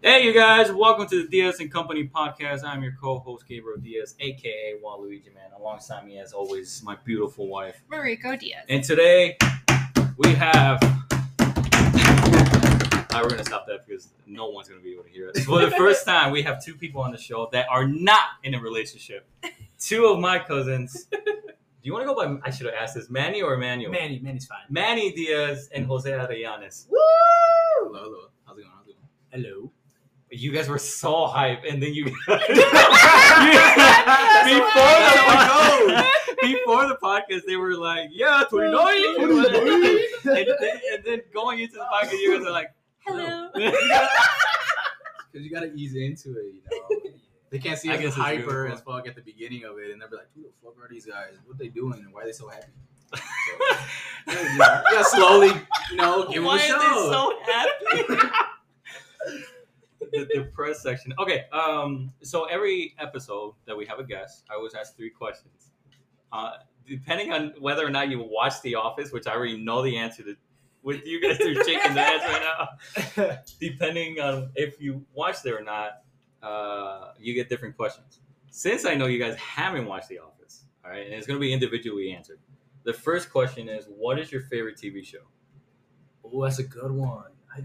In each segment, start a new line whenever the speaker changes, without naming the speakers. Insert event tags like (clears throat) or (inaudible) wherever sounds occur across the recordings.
Hey, you guys, welcome to the Diaz and Company podcast. I'm your co host, Gabriel Diaz, aka Juan Luigi Man. Alongside me, as always, my beautiful wife.
Mariko Diaz.
(laughs) And today, we have. Alright, we're going to stop that because no one's going to be able to hear us. For the first time, we have two people on the show that are not in a relationship. Two of my cousins. Do you want to go by. I should have asked this Manny or Emmanuel?
Manny, Manny's fine.
Manny Diaz and Jose Arellanes.
Woo!
Hello, hello. How's it going? How's it going?
Hello.
You guys were so hype, and then you (laughs) before
That's
how
the (laughs) pod-
it
before the podcast, they were like, "Yeah, 29. (laughs) and, then, and then going into the podcast, you guys are like,
Hello.
(laughs)
Because you gotta ease into it, you know.
(laughs)
They can't see
I
us
guess
as
it's
hyper
beautiful.
as fuck at the beginning of it, and they'll be like, "Who the fuck are these guys? What they doing? And why are they so
(laughs)
happy?" So, yeah, you gotta slowly, you know, give them
"Why
a
is
show.
it so happy?" the depressed section. Okay, um, so every episode that we have a guest, I always ask three questions. Uh, depending on whether or not you watch The Office, which I already know the answer to. With you guys, they're shaking their heads right now. depending on if you watched it or not, uh, you get different questions. Since I know you guys haven't watched The Office, all right, and it's going to be individually answered. The first question is, what is your favorite TV show?
oh, that's a good one. I,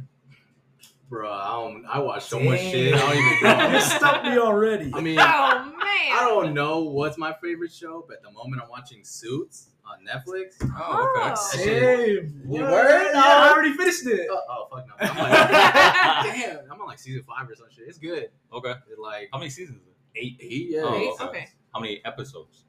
Bro, I, don't, I watch so much
Dang.
shit. I don't even
you
know.
stumped me already.
I mean, I
Oh man. I
don't know what's my favorite show, but at the moment I'm watching Suits on Netflix.
Oh.
That shit-
Same. What?
You were?
Yeah, I already finished it.
Oh, oh, fuck no! I'm
(laughs)
like, damn, I'm on like season five or some shit. It's good.
okay.
It's like
How many seasons? Is it?
eight, eight, yeah.
Oh,
Eight?
okay.
Okay.
How many episodes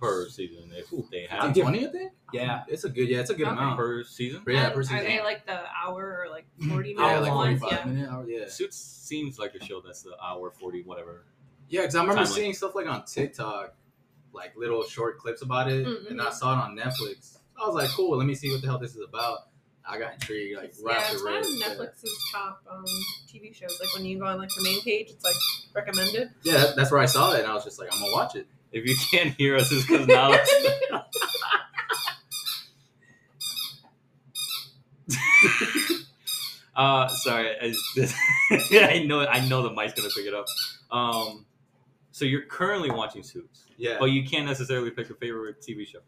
per season? If they
I
have
think 20, I think.
Yeah.
Mm, It's a good, yeah, it's a good
Okay.
amount.
per season.
yeah,
Are
per season.
they like the hour or like forty
(clears throat)
minute
yeah, like
ones?
45
Yeah.
minute hour, yeah.
Suits seems like a show that's the hour forty whatever.
Yeah, because I remember
Timely.
seeing stuff like on TikTok, like little short clips about it,
Mm,
and
mhm.
I saw it on Netflix. I was like, cool, let me see what the hell this is about. I got intrigued, like, right
yeah,
after
it's one of
Red, yeah.
Netflix's top um, TV shows. Like when you go on like the main page, it's like recommended.
Yeah, that- that's where I saw it, and I was just like, I'm gonna watch it.
If you (laughs) can't hear us, it's because now. (laughs) uh, sorry, I, this, (laughs) I know, I know the mic's gonna pick it up. Um, so you're currently watching Suits,
Yeah,
but you can't necessarily pick a favorite TV show.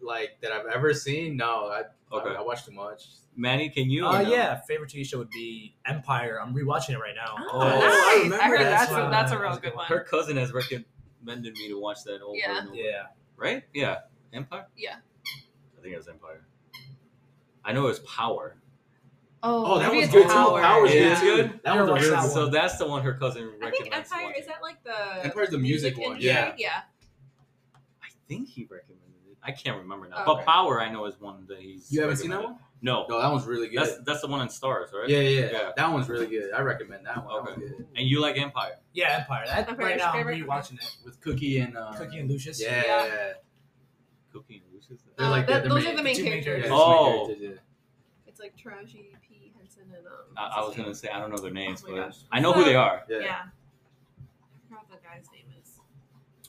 like that I've ever seen. No, I
Okay.
I, I watched too much.
Manny, can you?
Uh,
know.
yeah, favorite TV show would be Empire. I'm rewatching it right now.
Oh,
nice.
I
I remember
heard
that's
that's a,
one.
that's a real good one.
Her cousin has recommended me to watch that over
Yeah.
and over.
Yeah.
Right? Yeah. Empire.
Yeah.
I think it was Empire. I know it was Power.
Oh, that
maybe
was
it's
good too.
Power.
Power's
Yeah.
good too. That
Never
was a
watched
really
that
good
one.
So that's the one her cousin
I think
recommends.
Empire
watching.
is that like the
Empire's the music one,
industry?
yeah.
yeah.
I think he recommended it. I can't remember now.
Oh,
but
okay.
Power, I know, is one that he's.
You haven't seen that
recommended.
one?
No,
No, that one's really good.
that's that's the one in Stars, right?
yeah, yeah,
Yeah.
yeah, that one's really good. I recommend that one. That
Okay.
one's good.
And you like Empire?
Yeah, Empire. That
Empire's
right now I'm
favorite.
rewatching it
with Cookie and uh,
with Cookie and Lucius.
Yeah,
Yeah.
Cookie and Lucius.
They're
Uh,
like the-
that-
the
those
main-
are the main
two main
yeah,
characters.
characters.
it's
Oh.
my characters, yeah.
It's like Taraji P Henson and um.
I, I was
what's his name?
gonna say I don't know their names,
Oh my
but
gosh.
I know who they are.
Uh, Yeah.
Yeah. I forgot what that guy's name is.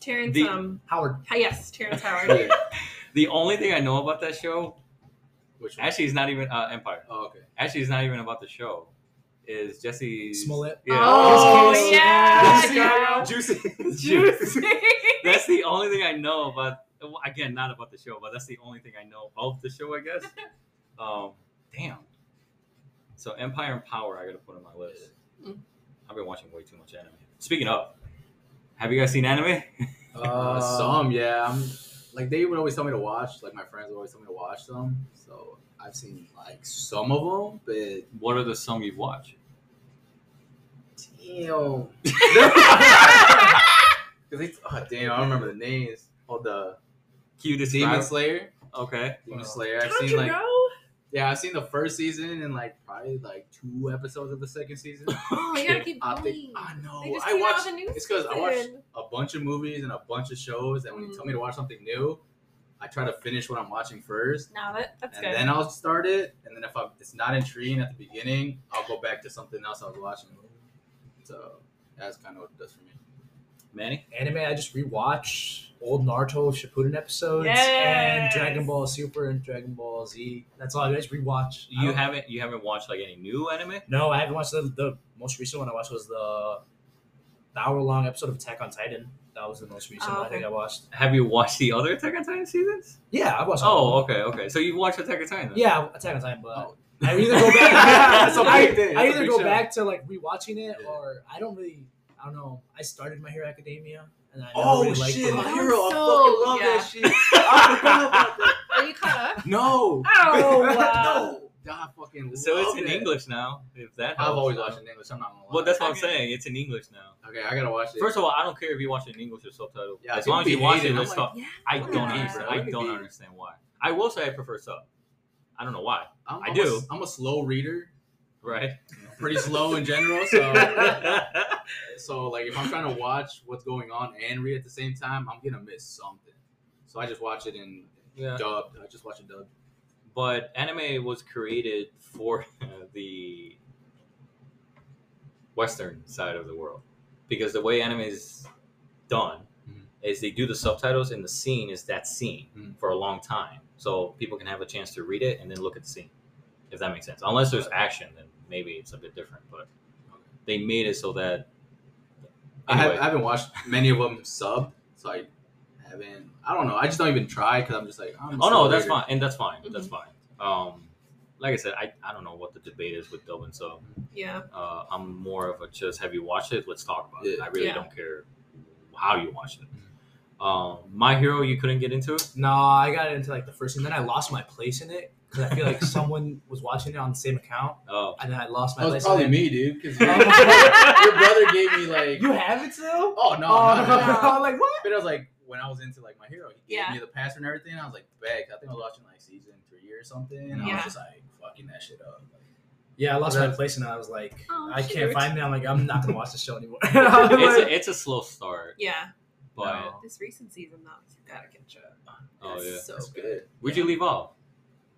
Terrence.
The-
um.
Howard.
hi- Yes,
(laughs)
Terrence (laughs) Howard.
Yeah.
The only thing I know about that show,
Which one?
actually, is not even uh, Empire.
oh, okay.
Actually, it's not even about the show. Is Jesse
Smollett.
Yeah.
Oh,
His kids.
yeah,
His
yeah.
kids.
Juicy.
(laughs) Juicy.
That's the only thing I know about. well, Again, not about the show, but that's the only thing I know of the show, I guess.
(laughs)
Um, damn. So Empire and Power, I gotta put on my list.
Mm.
I've been watching way too much anime. Speaking of, have you guys seen anime?
Uh, some, yeah. I'm, like they would always tell me to watch. Like my friends would always tell me to watch them. So I've seen like some of them, but (laughs)
What are the some you've watched?
damn, because it's oh damn, I don't remember the names. Oh, the
Can you
Demon
describe?
Slayer.
Okay.
Demon
Wow.
Slayer. I've
How'd
seen
you
like Oh,
know?
yeah, I've seen the first season and like probably like two episodes of the second
(laughs)
season.
Oh, you gotta keep
I
going.
think I know.
They just
I
came out
watched.
with a new
it's because I watched
season.
a bunch of movies and a bunch of shows, and when you tell
Mm.
me to watch something new, I try to finish what I'm watching first,
No, that, that's
and
good.
then I'll start it. And then if I, it's not intriguing at the beginning, I'll go back to something else I was watching. So that's kind of what it does for me.
Manny? (laughs)
Anime, I just rewatch old Naruto Shippuden episodes and
Yes.
Dragon Ball Super and Dragon Ball Z. That's all I do. I just rewatch. I
You
don't-
haven't you haven't watched like any new anime?
No, I haven't watched the, the most recent one I watched was the, the hour long episode of Attack on Titan. That was the most recent
Oh,
one I think
okay.
I watched.
Have you watched the other Attack on Titan seasons?
Yeah, I watched. all of
Oh,
them.
okay, okay. So you've watched Attack on Titan. then?
Yeah, Attack on Titan, but
Oh.
I either go
(laughs)
back. (laughs)
That's a
I,
big thing.
I
That's a
either
big
go
show.
back to like rewatching it,
Yeah.
or I don't really. I don't know. I started My Hero Academia, and I never
Oh
really liked
shit,
it.
my
That
hero! I
was
fucking
so-
love
yeah.
that shit. I forgot about
(laughs)
that.
Are you caught up?
(laughs) No.
Oh, wow.
no. I fucking
So
love
it's in
that.
English now. If that
I've
helps.
always watched it in English. I'm not gonna lie.
Well, that's what I'm
Okay.
saying. It's in English now.
okay. I gotta watch it.
First of all, I don't care if you watch it in English or subtitle.
Yeah,
as long as
people
you
be
watch it,
hating.
let's
I'm
talk. I
like,
don't
"Why?"
understand. I
Let me
don't
be-
understand why. I will say I prefer sub. I don't know why. (laughs)
I'm,
I
I'm
do.
A, I'm a slow reader.
Right. (laughs)
Pretty slow in general. So, so like if I'm trying to watch what's going on and read at the same time, I'm gonna miss something. So I just watch it in
yeah.
dubbed. I just watch it dubbed.
But anime was created for (laughs) the Western side of the world because the way anime is done
Mhm.
is they do the subtitles and the scene is that scene
Mhm.
for a long time, so people can have a chance to read it and then look at the scene. If that makes sense, unless there's action, then maybe it's a bit different. But they made it so that
I, have,
Anyway.
I haven't watched many of them sub, so I haven't. I don't know. I just don't even try because I'm just like, I'm a
Oh no,
slow
that's
reader.
fine, and that's fine. That's fine. Um, like I said, I, I don't know what the debate is with Dublin, so
(laughs) Yeah.
uh, I'm more of a just have you watched it? Let's talk about it.
Yeah.
I really
Yeah.
don't care how you watch it. Um, My Hero, you couldn't get into it.
No, I got into like the first, and then I lost my place in it because I feel (laughs) like someone was watching it on the same account,
Oh,
(laughs)
and then I lost my
That
place.
was probably
in it.
me, dude.
(laughs)
Because
Oh,
your, your brother gave me like,
You have it still?
oh no,
oh,
no, no, no.
I'm (laughs) like what?
But I was like, when I was into like my hero, he gave
Yeah.
me the password and everything. I was like, back. I think I was watching like season three or something. And I
Yeah.
was just like, fucking that shit up.
Yeah, I lost my
That-
place, and I was like,
Oh,
I can't
shoot.
find it. I'm like, I'm not gonna watch the show
(laughs)
anymore. (laughs)
it's a, it's a slow start,
Yeah.
but
No.
This recent season, though, you gotta catch up.
oh yeah.
So
That's
good.
good,
Would you leave off?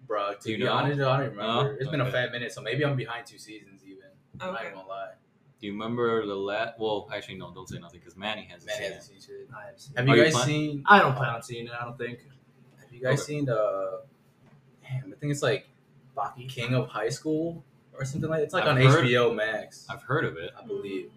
bro. To
Do you
be
know?
honest, I don't even
No?
remember. It's been a
Okay.
fat minute, so maybe I'm behind two seasons even. I'm not
Okay.
even gonna lie.
Do you remember the last? Well, actually, no. Don't say nothing because Manny has.
Man,
Man
he hasn't seen shit.
I
Have
Are
you
you
guys
fine?
seen?
I don't plan on seeing it. I don't think.
Have you guys
Okay.
seen the? Damn, I think it's like
Baki.
King of High School or something like. It's like
I've
on
heard-
HBO Max,
I've heard of it.
I believe.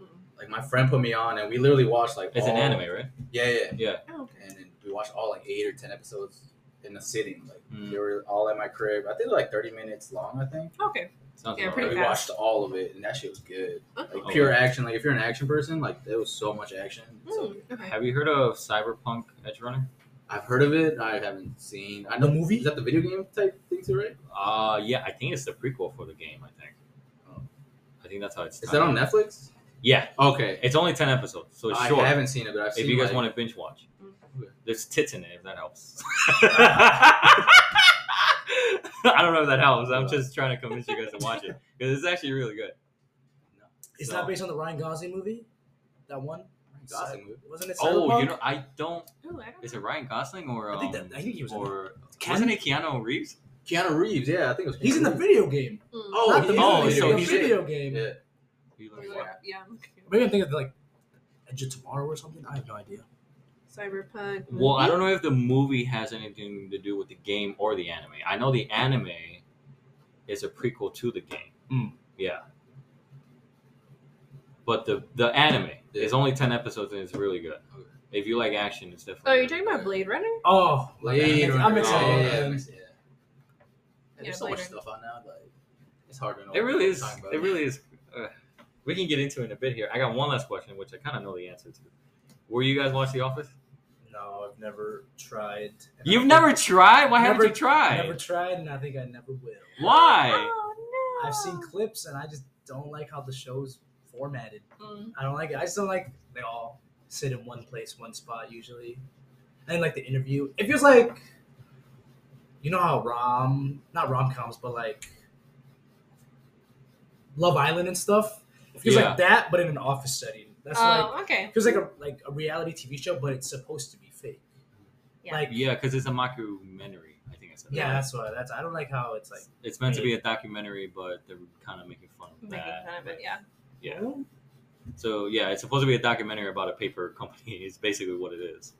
Mm.
Like my friend put me on, and we literally watched like.
It's an
all-
anime, right?
Yeah, yeah.
Oh, okay.
and then we watched all like eight or ten episodes in a sitting. Like
Mm.
they were all at my crib. I think they're like thirty minutes long. I think
Okay.
Sounds
Yeah,
about
pretty
we
right.
fast.
watched all of it, and that shit was good.
Okay.
Like
Okay.
pure action. Like if you're an action person, like there was so much action. So
Mm, okay.
Have you heard of Cyberpunk Edge Runner?
I've heard of it. I haven't seen. I
The
know
movie?
is that the video game type thing too, right?
Uh, yeah, I think it's the prequel for the game. I think. Um,
Oh.
I think that's how it's.
Is that on
titled.
Netflix?
Yeah,
Okay,
it's only ten episodes, so it's
I
short.
haven't seen it, but I've
if
seen.
you guys
like,
want to binge watch,
Mm.
there's tits in it. If that
(laughs)
helps. (laughs) I don't know if that helps. I'm just trying to convince you guys to watch it because it's actually really good.
It's
So-
not based on the Ryan Gosling movie. That one.
Gosling movie.
Wasn't it?
Oh,
Cyberpunk?
you know, I don't.
Ooh, I don't
Is
know.
it Ryan Gosling or?
I
Um,
think that- I think he was in
Or
Keanu-
wasn't it Keanu Reeves?
Keanu Reeves, yeah, I think it was.
He's in the
Keanu
video game.
Mm.
Oh,
Not the
he is
movie,
in the video
the
game.
video game.
Reeves. Yeah.
You look
Or
like-
like- Yeah. I'm looking at
Maybe I'm thinking of like Edge of Tomorrow or something. I have no idea.
Cyberpunk.
Well, I
movie?
don't know if the movie has anything to do with the game or the anime. I know the anime is a prequel to the game.
Mm.
Yeah. But the the anime is only ten episodes and it's really good.
Okay.
If you like action, it's definitely.
Oh, you're talking about Blade Runner?
Oh,
Blade
I'm Um,
Runner.
excited.
Oh,
I'm
yeah,
excited.
I'm excited.
Yeah,
There's so
Blade
much
Runner.
stuff on now. Like it's hard to know.
It really
what
is.
we're talking about.
It
(laughs)
really is. Uh, we can get into it in a bit here. I got one last question, which I kind of know the answer to. Were you guys watch The Office?
No, I've never tried. And I
You've
think-
never tried. Why haven't
Never-
you tried?
Never tried, and I think I never will.
Why?
Oh, no.
I've seen clips, and I just don't like how the show's formatted.
Mm.
I don't like it. I just don't like they all sit in one place, one spot usually. And like the interview, it feels like you know how rom not rom coms, but like Love Island and stuff. It feels
Yeah.
like that, but in an office setting. That's like
Oh, okay.
it feels like a like a reality TV show, but it's supposed to be fake.
Yeah.
Like yeah,
Yeah, because it's a mockumentary. I think I said. that.
that's why that's I don't like how it's like
it's meant to be a documentary, but they're kind of making fun of
Making
that.
fun of it, yeah.
Yeah.
oh,
So yeah, it's supposed to be a documentary about a paper (laughs) company. Is basically what it is.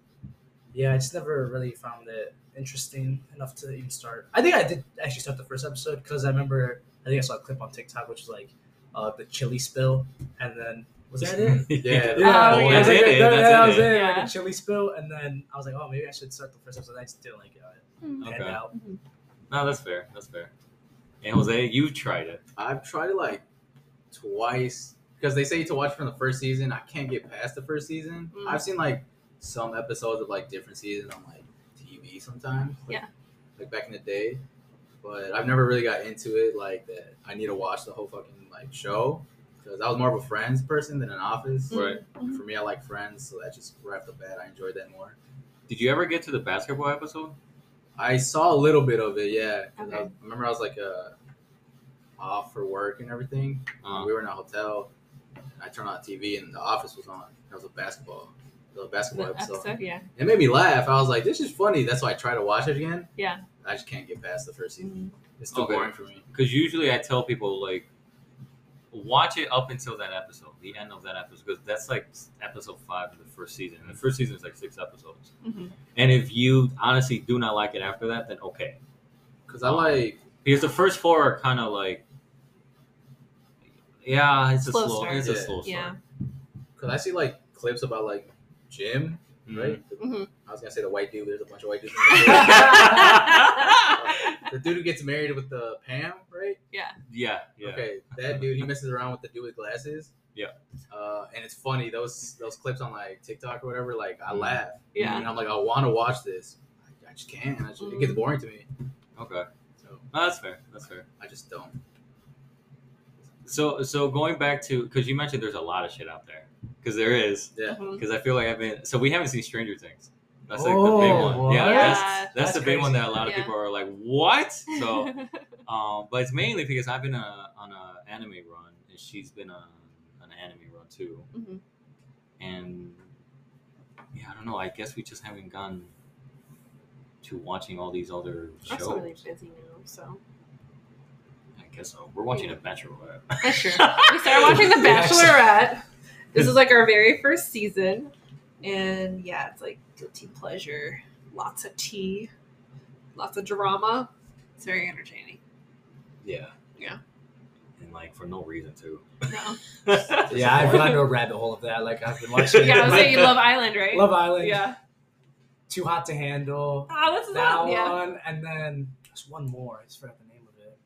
Yeah, I just never really found it interesting enough to even start. I think I did actually start the first episode because I remember I think I saw a clip on TikTok which was like uh, the chili spill, and then was (laughs) that it?
Yeah,
Yeah.
Oh,
Boy,
I was
that's
like,
in it,
that,
that's
that
in
was
it.
it. Like
Yeah.
a chili spill, and then I was like, oh, maybe I should start the first episode. I just didn't like uh,
Okay.
panned out.
No, that's fair. That's fair. And Jose, you've tried it.
I've tried it like twice because they say to watch from the first season. I can't get past the first season.
Mm.
I've seen like some episodes of like different seasons on like TV sometimes. like-
Yeah.
Like back in the day, but I've never really got into it like that. I need to watch the whole fucking like show because I was more of a Friends person than an Office.
Right.
And For me, I like Friends, so that just right off the bat, I enjoyed that more.
Did you ever get to the basketball episode?
I saw a little bit of it, yeah. 'cause I,
Okay.
remember I was like uh, off for work and everything.
Uh,
We were in a hotel. And I turned on the TV and The Office was on. That was a basketball, the basketball
The
episode. (laughs)
episode, yeah. (laughs)
It made me laugh. I was like, "This is funny." That's why I try to watch it again.
Yeah. Mm-hmm.
I just can't get past the first season. It's too
Okay.
boring for me.
because usually I tell people like watch it up until that episode, the end of that episode, because that's like episode five of the first season. And the first season is like six episodes.
Mhm.
And if you honestly do not like it after that, then okay,
Cause I like,
because the first four are kind of like, yeah, it's
Slow
a slow,
start.
it's a
Yeah.
slow start,
Yeah.
cause I see like clips about like gym,
right?
right?
Mhm.
I was gonna say the white dude. There's a bunch of white dudes.
(laughs)
the dude who gets married with the Pam, right?
Yeah, yeah.
Okay, that dude he messes around with the dude with glasses.
Yeah.
Uh, and it's funny those those clips on like TikTok or whatever. Like I
Mhm.
laugh.
Yeah.
And I'm like I want to watch this. I, I just can't. I just, It gets
Mhm.
boring to me.
Okay,
So
no, that's fair. That's fair.
I just don't.
So, so going back to because you mentioned there's a lot of shit out there, because there is.
Yeah.
Mhm.
because I feel like I've been so we haven't seen Stranger Things. That's like the big
Oh,
one.
what?
Yeah, that's,
Yeah,
that's, the
that's
big one
crazy.
that a lot of
Yeah.
people are like, what? So, (laughs) um, but it's mainly because I've been a, on a anime run and she's been on an anime run too,
Mhm.
and yeah, I don't know. I guess we just haven't gone to watching all these other
(laughs) I'm
shows.
still really busy now, so
I guess so. We're watching a Bachelorette.
that's true. we started watching The
(laughs) Yes.
Bachelorette. This is like our very first season, and yeah, it's like guilty pleasure. Lots of tea, lots of drama. It's very entertaining.
(laughs) Yeah.
Yeah.
And like for no reason too.
(laughs)
No,
Yeah, I've gone to a rabbit hole of that. Like I've been watching.
(laughs) yeah, I was
like-
saying you Love Island, right?
Love Island.
yeah.
Too hot to handle.
Oh, this is
That
on- (laughs) yeah.
one, and then there's one more. I just forgot the name of it.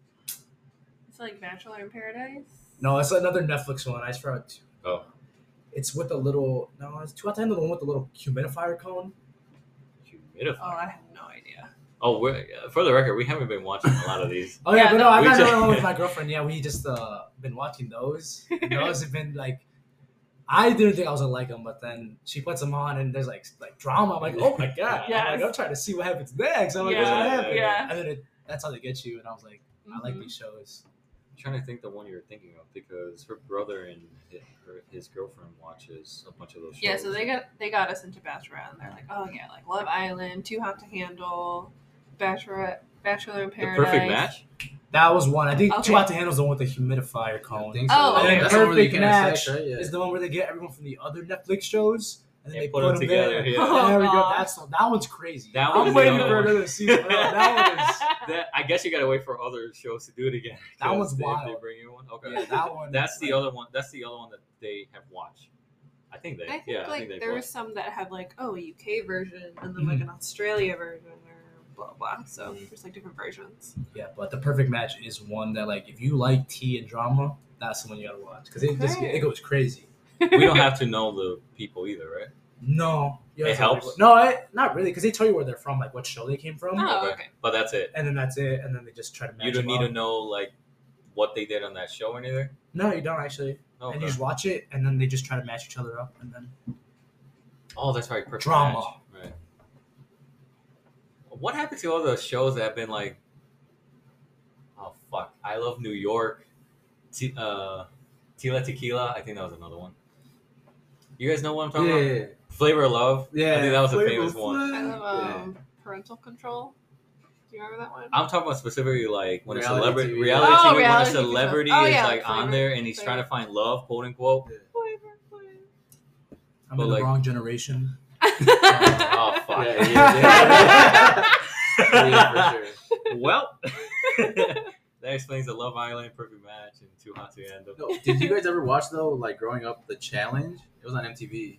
It's like Bachelor in Paradise.
No, it's another Netflix one. I just forgot. Two.
Oh.
It's with the little. No, it's too hot to handle. The one with the little humidifier cone.
Humidifier.
Oh, I have no idea.
(laughs)
Oh, we're, for the record, we haven't been watching a lot of these.
Oh yeah,
Yeah,
but no, I've
we
had
just-
another one
(laughs)
with my girlfriend. Yeah, we just uh, been watching
(laughs)
those. And those have been like, I didn't think I was gonna like them, but then she puts them on and there's like like drama. I'm like, oh my god. I'm like,
Yes.
I'm trying to see what happens next. I'm like, what's
Yeah,
gonna happen?
yeah.
And then it, that's how they get you. And I was like, I like
Mhm.
these shows.
I'm trying to think the one you were thinking of because her brother and his, her, his girlfriend watches a bunch of those shows.
Yeah, so they got they got us into Bachelorette, and they're like, oh yeah, like Love Island, Too Hot to Handle, Bachelorette, Bachelor in
the
Paradise.
perfect match.
That was one. I think
Okay.
Too Hot to Handle is the one with the humidifier
I
cone.
think
Oh,
Yeah,
okay.
That's the one where you
Perfect
can't have sex,
match
right? Yeah.
Is the one where they get everyone from the other Netflix shows and then
They
they,
put them
there.
together, (laughs)
yeah. (laughs)
There we go.
Aw.
That's that one's crazy.
That
I'm
one's
waiting
the
for
other (laughs)
another season. bro. That one is.
That, I guess you gotta wait for other shows to do it again. (laughs)
That
'cause
one's
they, They
wild.
bring you one. Okay,
Yeah, that one.
that's the other one. That's the other one that they have watched. I think they.
I think
yeah, I
like
think they.
there were
watched.
some that had like oh a UK version and then like
Mm-hmm.
an Australia version or blah blah. So
Mhm.
there's like different versions.
Yeah, but the perfect match is one that like if you like tea and drama, that's the one you gotta watch because it just
Okay.
it goes crazy.
(laughs) we don't have to know the people either, right?
No, you
It
have to-
helps?
No, it, not really because they tell you where they're from, like what show they came from,
oh okay.
But that's it.
and then that's it, and then they just try to match.
You don't
them
need
up.
to know like what they did on that show or anything.
No, you don't actually,
Oh, Okay.
and you just watch it, and then they just try to match each other up, and then
Oh, that's right. Perfect
Drama.
Match. Right. What happened to all those shows that have been like, oh fuck, I love New York, T- uh, Tila Tequila. I think that was another one. You guys know what I'm talking
yeah,
about?
yeah,
Flavor of Love.
yeah.
I think that was a
Flavor
famous
Flav.
one.
(laughs) I love
Yeah.
um, parental control. Do you remember that (laughs) one?
I'm talking about specifically like when a
Reality
celebrity
TV.
reality
Oh,
TV when a
reality TV shows.
celebrity
Oh,
is
yeah,
like on
flavor-
there and he's trying to find love, quote unquote.
Flavor
I'm
But,
in
like-
the wrong generation.
(laughs)
Oh fuck. (laughs)
Yeah,
(laughs)
yeah, yeah. yeah, for
(laughs)
sure.
well, (laughs) that explains the Love Island perfect match and Too Hot to Handle.
No, did you guys ever watch though? Like growing up, the challenge. It was on MTV.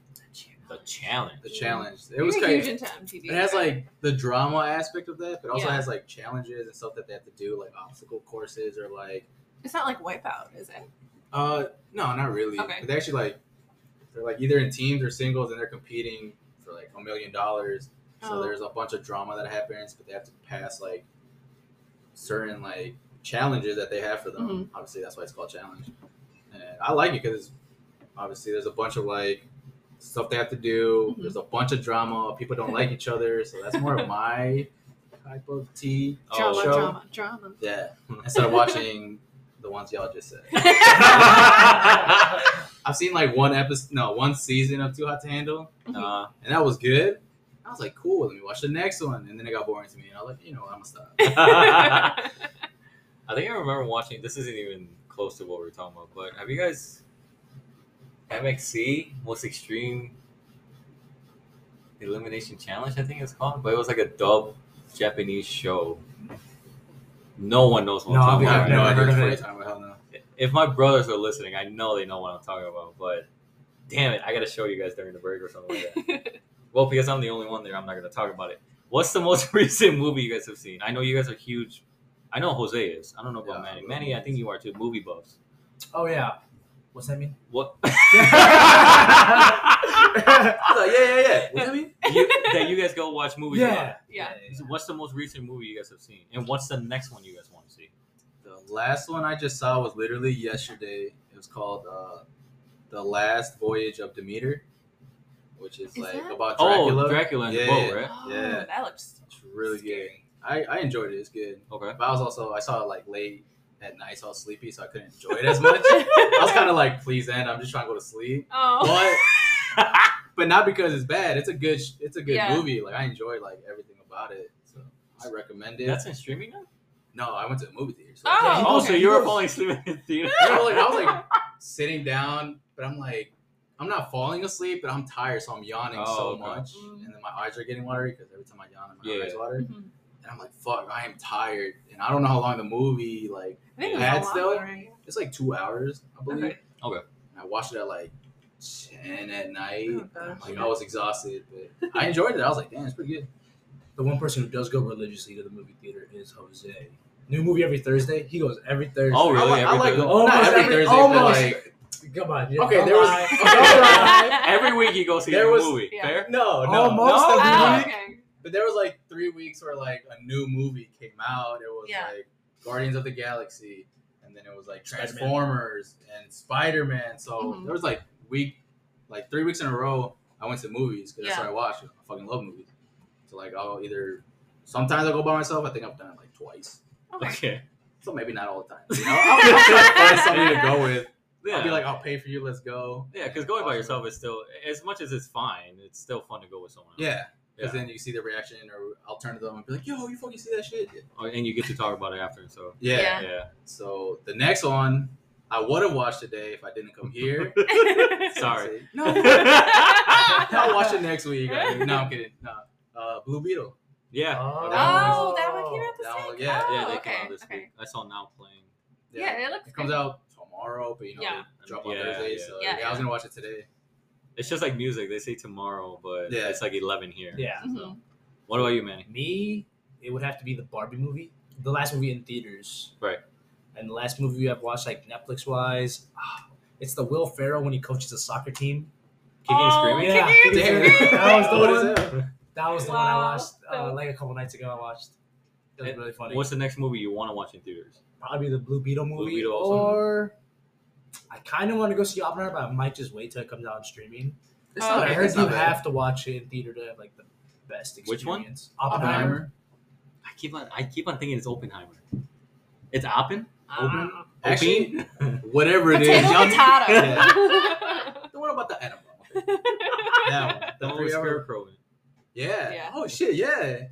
The challenge.
The
Yeah.
challenge. It was
You're
kind
huge
of.
into MTV.
It has like the drama aspect of that, but also
Yeah.
has like challenges and stuff that they have to do, like obstacle courses or like.
it's not like Wipeout, is it?
Uh, no, not really.
Okay.
But they actually like, they're like either in teams or singles, and they're competing for like a million dollars. So
Oh.
there's a bunch of drama that happens, but they have to pass like certain like challenges that they have for them.
Mhm.
Obviously, that's why it's called challenge. And I like it because obviously there's a bunch of like stuff they have to do.
Mhm.
There's a bunch of drama. People don't like each other, so that's more of my type of tea.
Oh,
Drama,
show.
(laughs)
(laughs) drama, drama.
Yeah. Instead of watching the ones y'all just said.
(laughs)
(laughs)
I've seen like one episode, no, one season of Too Hot to Handle,
Mm-hmm.
uh,
Nah,
and that was good. I was like, cool, let me watch the next one. And then it got boring to me, and I was like, you know what, I'm gonna stop.
I think I remember watching. This isn't even close to what we're talking about. But have you guys MXC Most Extreme Elimination Challenge? I think it's called. But it was like a dub Japanese show. No one knows what
No,
I'm
I'll
talking
be-
about.
I've
right now.
never heard of
what
it.
you're talking about, hell no.
if my brothers are listening, I know they know what I'm talking about, but damn it, I gotta show you guys during the break or something (laughs) like that. well, because I'm the only one there, I'm not gonna talk about it. What's the most (laughs) recent movie you guys have seen? I know you guys are huge. I know Jose is. I don't know about
Yeah, I
Manny.
love
Manny, I think
movies.
you are too. Movie buffs.
Oh yeah, what's that mean?
(laughs) What
I was like, yeah, yeah, yeah. What
(laughs)
does that mean?
you, that you guys go watch movies? a
yeah.
lot.
yeah.
What's the most recent movie you guys have seen, and what's the next one you guys want to see?
The last one I just saw was literally yesterday. It was called uh, The Last Voyage of Demeter, which is,
Is
like
that-
about
Oh,
Dracula.
Dracula and
Yeah,
the boat,
yeah.
right?
Oh,
Yeah.
That looks.
it's really good. I, I enjoyed it. It's good.
Okay.
But I was also I saw it like late at night, so I was sleepy, so I couldn't enjoy it as
(laughs)
much. I was kind of like, please end. I'm just trying to go to sleep.
Oh. (laughs)
But but not because it's bad. It's a good sh- it's a good
Yeah.
movie. Like I enjoyed like everything about it. So I recommend it.
That's in streaming now.
no, I went to a movie theater. So
Oh.
Oh,
Okay.
so you (laughs) were falling asleep in the theater. (laughs)
I was like, I was like sitting down, but I'm like. I'm not falling asleep, but I'm tired, so I'm yawning
Oh,
so
okay.
much, and
Mm.
then my eyes are getting watery because every time I yawn, my
Yeah.
eyes water, and
Mhm.
I'm like, "Fuck, I am tired," and I don't know how long the movie like
I think it was
Yeah,
a
it's
lot
still-
more, right?
it's like two hours, I believe.
Okay.
Okay.
And I watched it at like ten at night.
(laughs) Oh, gosh.
like I was exhausted, but I enjoyed it. I was like, damn, it's pretty good.
The one person who does go religiously to the movie theater is Jose. New movie every Thursday. He goes every Thursday.
Oh,
I
really?
like- I
Every
like
Thursday?
Almost
Not every
every-
Thursday,
almost.
but like
Come on. yeah,
okay,
don't
there was
lie.
(laughs) okay,
Don't lie.
Every week you go see
There
a
was-
movie.
Yeah.
Fair?
(laughs) no, no,
Almost
no,
every
Oh,
no.
week.
okay.
But there was like three weeks where like a new movie came out. It was
Yeah.
like Guardians of the Galaxy, and then it was like
Spider-Man.
Transformers and Spider Man. So
Mhm.
there was like week, like three weeks in a row, I went to movies because that's
Yeah.
what I watch. I fucking love movies. So like I'll either sometimes I'll go by myself. I think I've done it like twice. (laughs)
Okay.
Okay.
So maybe not all the time.
(laughs)
You know, I'll,
(laughs)
I'll try to find something to go with.
Yeah.
I'll be like, I'll pay for you. Let's go.
yeah, because going by yourself is still, as much as it's fine, it's still fun to go with someone else.
Yeah.
Yeah.
Because then you see the reaction, or I'll turn to them and be like, "Yo, you fucking see that shit?"
Oh, And you get to talk about it after, so.
Yeah.
Yeah.
Yeah.
So the next one, I would have watched today if I didn't come here.
(laughs)
(laughs)
Sorry.
(laughs) See? No, I'll watch it next week. I mean, no, I'm kidding. No, uh, Blue Beetle.
yeah.
Oh.
Oh, that one came out the
That
same.
one, yeah.
oh,
yeah, they
okay.
came out this
okay.
week. I saw Now Playing.
Yeah, it looks
It comes
good.
out tomorrow, but you know
Yeah.
they drop on
Yeah,
Thursday.
yeah.
So
Yeah,
yeah, I was gonna watch
(laughs)
it today.
It's just like music. They say tomorrow, but
Yeah.
it's like 11 here.
Yeah.
Mhm.
What about you, Manny?
Me, it would have to be the Barbie movie, the last movie in theaters.
Right.
And the last movie I've watched, like Netflix wise, it's the Will Ferrell when he coaches the soccer team.
Kicking and
Oh,
Screaming?
Kicking
Yeah,
and
Kicking and Screaming.
(laughs)
Screaming.
That was the
What is
one.
that?
That was the
Wow.
one I watched uh, like a couple nights ago. I watched. It was
And
really funny.
What's the next movie you want to watch in theaters?
Probably the Blue Beetle movie,
Blue Beetle also.
or I kind of want to go see Oppenheimer, but I might just wait till it comes out on streaming.
It's
Oh,
not
But I
bad.
heard
It's
you
not bad.
have to watch it in theater to have like the best experience.
Which one?
Oppenheimer.
Oppenheimer.
I keep on, I keep on thinking it's Oppenheimer. It's Oppen?
I don't
Open?
know.
Uh, (laughs) Actually,
Opie?
whatever it is,
Potato,
y'all-
potato.
(laughs) Yeah. The one about the animal. That one.
The
The
one
three
with
hour-
Scarecrow. in it.
Yeah.
Yeah.
Oh shit. Yeah.
I only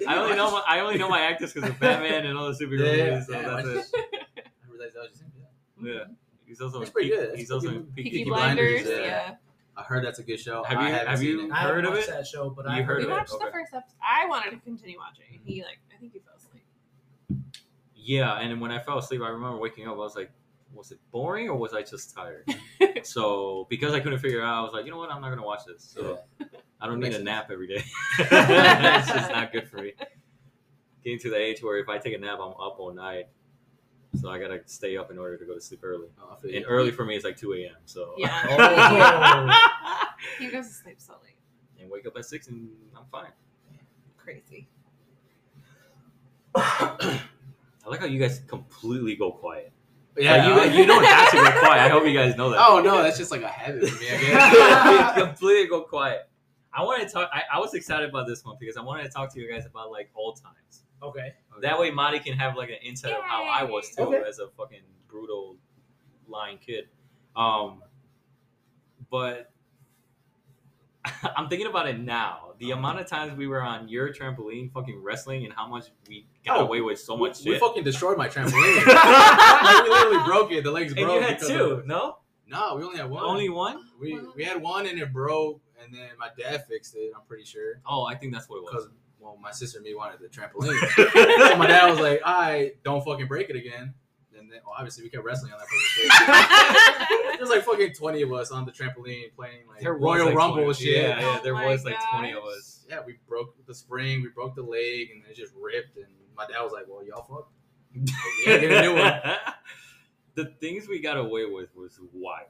Damn,
know
just-
my, I only know my actors
(laughs)
because of Batman and all the superhero
Yeah, yeah,
movies. So
yeah, I
that's
just-
it.
I realized that was just him, yeah.
Yeah, he's also
That's
in
pretty
Peaky-
good. That's
He's also in
pretty
Peaky,
Peaky
Blinders,
Blinders.
yeah.
Yeah.
I heard that's a good show.
Have
I
you-
haven't
have
seen
you-
it.
I haven't
Heard of
watched
it?
that show, but
You
I
heard
We
of it?
watched the
Okay.
first episode. I wanted to continue watching. and He like, I think he fell asleep.
Yeah, and then when I fell asleep, I remember waking up. I was like, was it boring or was I just tired? so because I couldn't figure it out, I was like, you know what? I'm not gonna watch this. So I don't need
Makes
a
sense.
nap every day. it's just not good for me. Getting to the age where if I take a nap, I'm up all night. So I gotta stay up in order to go to sleep early.
Oh, I feel
And
you.
early for me is like 2 a.m. So (laughs)
Yeah.
Oh.
(laughs) He goes to sleep so late.
and wake up at six and I'm fine.
Crazy.
I like how you guys completely go quiet.
yeah,
Like, you, you don't have to go quiet. I hope you guys know that.
Oh no, that's just like a habit for me. I (laughs) guess.
You (laughs) completely go quiet. I want to talk. I, I was excited about this one because I wanted to talk to you guys about like old times.
okay.
That way, Madi can have like an insight of how I was too
Okay.
as a fucking brutal lying kid. Um, but (laughs) I'm thinking about it now. The amount of times we were on your trampoline, fucking wrestling, and how much we got
Oh,
away with so much
we, we
shit.
fucking destroyed
(laughs)
my trampoline. like, we literally broke it. The legs
and
broke.
you had
because
two,
of-
no?
no, we only had one.
Only one?
we we had one and it broke, and then my dad fixed it. I'm pretty sure
Oh, I think that's what it was.
because well, my sister and me wanted the trampoline, so (laughs) my dad was like, "All right, don't fucking break it again." And then well, obviously we kept wrestling on that fucking
(laughs)
shit. There's like fucking twenty of us on the trampoline playing like
There was,
Royal
like, 20
Rumble
of-
shit.
Yeah, yeah,
Oh
there
my
was like 20 of us. (laughs)
Yeah, we broke the spring, we broke the leg, and it just ripped. And my dad was like, "Well, y'all fuck." Yeah, get a new one.
(laughs) the things we got away with was wild.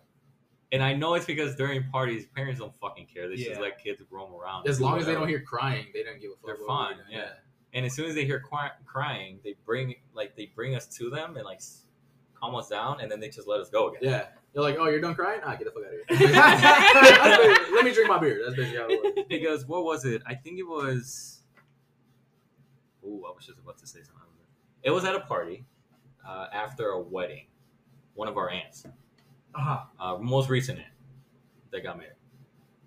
And I know it's because during parties, parents don't fucking care. They
Yeah.
just let kids roam around.
As
do
long as they
whatever.
don't hear crying, they don't give a fuck.
They're
what we're
fine,
doing.
yeah. And as soon as they hear cry- crying, they bring like they bring us to them and like s- calm us down, and then they just let us go again.
yeah. They're like, "Oh, you're done crying? Ah, get the fuck out of here."
(laughs)
That's basically- Let me drink my beer. That's basically how it works.
because what was it? I think it was. Ooh, I was just about to say something. It was at a party uh, after a wedding. One of our aunts.
Uh-huh.
uh, most recent aunt that got married.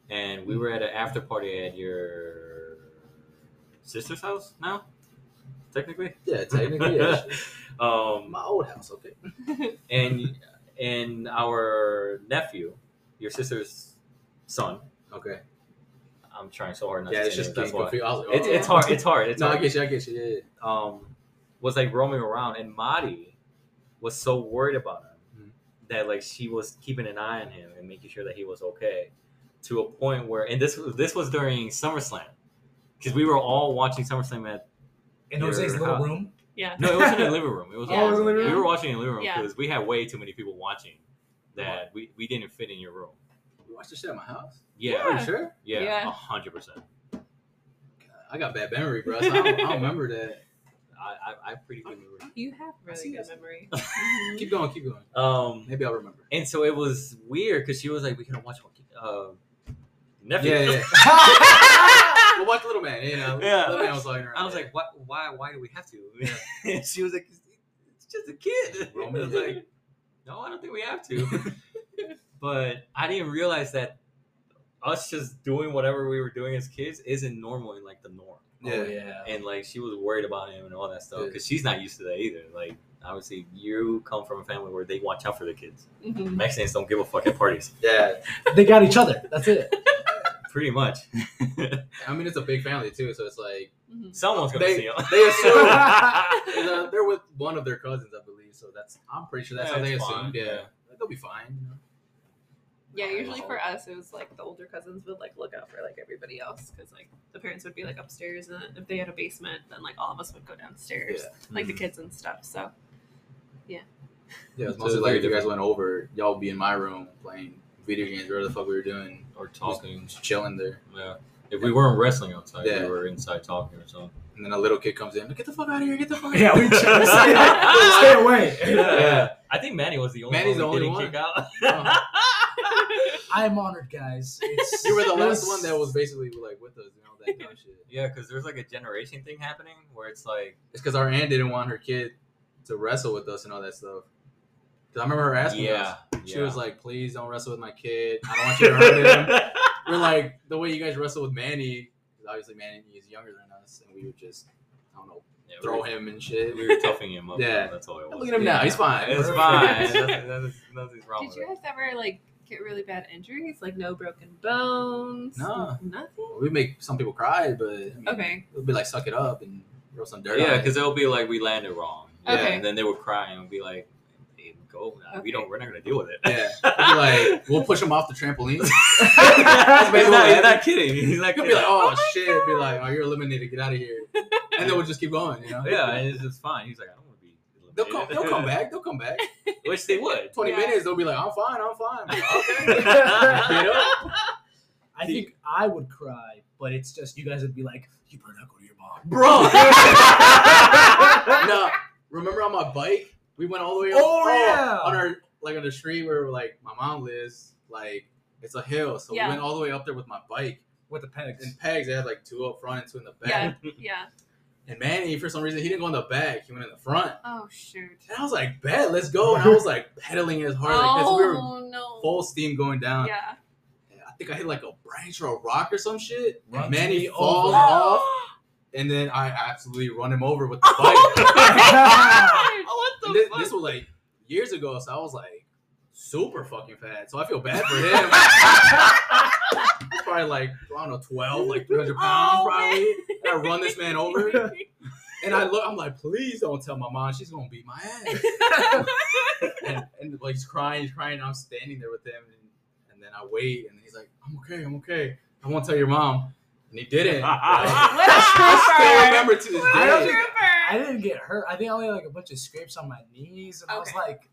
And we were at an after party at your sister's house now, technically.
Yeah, technically, yeah.
Um,
my old house. Okay.
and and our nephew, your sister's son.
Okay.
I'm trying so hard not
yeah,
to
it's
say
just
names, that's
getting
why.
confused. I was like,
It's,
oh.
it's hard. It's hard. It's
no, I
hard.
get you. I get you. Yeah, yeah.
um, was like roaming around, and Madi was so worried about him
Mhm.
that like she was keeping an eye on him and making sure that he was okay to a point where, and this this was during SummerSlam because we were all watching SummerSlam at
In Jose's
Your
little
house.
room.
yeah.
no, it wasn't in the living room. It was
(laughs) Yeah.
all
Oh, it was in the living
we were
room?
watching in the living room
Yeah.
because we had way too many people watching that we, we didn't fit in your room.
You watched the shit at my house. Are
Yeah,
you sure?
yeah,
Yeah.
a hundred percent.
I got bad memory, bro. So I, don't, I don't remember that.
I I, I pretty good remember.
You have
see
really good
this.
memory. Mm-hmm.
Keep going. Keep going.
Um,
Maybe I'll remember.
and so it was weird because she was like, "We gotta watch uh, nephew."
Yeah, yeah.
(laughs)
Well, watch Little Man. You know,
Yeah.
Little Man was like,
I was like, why, why, why do we have to? And (laughs) she was like, it's it's just a kid. (laughs) I
Roman.
was like, no, I don't think we have (laughs) to. but I didn't realize that us just doing whatever we were doing as kids isn't normal in like the norm.
Yeah.
Oh, yeah.
And like she was worried about him and all that stuff
Yeah.
because she's not used to that either. Like obviously you come from a family where they watch out for their kids.
Mhm.
Mexicans don't give a fuck at parties, (laughs)
yeah.
They got each other. That's it.
pretty (laughs) much.
I mean, it's a big family too, so it's like
(laughs)
Mhm.
Someone's gonna
They-
see him.
they assume-
Mm-hmm.
Yeah,
and, uh, they're with one of their cousins, I believe. So that's I'm pretty sure that's how
it's
they
fine,
assumed. Yeah. they'll be fine. You know?
(laughs) Yeah, usually for us, it was like the older cousins would like look out for like everybody else because like the parents would be like upstairs, and if they had a basement, then like all of us would go downstairs, like
Hmm. Mm.
the kids and stuff. So
Yeah,
So
it's mostly
it's
like
very
if you guys went over, y'all would be in my room playing video games, whatever the fuck we were doing,
Or talking.
just chilling there.
Yeah. If we weren't wrestling outside,
Yeah.
we were inside talking or something.
And then a little kid comes in, get the fuck out of here, get the (laughs) fuck.
(laughs)
Out
yeah, we
Here.
chill. Stay, stay
(laughs)
away.
Yeah.
I think Manny was the only
Manny's
one
the
we
only
didn't (laughs) kick out.
Oh.
I am honored, guys. It's,
you were
(laughs)
the
it
last one that was basically like with us and all that kind of shit.
yeah, because there's like a generation thing happening where it's like,
It's because our aunt didn't want her kid to wrestle with us and all that stuff. 'Cause I remember her asking
yeah,
us. She
yeah.
was like, "Please don't wrestle with my kid. I don't want you to
(laughs)
hurt him." We're like, the way you guys wrestle with Manny, 'cause obviously Manny is younger than us, and we would just, I don't know,
Yeah, we
throw
were-
him and
(laughs)
shit.
We were toughing him up.
Yeah.
That's all it was.
Look at him now. He's fine.
It's (laughs)
We're-
fine. Nothing- nothing- nothing's wrong
did
with
you
it.
guys ever like get really bad injuries, like no broken bones,
No.
nothing.
We make some people cry, but I mean,
Okay,
it'll be like suck it up and throw some dirt.
Yeah,
on
because
it.
it'll be like we landed wrong.
Yeah. Okay.
And then they would cry and be like, "Hey, "Go, now. we
Okay.
don't. We're not gonna deal with it."
yeah, (laughs) It'll be like we'll push them off the trampoline.
he's,
basically
not,
what
he's not
happened.
kidding. He's not
He'll
kidding.
be like,
Oh
oh,
my
shit, be like, oh, you're eliminated, get out of here, and then we'll just keep going. You know?
yeah, and it's, it's fine. He's like, I don't want to be.
They'll come, they'll
eliminated." (laughs)
come back. They'll come back.
which they
(laughs)
would.
20
Yeah.
minutes, they'll be like, I'm fine, I'm fine. I'm like,
(laughs)
okay.
Get
up.
I think I would cry, but it's just you guys would be like, you better not go to your mom.
Bro. (laughs) no, remember on my bike, we went all the way up.
Oh, yeah.
On our like on the street where like my mom lives, like it's a hill, so
Yeah.
we went all the way up there with my bike
With the pegs.
and pegs. They had like two up front and two in the back.
yeah, yeah.
And Manny, for some reason, he didn't go in the back; he went in the front.
Oh shoot.
And I was like, "Bet, let's go!" And I was like pedaling as hard because we were
Oh no.
full steam going down.
Yeah.
And I think I hit like a branch or a rock or some shit.
Runs
and Manny
me
falls
over.
Oh,
off, and then I absolutely run him over with
(laughs)
the bike.
what
And thi- this was like years ago, so I was like super fucking fat. So I feel bad for him.
(laughs)
He's probably like, I don't know, 12, like 300 pounds
Oh,
probably.
man.
And I run this man over. And I look, I'm like, please don't tell my mom. She's going to beat
(laughs)
my ass. And, and like he's crying, he's crying. And I'm standing there with him. And, and then I wait. And he's like, I'm okay, I'm okay. I won't tell your mom. And he didn't. I still remember to this
I
Mm-hmm.
don't
day.
think- I didn't get hurt. I think I only had like a bunch of scrapes on my knees, and I was
Okay.
like,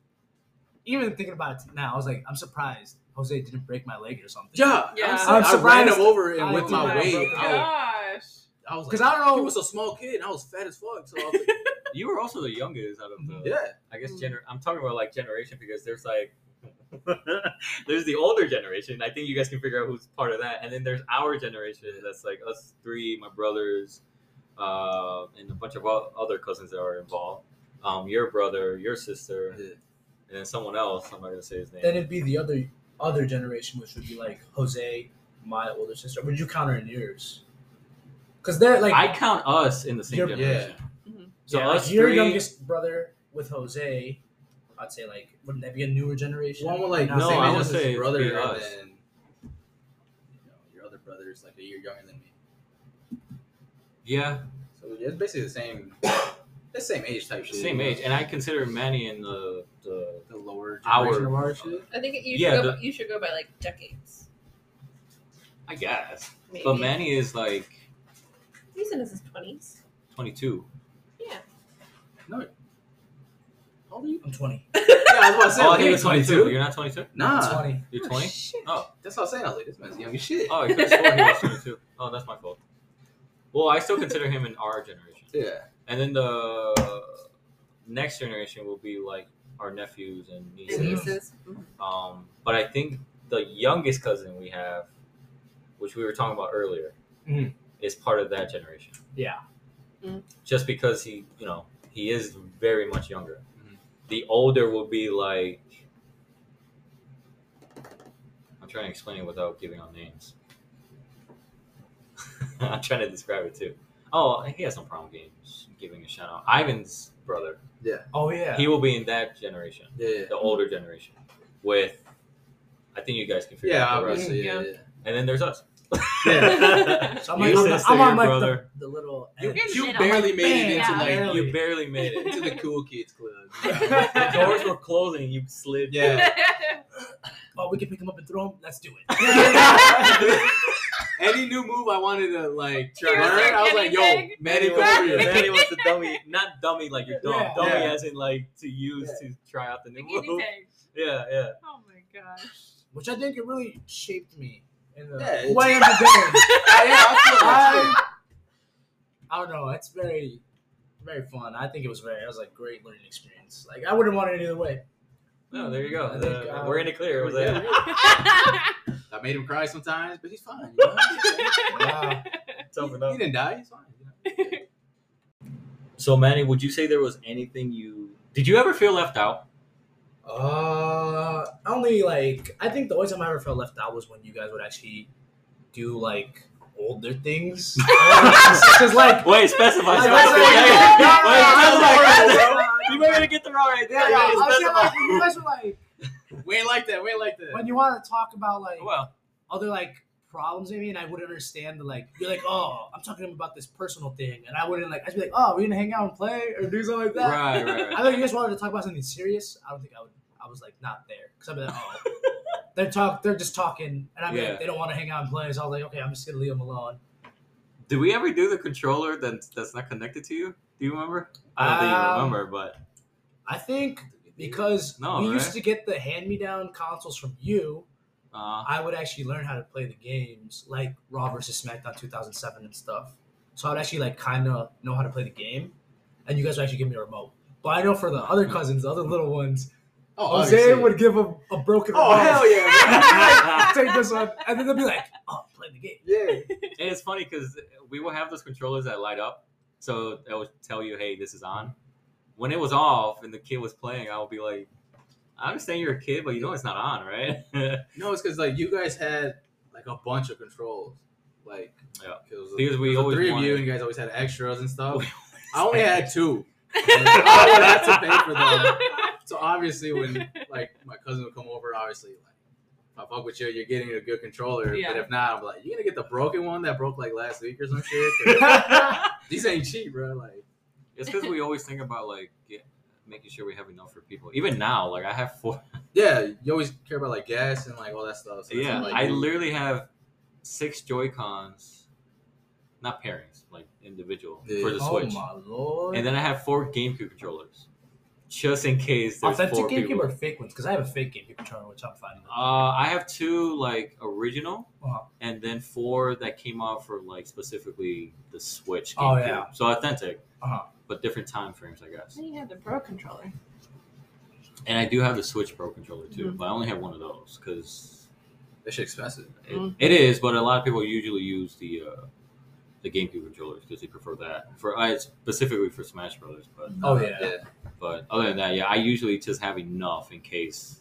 even thinking about it now, I was like, I'm surprised Jose didn't break my leg or something.
Yeah,
Yeah.
I'm,
I'm
saying, I ran
surprised.
him over and
I-
with my
Oh, my
weight. I was-
Gosh.
I was like,
'Cause I don't know-
He was a small kid. And I was fat as fuck. So I was like,
You were also the youngest out of the.
yeah.
I guess
Mm.
gener- I'm talking about like generation because there's like (laughs) there's the older generation. I think you guys can figure out who's part of that, and then there's our generation that's like us three, my brothers, uh, and a bunch of o- other cousins that are involved. Um, your brother, your sister, and then someone else. I'm not gonna say his name.
Then it'd be the other other generation, which would be like Jose, my older sister. Would you count her in yours? Because they're like,
I count us in the same
Your-
generation. So
yeah,
us
like your
three.
youngest brother with Jose. I'd say like, wouldn't that be a newer generation?
One was like
No,
the same
I
age
would
as his
say it'd
brother,
be
and
us.
then you know, your other brother is like a year younger than me.
Yeah,
So yeah, it's basically the same, the same age type shit.
same age, and I consider Manny in the the
the lower
Our-
generation of our shit.
I think you should
Yeah,
go. You should go by like decades.
I guess,
Maybe.
but Manny is like
he's in his twenties.
22.
Yeah.
How old are you?
I'm 20.
Yeah, I was about to say.
oh,
like,
he
you're
was 22. You're not 22.
I'm
Nah,
20.
You're
Oh,
20.
shit.
Oh.
that's what I was saying. I was like, this man's young as shit.
Oh, I could have sworn he was 22. Oh, that's my fault. Well, I still consider him in our generation.
Yeah,
And then the next generation will be like our nephews and
The
nieces.
nieces.
(laughs)
Mhm.
Um, but I think the youngest cousin we have, which we were talking about earlier,
Mhm.
is part of that generation.
Yeah.
Mm.
Just because he, you know, he is very much younger.
Mm-hmm.
Mhm.
The older will be like. I'm trying to explain it without giving out names. (laughs) I'm trying to describe it too. Oh, he has no problem giving, giving a shout out. Ivan's brother.
Oh yeah.
He will be in that generation
yeah,
the older generation with I think you guys can figure
yeah.
out the rest.
Obviously, yeah, yeah.
And then there's us. (laughs)
(laughs)
Yeah.
So I'm,
Your
like, I'm,
sister,
I'm on
your
like the,
brother.
the little.
You,
end.
in the
you
middle,
barely
like,
made it
man,
into like
barely.
you barely made it.
into the cool (laughs) kids club.
the doors were closing, you slid.
Yeah.
Oh, we can pick him up and throw him. Let's do it.
(laughs) Yeah. Any new move I wanted to like
Here's
learn, I was like, "Yo,
anything.
Manny
Manny, come
was,
over here."
Right.
Manny was
(laughs)
the dummy, not dummy like you're dumb.
Yeah.
Dummy
Yeah.
as in like to use to try out the new
(laughs) Guinea
move.
pig.
Yeah, yeah.
Oh my gosh.
Which I think it really shaped me in the
Yeah,
yeah,
it-
way I'm doing.
I am, I feel
I,
that
I don't know. It's very, very fun. I think it was very. It was like great learning experience. Like I wouldn't want it either way.
No, there you go.
I think,
The-
uh,
we're in the clear. with that.
Oh yeah. shit. I made him cry sometimes, but (laughs) he's fine. You know?
Wow.
It's open
he,
up.
(laughs) he didn't die. He's fine. you know?
So Manny, would you say there was anything you did you ever feel left
(laughs)
out?
(laughs) Uh, only like I think the only time I ever felt left out was when you guys would actually do like older things. (laughs)
(laughs)
Because like.
Wait, specify.
like, (laughs)
specify.
I said,
Yeah, yeah. Wait,
no, no, no, no,
specify.
no, no, no, no.
You might to get the wrong idea. (laughs)
Yeah, yeah. I was saying, like, you guys were like
We We ain't like that. We ain't like that.
when you want to talk about like
Well,
other like problems, I mean, I wouldn't understand the like you're like, oh, I'm talking to him about this personal thing, and I wouldn't like I'd be like, oh, we're gonna hang out and play or do something like that.
right, right,
I
right.
thought you guys wanted to talk about something serious. I don't think I would. I was like not there because I'm like,
(laughs)
oh, they're talk. They're just talking, and I'm
Yeah.
like, they don't want to hang out and play. So I was like, okay, I'm just gonna leave them alone.
Did we ever do the controller that that's not connected to you? Do you remember? I don't think you
Um,
remember, but
I think because
No,
we
right?
used to get the hand-me-down consoles from you,
(laughs) uh,
I would actually learn how to play the games like Raw versus SmackDown 2007 and stuff. So I would actually like kind of know how to play the game, and you guys would actually give me a remote. But I know for the other cousins, the other little ones,
Oh,
Jose
obviously.
would give them a broken
Oh
remote.
hell yeah!
(laughs) Take this one, and then they'll be like, "Oh, play the
(laughs)
game." (laughs)
yeah.
And it's funny because we will have those controllers that light up, so it will tell you, "Hey, this is on." When it was off and the kid was playing, I would be like, "I understand you're a kid, but you know it's not on, right?" (laughs)
No, it's because like you guys had like a bunch of controls, like
Yeah.
it was,
Because we
it was
always
three of
wanted-
you, and you guys always had extras and stuff.
We
I only had
(laughs)
two. I would have to pay for them.
(laughs)
So obviously, when
(laughs)
like my cousin would come over, obviously like. If I fuck with you, you're getting a good controller.
Yeah.
But if not, I'm like, you're gonna get the broken one that broke like last week or
(laughs)
some shit. 'Cause These ain't cheap, bro. Like,
it's because we always think about like get, making sure we have enough for people. Even now, like I have four.
yeah, you always care about like gas and like all that stuff. So that's
yeah,
like,
I
you-
literally have six Joy Cons, not pairings, like individual
Yeah.
for the
Oh
Switch,
my lord!
and then I have four GameCube controllers, just in case there's
authentic
four
GameCube
people.
or fake ones? Because I have a fake GameCube controller, which I'm fine with.
Uh, I have two like original,
Wow.
and then four that came out for like specifically the Switch.
Oh,
GameCube.
yeah.
so authentic,
Uh-huh.
but different time frames, I guess.
Then you had the
(laughs)
Pro controller.
And I do have the Switch Pro controller too,
Mm-hmm.
Mhm.
but I only have one of those because
that shit expensive.
it,
Mhm.
it is. But a lot of people usually use the uh, the GameCube controllers because they prefer that for I specifically for Smash Brothers. But
Oh yeah.
yeah.
but other than that, yeah, I usually just have enough in case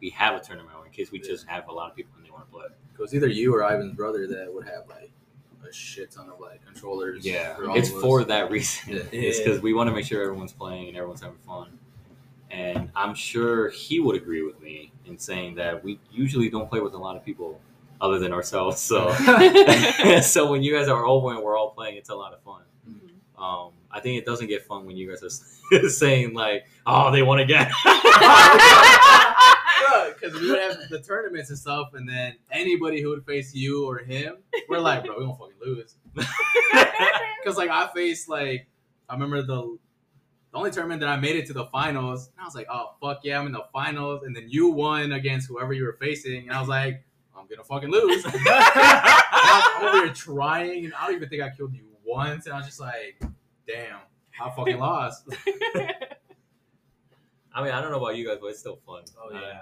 we have a tournament, or in case we
Yeah.
just have a lot of people and they want to play.
It was either you or Ivan's brother that would have like a shit ton of like controllers.
Yeah,
all
it's
of us.
for
(laughs)
(laughs) that reason.
Yeah.
It's because we want to make sure everyone's playing and everyone's having fun. And I'm sure he would agree with me in saying that we usually don't play with a lot of people other than ourselves. So, so when you guys are over and we're all playing, it's a lot of fun.
Mhm.
Um, I think it doesn't get fun when you guys are (laughs) s- saying like, "Oh, they won again." (laughs)
because we would have the tournaments and stuff, and then anybody who would face you or him, we're like, bro, we don't fucking lose. Because like I faced like I remember the the only tournament that I made it to the finals, and I was like, oh fuck yeah, I'm in the finals. And then you won against whoever you were facing, and I was like, I'm gonna fucking lose. (laughs) And I'm over here trying, and I don't even think I killed you once. And I was just like, damn, I fucking lost.
I mean, I don't know about you guys, but it's still fun.
Oh
Uh,
yeah.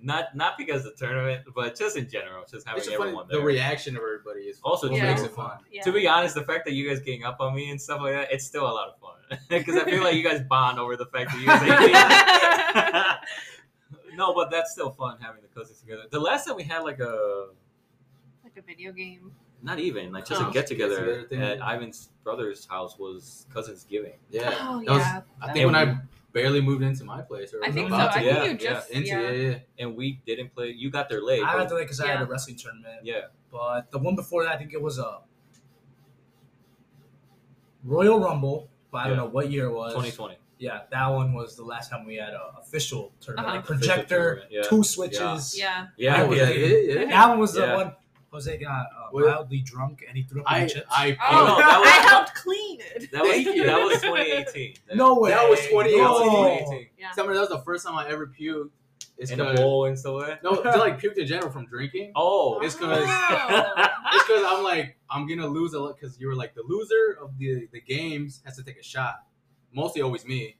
not not because of the tournament, but just in general, just having
It's just funny,
everyone
the
there.
reaction of everybody is
Also
what
true.
makes it fun.
Yeah.
to be honest, the fact that you guys getting up on me and stuff like that, it's still a lot of fun. (laughs) Because I feel like you guys bond over the fact that you guys ain't me. (laughs) No, but that's still fun having the cousins together. The last time we had like a
like a video game.
not even like just
Oh.
a get together
Get-together thing.
at Ivan's brother's house was cousins giving.
Yeah.
Oh
That was-
yeah.
I think when I barely moved into my place, or
I
was
think so.
about
I
to,
yeah,
think you
yeah,
just
into
yeah.
it, yeah.
And we didn't play. You got there late.
I
but-
had to like because I had
Yeah.
a wrestling tournament,
yeah,
but the one before that, I think it was a Royal Rumble, but I don't
Yeah.
know what year it was.
2020.
Yeah, that one was the last time we had a official tournament,
Uh-huh.
like
Official
projector,
tournament, yeah.
two
(laughs)
switches.
Yeah.
Yeah,
Oh,
(laughs)
was
yeah,
that
yeah.
it? Yeah.
That one was the
Yeah.
one Jose got uh,
Well-
wildly drunk and he threw up on the
I,
chips.
I,
Oh,
no, that was-
(laughs) I helped
(laughs)
clean it.
That was
Thank you.
that was 2018.
(laughs) no way.
That was 2018.
That
No.
was
Oh.
2018.
Yeah.
Summer, that was the first time I ever puked. It's
In a
'cause-
bowl and stuff like that.
No, just like puked in general from drinking.
Oh,
It's
(laughs)
'cause-
(laughs)
It's because I'm like, I'm gonna lose a lot because you were like the loser of the the games has to take a shot. Mostly always me.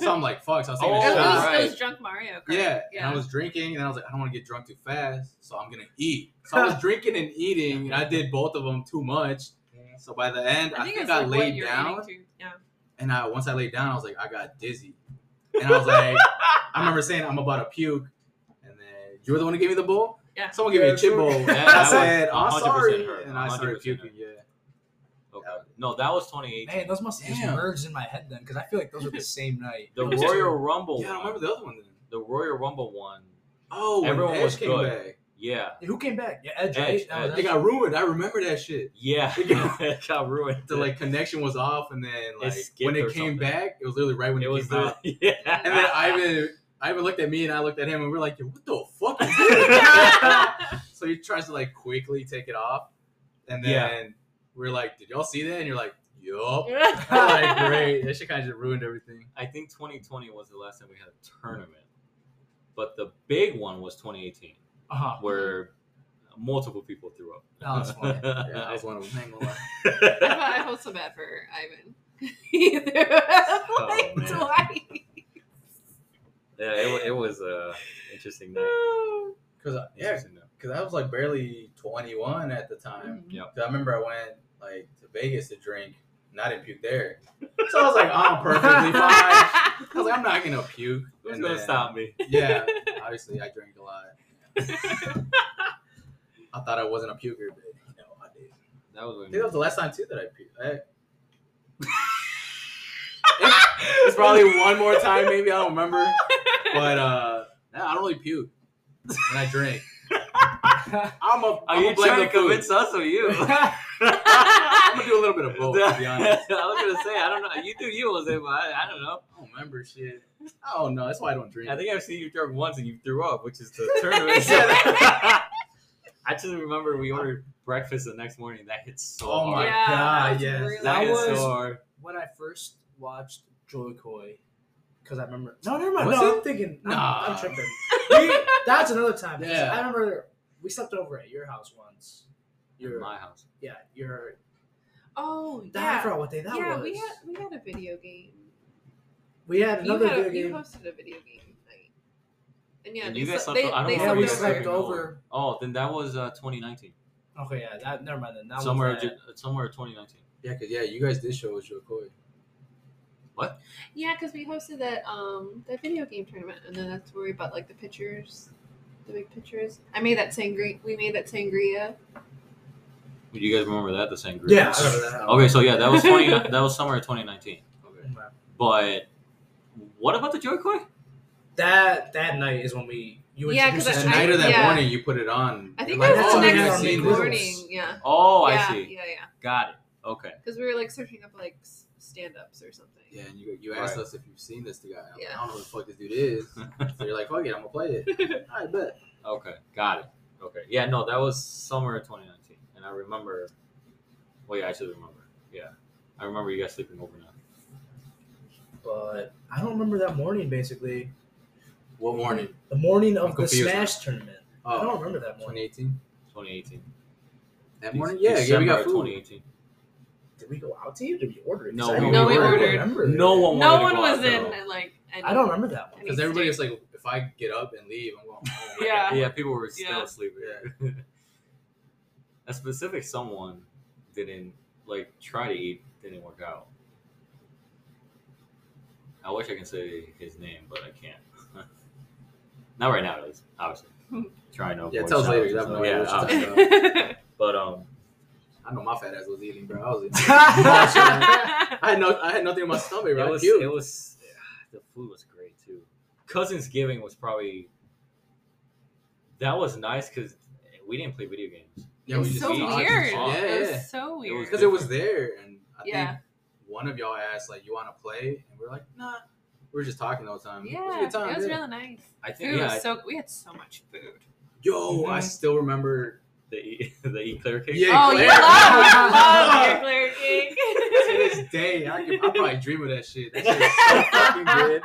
So I'm like, fuck. So I was taking
Oh,
a
That was,
shot.
right.
that was drunk Mario Kart.
Yeah, and
Yeah.
I was drinking, and I was like, I don't want to get drunk too fast, so I'm gonna eat. So I was drinking and eating, and I did both of them too much. So by the end, I think I,
it's like what
laid
you're
down,
eating, too. Yeah.
and I once I laid down, I was like, I got dizzy, and I was like, I remember saying I'm about to puke, and then you were the one who gave me the bowl.
Yeah.
Someone gave me a
Yeah,
chip
sure.
(laughs)
bowl.
Yeah,
and
that
I
was
said, I'm
100%
sorry,
her.
and I started
100%
puking. Yeah.
Okay. No, that was 2018.
Man, those must have just
Damn.
merged in my head
(laughs)
then, because I feel like those were the same night.
The
It was
Royal Rumble.
Yeah, I
one,
remember the other one then.
the Royal Rumble one
Oh, when
Everyone
Edge
was
came
good.
back.
Yeah.
Who came back? Yeah,
Edge,
Edge. right? That was
Edge.
It got rumored. I remember that shit. (laughs)
Yeah. (laughs) it got ruined.
The like connection was off, and then like
skipped
when
or
it came
something.
back, it was literally right when it,
it was
came out.
the (laughs) yeah.
(laughs) And then Ivan, Ivan looked at me, and I looked at him, and we are like, "Yo, "What the fuck?" Is this?
(laughs)
(laughs) so he tries to like quickly take it off, and then we're like, "Did y'all see that?" And you're like,
(laughs)
"Yup." (laughs) I'm like, great. That shit kind of just ruined everything.
I think 2020 was the last time we had a tournament, but the big one was 2018,
(laughs) Uh huh.
where multiple people threw up.
Oh,
That
(laughs)
was funny. (laughs)
Yeah, I was one of them. Hang on.
I,
(laughs)
felt, I felt so bad for Ivan. (laughs) He threw up like
oh, man.
twice.
yeah, it, wa- it was uh, interesting night.
Cause I- yeah,
Interesting night.
cause I was like barely 21 at the time. So I remember I went like to Vegas to drink, and I didn't puke there. So I was like, "Oh, I'm perfectly fine. I was like, I'm not gonna puke.
Who's
And
gonna
then-
stop me? (laughs)
Yeah, obviously I drank a lot. I thought I wasn't a puker, but you know I did.
That was
I
when
think that was the last time too that I puked. I- It's probably one more time, maybe I don't remember. But uh, nah, I don't really puke when I
(laughs)
drink. I'm a.
Are
am
you
a blend
trying to
of food.
convince us or (laughs)
(laughs)
you?
I'm gonna do a little bit of
Oh,
both. To be honest.
(laughs) I was gonna say I don't know. You do you, Jose, but I, I don't know.
I don't remember shit. I don't know. That's why I don't drink.
I think I've seen you drink once and you threw up, which is the tournament. (laughs)
Yeah,
I just remember we ordered breakfast the next morning. That hit so
oh
hard.
my
Yeah, that
god!
was
Yes.
really-
That
That
hit so
was-
hard.
When I first watched Joy Coy, because I remember. No, never mind.
Was
no,
it?
I'm thinking. I'm,
Nah.
I'm tripping. We- that's another time. 'cause
Yeah.
I remember we slept over at your house once. Your
my house.
yeah, your.
Oh
I
yeah.
forgot what day that
yeah,
was.
we had we had a video game.
We had another
you, had a,
video
you
game.
hosted a video game night. And yeah,
And
they
you guys
slept-
slept-
they,
I don't
they
know
yeah,
if
we
you
slept over.
slept over.
Oh, then that was uh, 2019.
Okay, yeah, that never mind. Then that
somewhere,
was
ju-
that.
somewhere 2019.
Yeah, cause yeah, you guys did show us your koi.
Yeah, because we hosted that um that video game tournament, and then that's where we bought like the pictures, the big pictures. I made that sangria. We made that sangria.
Do you guys remember that? The same group.
yeah. I remember that.
Okay, so yeah, that was (laughs) 20. that was summer of 2019.
Okay.
Okay.
But what about the Joy-Coy?
That that night is when we you
Yeah, 'cause
introduced
I-
us
That
to
night or that
yeah.
morning, you put it on.
I
You're
think
like,
that was
oh,
the
I
yeah,
haven't
next
I've seen
this.
morning. Yeah.
Oh,
yeah,
I see.
Yeah, yeah.
Got it. Okay.
Because we were like searching up like stand ups or something. (laughs)
Yeah, and you, you asked
Right.
us if you've seen this guy. I'm like,
Yeah.
I don't know who the fuck this dude is.
(laughs)
so you're like, fuck it, I'm gonna play it. I bet.
Okay, got it. Okay, yeah, no, that was summer of 2019, and I remember. Well, yeah, I should remember. Yeah, I remember you guys sleeping overnight.
but I don't remember that morning. Basically,
What morning?
the morning
I'm
of the
confused
Smash tournament. I
Oh,
don't remember that morning.
2018.
2018.
That
De-
morning? Yeah, yeah, we
December
got
of
food.
2018.
Did we go out to you? Did we order it? 'Cause
No,
I
we
don't
ordered. No, we ordered.
remember.
No one.
No
wanted to go
one was
out,
in
though.
like. Any,
I don't remember that one.
any
Because everybody was
state.
like, if I get up and leave, I'm going home.
(laughs)
(laughs)
Yeah.
Yeah, people were still
Yeah.
sleeping. (laughs) A specific someone didn't like try to eat. Didn't work out. I wish I can say his name, but I can't. (laughs) Not right now, at least.
(laughs)
Obviously, trying to.
Yeah,
avoid
tell us later. 'cause I
sounds
have
and
no
stuff.
idea
yeah,
what you're
obviously.
talking about.
but
(laughs)
um,
I know my fat ass was eating, bro. I was eating.
yeah.
I had no, I had nothing in my
(laughs)
stomach, bro.
it was
Cute.
it was the food was great too. Cousins giving was probably that was nice because we didn't play video games.
Yeah, we
It's
just
so
talked.
weird.
Yeah,
It
yeah.
was so
It was
weird.
because it was there, and I
Yeah.
think one of y'all asked like, "You want to play?" And we're like, "Nah." We were just talking all the time.
yeah,
it was a good time. yeah.
really nice.
I
Food
think yeah,
was so we had so much food.
Yo, I
Mhm.
still remember.
(laughs)
the e, (laughs) the e clear cake.
Yeah. Hey,
oh, you
Claire.
love, you love your Claire cake.
To this day, I, could, I probably dream of that shit. That shit is
(laughs)
so fucking good.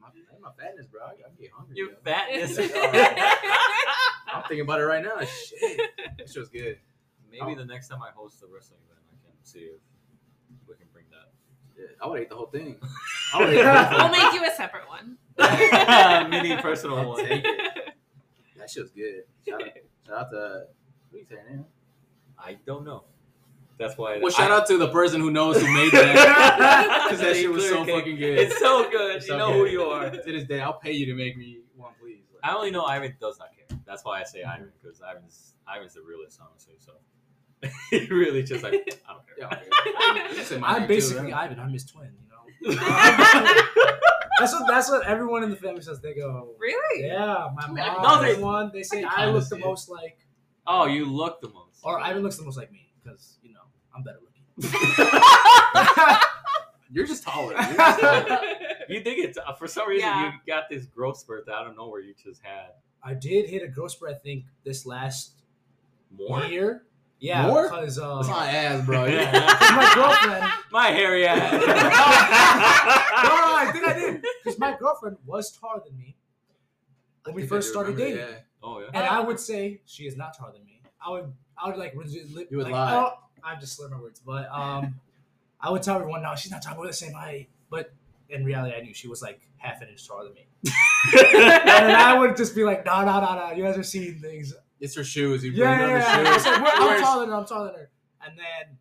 My, man, my fatness, bro. I, I get hungry.
Your
yo.
(laughs)
(laughs)
fatness.
I'm thinking about it right now. Shit, that shit was good.
Maybe the next time I host the wrestling event, I can see if we can bring that.
Yeah, I would ate the whole thing. I would ate the whole
(laughs) we'll
thing.
make you a separate one.
(laughs) Mini personal
I'll
one.
take it. That shit was good. Shout out, shout out to what you saying, man?
I don't know. That's why.
Well,
I-
shout out to the person who knows who made that.
(laughs)
(laughs) Because that
The
shit was
E-Clear
so
Cake.
fucking
(laughs)
good.
It's so good.
It's
you
so
know
good.
who you are.
(laughs) to this day, I'll pay you to make me one, please. Like,
(laughs) I only know Ivan does not care. That's why I say Ivan because Ivan's Ivan's the realist, honestly. So (laughs) he really just like I (laughs) don't care.
yeah, okay. You said my
I'm
name too,
basically
right?
Ivan. I'm his twin. You know. (laughs) That's what that's what everyone in the family says. They go,
(laughs) Really?
yeah,
Yeah, I
my mom.
can kinda
everyone, they say
I can
I
kinda
look the
see it.
most like,
(laughs) Oh, you look the most.
or Ivan looks the most like me because you know I'm better looking.
You're just taller.
(laughs)
You're just taller.
Mm.
You think it's uh, for some reason
Yeah.
you got this growth spurt that I don't know where you just had
I did hit a growth spurt. I think this last
more.
year. Yeah,
More?
because uh,
That's my ass,
(laughs)
bro.
Yeah.
Oh,
(laughs)
Yeah.
my girlfriend.
My hairy ass.
(laughs) No, no,
No, no, I think I did because my girlfriend was taller than me when we
I
first
do
started
remember,
dating,
yeah.
Oh yeah.
and I would say she is not taller than me. I would, I would like, resi- li-
You would
like,
lie.
Oh, I'm just slurring my words, but um, I would tell everyone, no, she's not taller. We're the same height, but in reality, I knew she was like half an inch taller than me, and then I would just be like, no, no, no, no, you guys are seeing things
It's her shoes. You
yeah,
remember
yeah, yeah.
the
I
shoes.
said, "We're- I'm
Where's-
taller than her. I'm taller than her. And then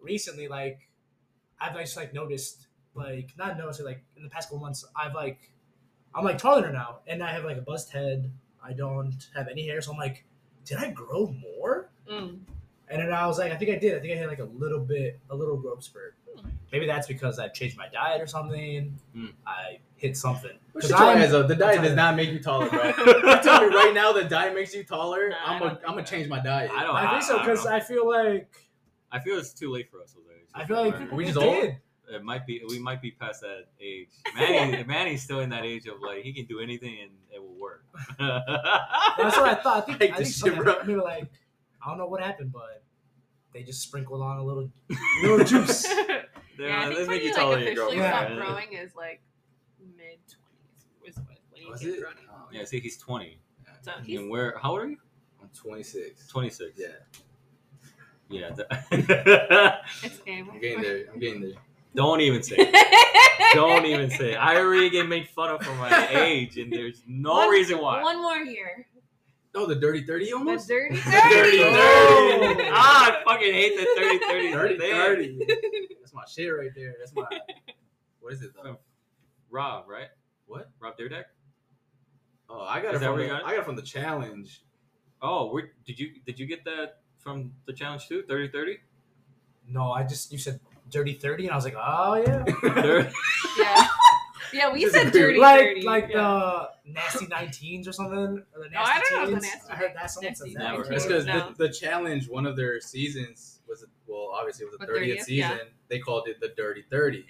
recently, like, I've just like noticed, like, not noticed, like, in the past couple months, I've like, I'm like taller than her now, and I have like a buzzed head. I don't have any hair, so I'm like, did I grow more?
Mm.
And then I was like, I think I did. I think I had like a little bit, a little growth spurt.
Hmm.
Maybe that's because I've changed my diet or something.
Hmm.
I hit something.
Well,
'Cause
shut your
I'm-
ass up. The diet does
tired.
not make you taller, bro.
(laughs)
you tell me right now the diet makes you taller.
Nah,
I'm
I don't
gonna
think
I'm gonna
so.
change my diet.
I don't.
I think so
I, don't
because
know.
I, feel like
I feel it's too late for us. Jose. It's
I
just
feel like
we're-
Are we
it
just old?
did.
it might be we might be past that age.
(laughs)
Manny Manny's still in that age of like he can do anything and it will work.
That's what I thought. I
I
think,
hate
I think
this
something
shit, bro.
happened. Maybe like I don't know what happened, but they just sprinkled on a little
(laughs)
little juice.
They're
yeah,
like,
I
let's
think when
make
you
you
like
taller,
officially
girl.
Yeah.
stop growing is like mid twenties. Was what when you
Was
get
it?
growing.
Oh,
Yeah, see, he's twenty.
So he's
And where? How old are you?
I'm 26.
Twenty six.
Yeah,
Yeah.
(laughs)
th-
it's
(laughs)
I'm getting there. I'm getting there.
Don't even say. It.
(laughs)
Don't even say. It. I already get made fun of for my age, and there's no
One-
reason why.
One more year.
Oh, the dirty 30
The
almost? (laughs)
dirty
Dirty,
thirty.
dirty.
Oh.
Ah, I fucking hate the dirty, dirty,
Dirty
thing.
30. That's my shit right there. That's my. What is it
(laughs)
though?
Rob, right?
What?
Rob Dyrdek?
Oh, I got
Is
it
that
from
where
the,
you got it?
I got it from
(laughs)
the challenge.
Oh, we did you did you get that from the challenge too? 30 30?
(laughs) No, I just you said dirty thirty, and I was like, oh yeah,
(laughs)
Dirty-
Yeah. Yeah, we said
Disagree.
dirty
like
thirty.
like
yeah.
the nasty nineteens or something. Or the nasty
I don't know if the
teens.
nasty
I heard that someone
nasty
said that.
Never.
That's because
No.
the, the challenge, one of their seasons was well, obviously it was the
The
30th,
30th,
season. They called it the Dirty
(laughs)
Thirty.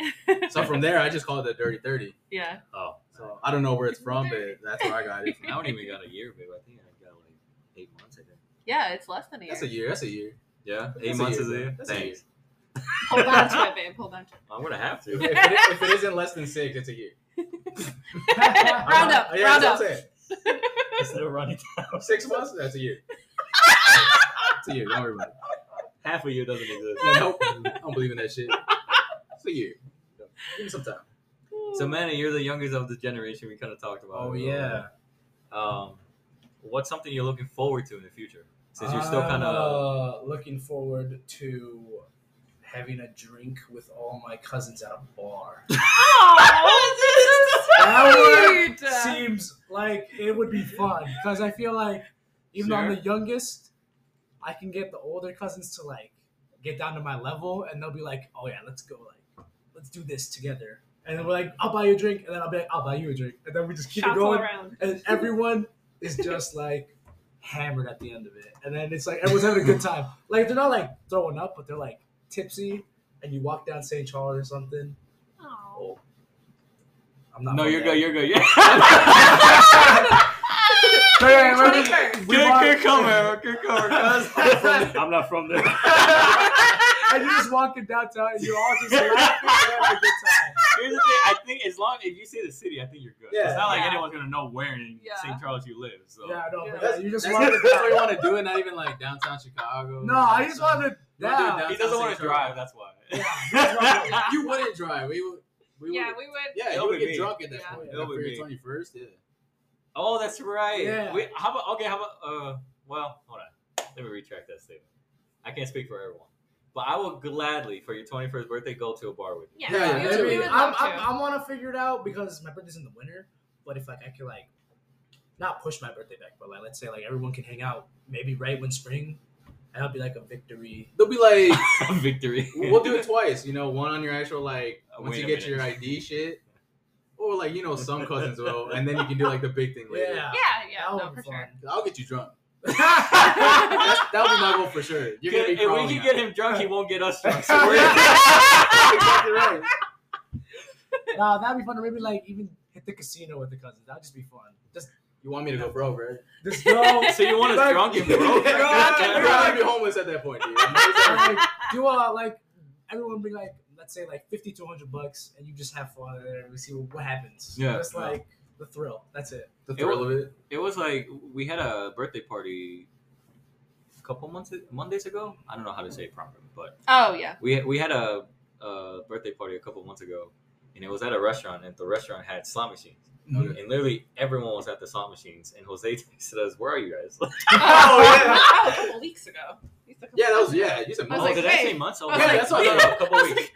so from there, I just called it the Dirty Thirty.
yeah.
oh,
So I don't know where it's from, but that's where I got it.
(laughs)
I
From.
don't even got a year, babe. I think I got like eight months. I think.
Yeah, it's less than a year.
That's a year. That's a year.
Yeah, eight
That's
months
a
is a year.
That's a year.
Thanks.
Hold on to (laughs) it, babe. Hold on to it.
I'm gonna have
If,
to.
if it, if it isn't less than six, it's a year.
(laughs) Round
(laughs)
up,
Oh, yeah,
round
that's what I'm
up.
saying.
Instead of running
(laughs) Six months. That's a year.
(laughs)
It's a year. Don't worry
(laughs)
about it.
half a year doesn't exist.
No, nope. I don't believe in that shit. It's a year. Give me some time.
So Manny, you're the youngest of the generation. We kind of talked about.
oh
it.
yeah,
Um, what's something you're looking forward to in the future? Since you're still kind
(laughs)
of.
of uh, looking forward to having a drink with all my cousins at a
(laughs)
bar.
Oh,
That
this is so sweet.
seems like it would be fun because I feel like even though I'm
Sure.
the youngest, I can get the older cousins to like get down to my level, and they'll be like, "Oh yeah, let's go, like let's do this together." And then we're like, "I'll buy you a drink," and then I'll be like, "I'll buy you a drink," and then we just keep
Shots
it
all
going,
around.
and everyone is just like hammered at the end of it, and then it's like everyone's having a good time. Like they're not like throwing up, but they're like tipsy, and you walk down St. Charles or something.
Oh.
Oh, I'm not.
No,
from
you're
there.
good. You're good. Yeah.
Wait, wait, wait, wait.
21st.
We walk-
Kirk
cuz. I'm not from
I'm not from (laughs) there.
and you're just walking downtown and you're all just laughing and having a good time.
Here's the thing. I think as long if you say the city, I think you're good. It's
Yeah.
not like
Yeah.
anyone's gonna know where in
Yeah.
St. Charles you live. So
Yeah, no,
Yeah.
but
That's-
you just
that's,
wanted
that's what you want to do, and not even like downtown Chicago.
No, I just
Something.
wanted
You wanna do it
yeah.
he doesn't
St.
want to drive.
Charles.
That's why. (laughs)
Yeah.
You wouldn't drive. We would. We
Yeah,
would.
we would.
Yeah,
It'll
you would
be
get
me.
drunk at that
Yeah.
point.
It'll
Like,
be
for
me.
your twenty first, yeah.
oh, that's right.
Yeah.
Wait, how about okay? How about uh? Well, hold on. Let me retract that statement. I can't speak for everyone, but I will gladly for your 21st birthday go to a bar with you.
Yeah,
Yeah,
we,
yeah,
would,
there
we
we
would
go.
I'm,
love
I'm,
to.
I want to figure it out because my birthday's in the winter. But if like I could like not push my birthday back, but like let's say like everyone can hang out maybe right when spring, and I'll be like a victory.
They'll be like,
Victory. (laughs)
we'll do it twice. You know, one on your actual like
Uh,
once
wait
you
a
get your
minute.
ID shit. Or like you know, some cousins will, and then you can do like the big thing later.
Yeah.
Yeah, yeah,
That
no,
would
for
be
sure.
fun.
I'll get you drunk.
(laughs)
That's
That's, that would be my goal for sure. You're gonna be
if we
crawling
can
out. (laughs)
get him drunk, he won't get us drunk. So we're (laughs)
exactly right.
(laughs) nah, that'd be fun to maybe like even hit the casino with the cousins. That'd just be fun. Just
You want me to go broke, right?
just go.
So you want us
Like-
drunk and
(laughs)
broke?
Yeah,
You'd
right.
That's
probably be homeless at that point, dude.
(laughs) like, do uh like everyone bring like let's say like 50 to 100 bucks and you just have fun and then we see what, what happens
Yeah.
just like the thrill that's it
The
thrill
thrill of it.
it was like we had a birthday party a couple months Mondays ago. I don't know how to say it properly, but
Oh yeah.
we we had a, a birthday party a couple months ago, and it was at a restaurant, and the restaurant had slot machines,
Mhm.
and literally everyone was at the slot machines, and Jose (laughs) texted us, "Where are you guys?"
Oh, yeah.
That was a couple weeks ago. It's a couple
Yeah, that was
weeks ago.
yeah. You said
I
(laughs)
was
oh,
like,
did I
hey.
say months? Oh,
I was
yeah,
like,
that's what I thought. A
I
couple
was
weeks.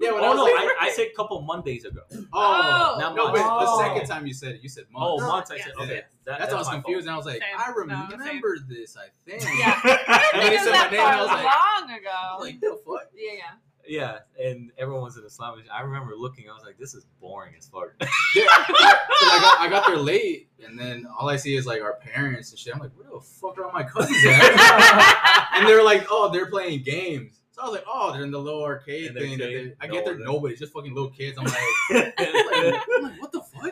yeah. When I
oh
was
no,
like,
I, I said couple Mondays ago.
oh,
Not
no,
months.
but the
Oh.
second time you said it, you said
Oh,
months.
No,
months. I
yeah.
said okay.
Yeah.
That,
That's why I was
my fault.
(laughs) confused, and I was like,
Same.
I
No, same.
remember this. I think.
Yeah.
(laughs) And then he
It was
said
that
my name, and I
far
was like,
long
I
ago.
was like, the
(laughs)
fuck.
yeah, yeah.
Yeah, and everyone was in the slot machine. I remember looking. I was like, "This is boring as
(laughs)
fuck." (laughs)
Yeah, 'cause I, got, I got there late, and then all I see is like our parents and shit. I'm like, where the fuck are all my cousins
(laughs)
at? and they're like, oh, they're playing games. So I was like, oh, they're in the little arcade
And they're
thing. that they,
kidding.
I get there,
No, they're-
nobody's just fucking little kids. I'm like,
(laughs) I
I'm like, what the fuck?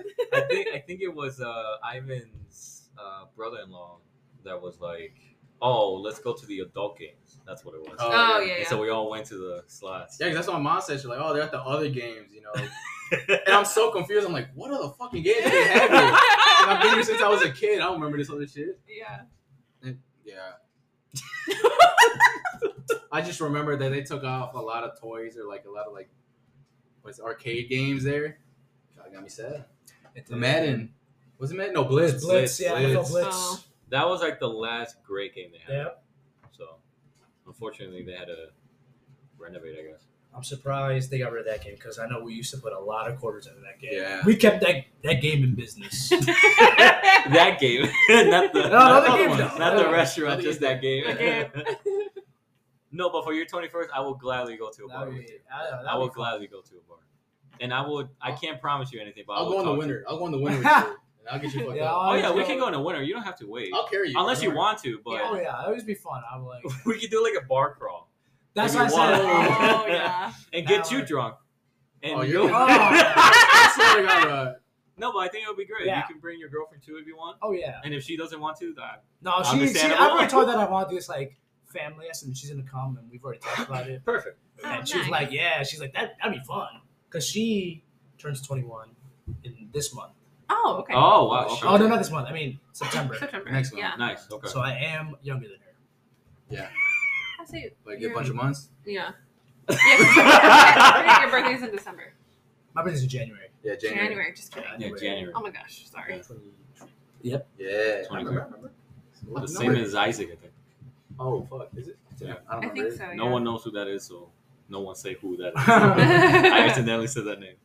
think I think it was uh, Ivan's uh, brother-in-law that was like, "Oh, let's go to the adult games." That's what it was.
Oh,
Oh,
yeah.
yeah,
And
yeah.
(laughs)
so we all went to the slots.
Yeah, because that's what my mom said. She's like, oh, they're at the other games, you know. and I'm so confused. I'm like, what are the fucking games that they have here?
(laughs)
And I've been here since I was a kid. I don't remember this other shit.
yeah.
And- yeah. I just remember that they took off a lot of toys or like a lot of like what's it, arcade games there. God got me sad. The Madden. Was it Madden? No, Blitz.
blitz, yeah I feel
Blitz.
blitz
Oh.
That was like the last great game they had.
Yep.
So, unfortunately, they had to renovate. I guess.
i'm surprised they got rid of that game because i know we used to put a lot of quarters into that game
Yeah.
we kept that that game
(laughs)
in business
that game, (laughs) not the
No,
not,
other games,
one.
no.
not the
Other
restaurant,
games.
just that game.
That game.
(laughs) no, but for your twenty first, I will gladly go to a bar.
That
with
would
you.
be- I don't know,
I
that'd
will
be fun.
gladly go to a bar, and I would. I can't promise you anything, but I
I'll
will
go in the
talk to
winter. I'll go in the winter with you. And I'll get you fucked
Yeah,
up.
Oh
I'll
yeah,
just
we can go in the winter. You don't have to wait
I'll carry you.
unless you
Don't worry.
want to. But
oh yeah that would just be fun i'm like
(laughs) we could do like a bar crawl
that's
If
why i
you
said
(laughs)
want.
Oh yeah.
and
Now
get you
I-
drunk. And
Oh,
you
you're-
go- (laughs)
I swear
(laughs)
to
(laughs)
God, uh,
no, but I think it would be great.
Yeah.
You can bring your girlfriend too if you want,
(laughs) oh yeah
and if she doesn't want to, that
no she, she
Understandable.
i've already told her that i want to do this like family and she's gonna come and we've already talked about it
perfect.
Oh,
and she was
nice.
like, "Yeah." She's like, "That that'd be fun," because she turns twenty one in this month.
Oh okay.
Oh wow,
Oh,
okay.
Oh no, not this month. I mean
(laughs)
September.
September.
Next one.
Yeah.
nice. Okay, (laughs)
So (laughs) I am younger than her.
I say.
like a
you're-
bunch of months. (laughs)
Yeah. Yeah, 'cause your birthday- your birthday's in December.
My birthday's in January.
Yeah,
January.
January.
Just kidding.
yeah, January.
Oh my gosh. Sorry.
Yeah.
23.
I remember.
The same as Isaac, I think.
Oh fuck, is it?
Yeah.
I don't
I think
remember.
so.
No
yeah. (laughs)
one knows who that is, so no one say who that is. I accidentally said that name.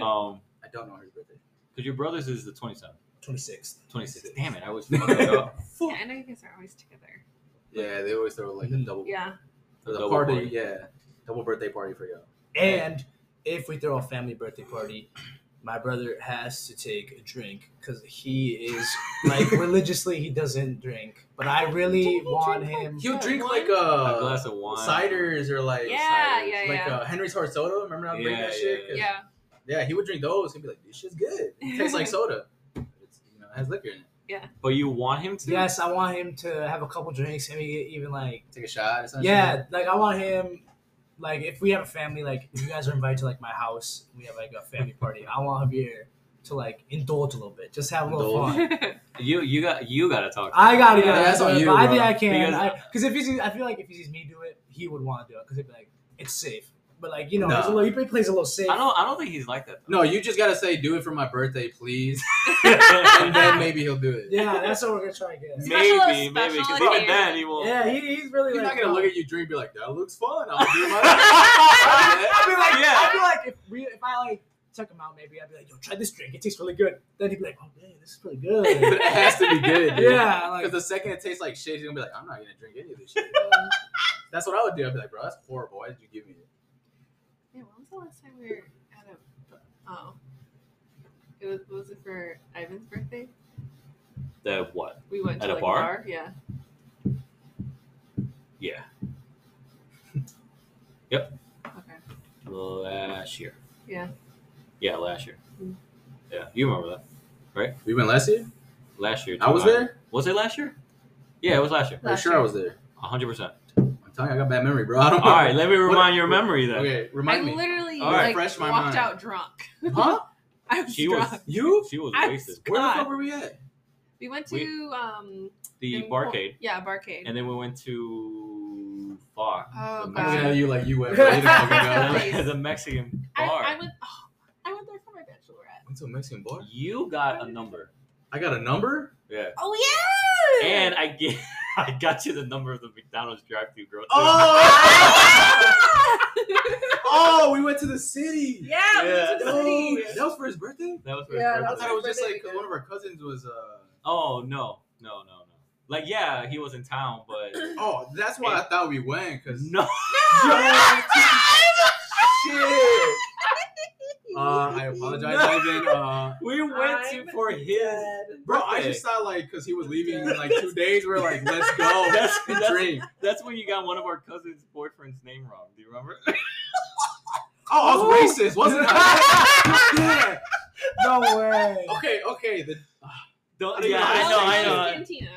Um,
I don't know his birthday.
because your brother's is the 27th,
Twenty sixth.
26th. Damn it, I
(laughs)
was fucking it up.
yeah, I know you guys are always together.
Yeah, they always throw like a
Mm.
double.
Yeah.
The
Double
party,
party.
yeah, double birthday party for y'all.
And if we throw a family birthday party, my brother has to take a drink because he is like religiously he doesn't drink, but I really
Doesn't he
want
drink, like,
him.
He'll
Yeah,
drink
wine.
like
A
uh,
glass of wine,
ciders or like
Yeah,
ciders.
yeah,
like
yeah.
Uh, Henry's hard soda. Remember how to drink
Yeah,
that
yeah,
shit? 'Cause-
Yeah.
yeah, he would drink those. He'd be like, "This shit's good. It
(laughs)
tastes
(laughs)
like soda. It's, you know, it has liquor in it.
But you want him to?
Yes, I want him to have a couple drinks and maybe even like
Take a shot or something."
Yeah, like I want him. Like if we have a family, like if you guys are invited to like my house, we have like a family party. I want Javier to like indulge a little bit, just have a little
Indulge.
fun.
You you got you gotta talk. To
I
him.
gotta
Yeah,
get
that's
out
on
of it,
you,
but I
bro.
think I can.
Because-
Because if he sees, I feel like if he sees me do it, he would want to do it because he'd be like, it's safe. But like you know, he's a
Nah.
little, he plays a little safe.
I don't I don't think he's like that.
No, you just gotta say, "Do it for my birthday, please,"
(laughs)
(laughs) and
though.
then maybe he'll do it.
Yeah, that's what we're gonna try to
(laughs)
get.
maybe
Special-
maybe because
special
even then he won't.
Yeah, he, he's really
He's
like. um,
not gonna
no.
look at you drink and be like, "That looks fun." I'll
(laughs)
do
(laughs)
my. (laughs)
I'd be like,
Yeah.
I'd be like, if we, if I like took him out, maybe I'd be like, yo, try this drink. It tastes really good. Then he'd be like, oh man, this is really
but
good.
it has to be good. Dude.
yeah, like
Because the second it tastes like shit, he's gonna be like, I'm not gonna drink any of this shit. that's what I would do. I'd be like, bro, that's horrible. Why did you give me it?
Yeah, when was the last time we were at a? Oh, It was was it for Ivan's birthday?
The what?
We went to
At a
like,
bar?
Yeah.
Yeah,
Okay.
last year.
Yeah.
Yeah, last year.
Mm.
Yeah, you remember that?
We went last year.
Last year.
I was
July.
there.
Was it last year? Yeah, it was last year.
I'm
Last
sure I
year.
was there.
hundred
(laughs)
percent.
I'm telling you, I got bad memory, bro. I
All
don't.
right, let me
What-
remind your memory then.
Okay,
I
remind me.
literally
All right.
like
Refresh
walked
my mind.
out drunk.
Huh?
(laughs) I was
She
drunk.
was
You?
she was
I was-
wasted.
Where the
God.
fuck were we at?
We went to
We-
um
The
in-
barcade,
Yeah, barcade.
and then we went to bar. the
Oh, God.
I'm
Mexican-
you like you went. way to fucking go.
(laughs)
Please.
the Mexican
I,
bar.
I went. Oh, I went there for my bachelorette.
Went to a Mexican bar.
you got a number.
I got a number.
Yeah.
Oh yeah.
And I get, (laughs) I got you the number of the McDonald's drive-through girl. too. (laughs)
Oh! oh, we went to the city.
Yeah,
we went to the
Oh,
city.
that was for his birthday.
that was her
Yeah,
birthday.
that
I
was
thought it was just
birthday
like 'cause
weekend.
one of our cousins was. uh
Oh no, no, no, no. Like yeah, he was in town, but
Oh, that's why I thought we went because (laughs)
no.
shit. Uh, I apologize,
No.
Ivan. Uh,
We went to
I'm
for his.
dead.
bro, I
birthday.
just thought like because he was leaving in like two days, we're like, let's go
(laughs) That's-
and
that's-
drink.
That's when you got one of our cousin's boyfriend's name wrong. Do you remember? (laughs)
Oh, I was racist, wasn't I? (laughs)
No way.
yeah. Okay, okay. The,
Don't,
I
yeah,
know,
I know, I know.
know.
Cantina.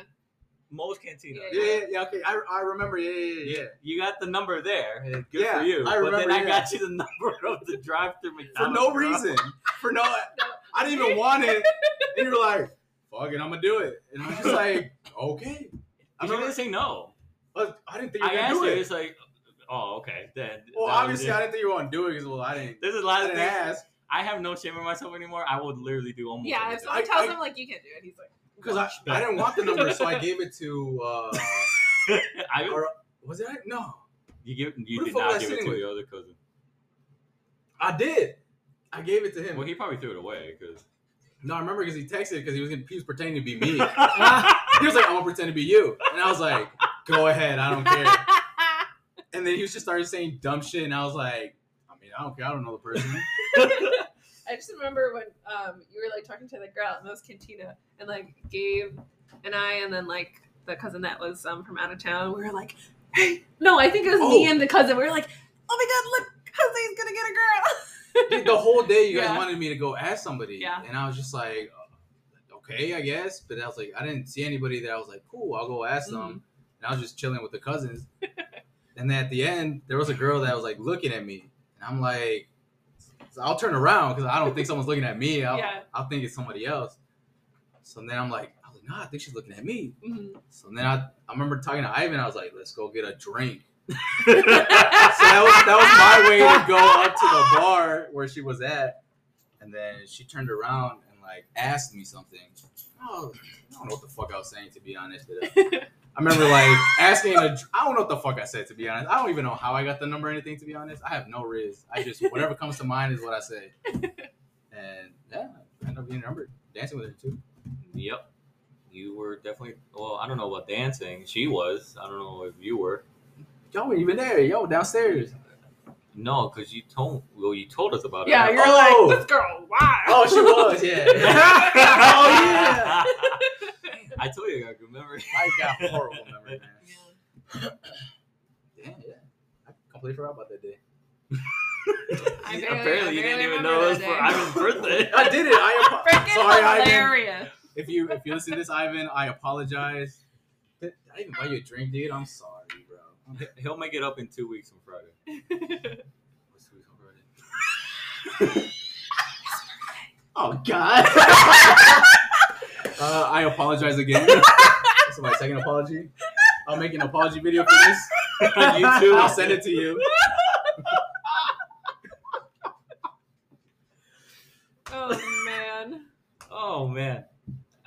Mo's Cantina.
Yeah,
yeah, yeah, yeah, okay. I, I remember. Yeah, yeah, yeah. yeah.
You got the number there. Good
Yeah,
for you.
I
but then
remember,
I got
yeah.
you the (laughs) number of the drive-through
For
McDonald's.
no
bro.
reason. For no, I didn't even want it. And you're like, fuck it, I'm gonna do it. And I'm just like, okay. I
You didn't
remember.
say no.
I I didn't think you
I
were gonna
asked
do
you.
it.
It's like, oh, okay. Then.
Well,
that was
obviously,
it.
I didn't think you were gonna do it because well, I didn't.
There's a
I
lot of
didn't
things.
ask
I have no shame in myself anymore. I would literally do almost.
Yeah, if
anything.
someone
I-
tells
I-
him like you can't do it, he's like, (laughs)
because I, I didn't want the number, so I gave it to. uh
I,
or, Was it? No,
you give, you
Who the
did
fuck was I
not give it
sitting
to
with?
the other cousin.
I did. I gave it to him.
Well, he probably threw it away because.
No, I remember because he texted because he was gonna, he was pretending to be
(laughs)
me. he was like, "I'm gonna pretend to be you," and I was like, "Go ahead, I
(laughs)
don't care." And then he was just started saying dumb shit, and I was like, "I mean, I don't care. I don't know the person."
I just remember when um, you were like talking to the girl at Mo's Cantina, and like Gabe and I, and then like the cousin that was um, from out of town, we were like, hey, no, I think it was me
Oh.
and the cousin. We were like, oh my god, look, cousin's gonna get a girl. (laughs)
Dude, the whole day, you guys
Yeah.
wanted me to go ask somebody,
Yeah.
and I was just like, uh, "Okay, I guess," but I was like, I didn't see anybody that I was like, "Cool, I'll go ask
Mm-hmm.
them." And I was just chilling with the
(laughs)
cousins, and then at the end, there was a girl that was like looking at me, and I'm like, so "I'll turn around because I don't think someone's looking at me.
(laughs)
I'll,
Yeah.
I'll think it's somebody else." So then I'm like, "I was like, nah, I think she's looking at me."
Mhm.
So then I, I remember talking to Ivan. I was like, "Let's go get a drink." (laughs) so that was that was my way to go up to the bar where she was at, and then she turned around and like asked me something. Oh, I don't know what the fuck I was saying to be honest. but, uh, I remember like asking. A, I don't know what the fuck I said to be honest. I don't even know how I got the number or anything to be honest. I have no riz. I just whatever comes to mind is what I say. And yeah, I ended up getting numbered. Dancing with her too.
Yep. You were definitely. Well, I don't know about dancing. She was. I don't know if you were.
Y'all weren't even there. Yo, downstairs.
No, because you told. Well, you told us about
Yeah,
it.
you're
Oh.
like, this girl, wow.
Oh,
(laughs)
she was. Yeah. (laughs)
(laughs) I told you I got a good memory.
I got horrible memory, man.
Yeah.
Yeah, yeah. I completely forgot about that day.
I barely- I
Apparently, you didn't
barely
even
remember
know it was
that
for
day.
Ivan's
(laughs)
birthday.
I did it. (laughs) I
Freaking
apo- sorry, Ivan.
(laughs)
hilarious.
If you if you listen to this, Ivan, I apologize. I didn't buy you a drink, dude. I'm sorry, bro.
He'll make it up in two weeks on Friday.
What's the reason for it? (laughs) oh God.
(laughs)
uh, I apologize (laughs) again. this is my second apology. I'll make an apology video for this (laughs) on YouTube. I'll send it to you.
Oh man.
Oh man,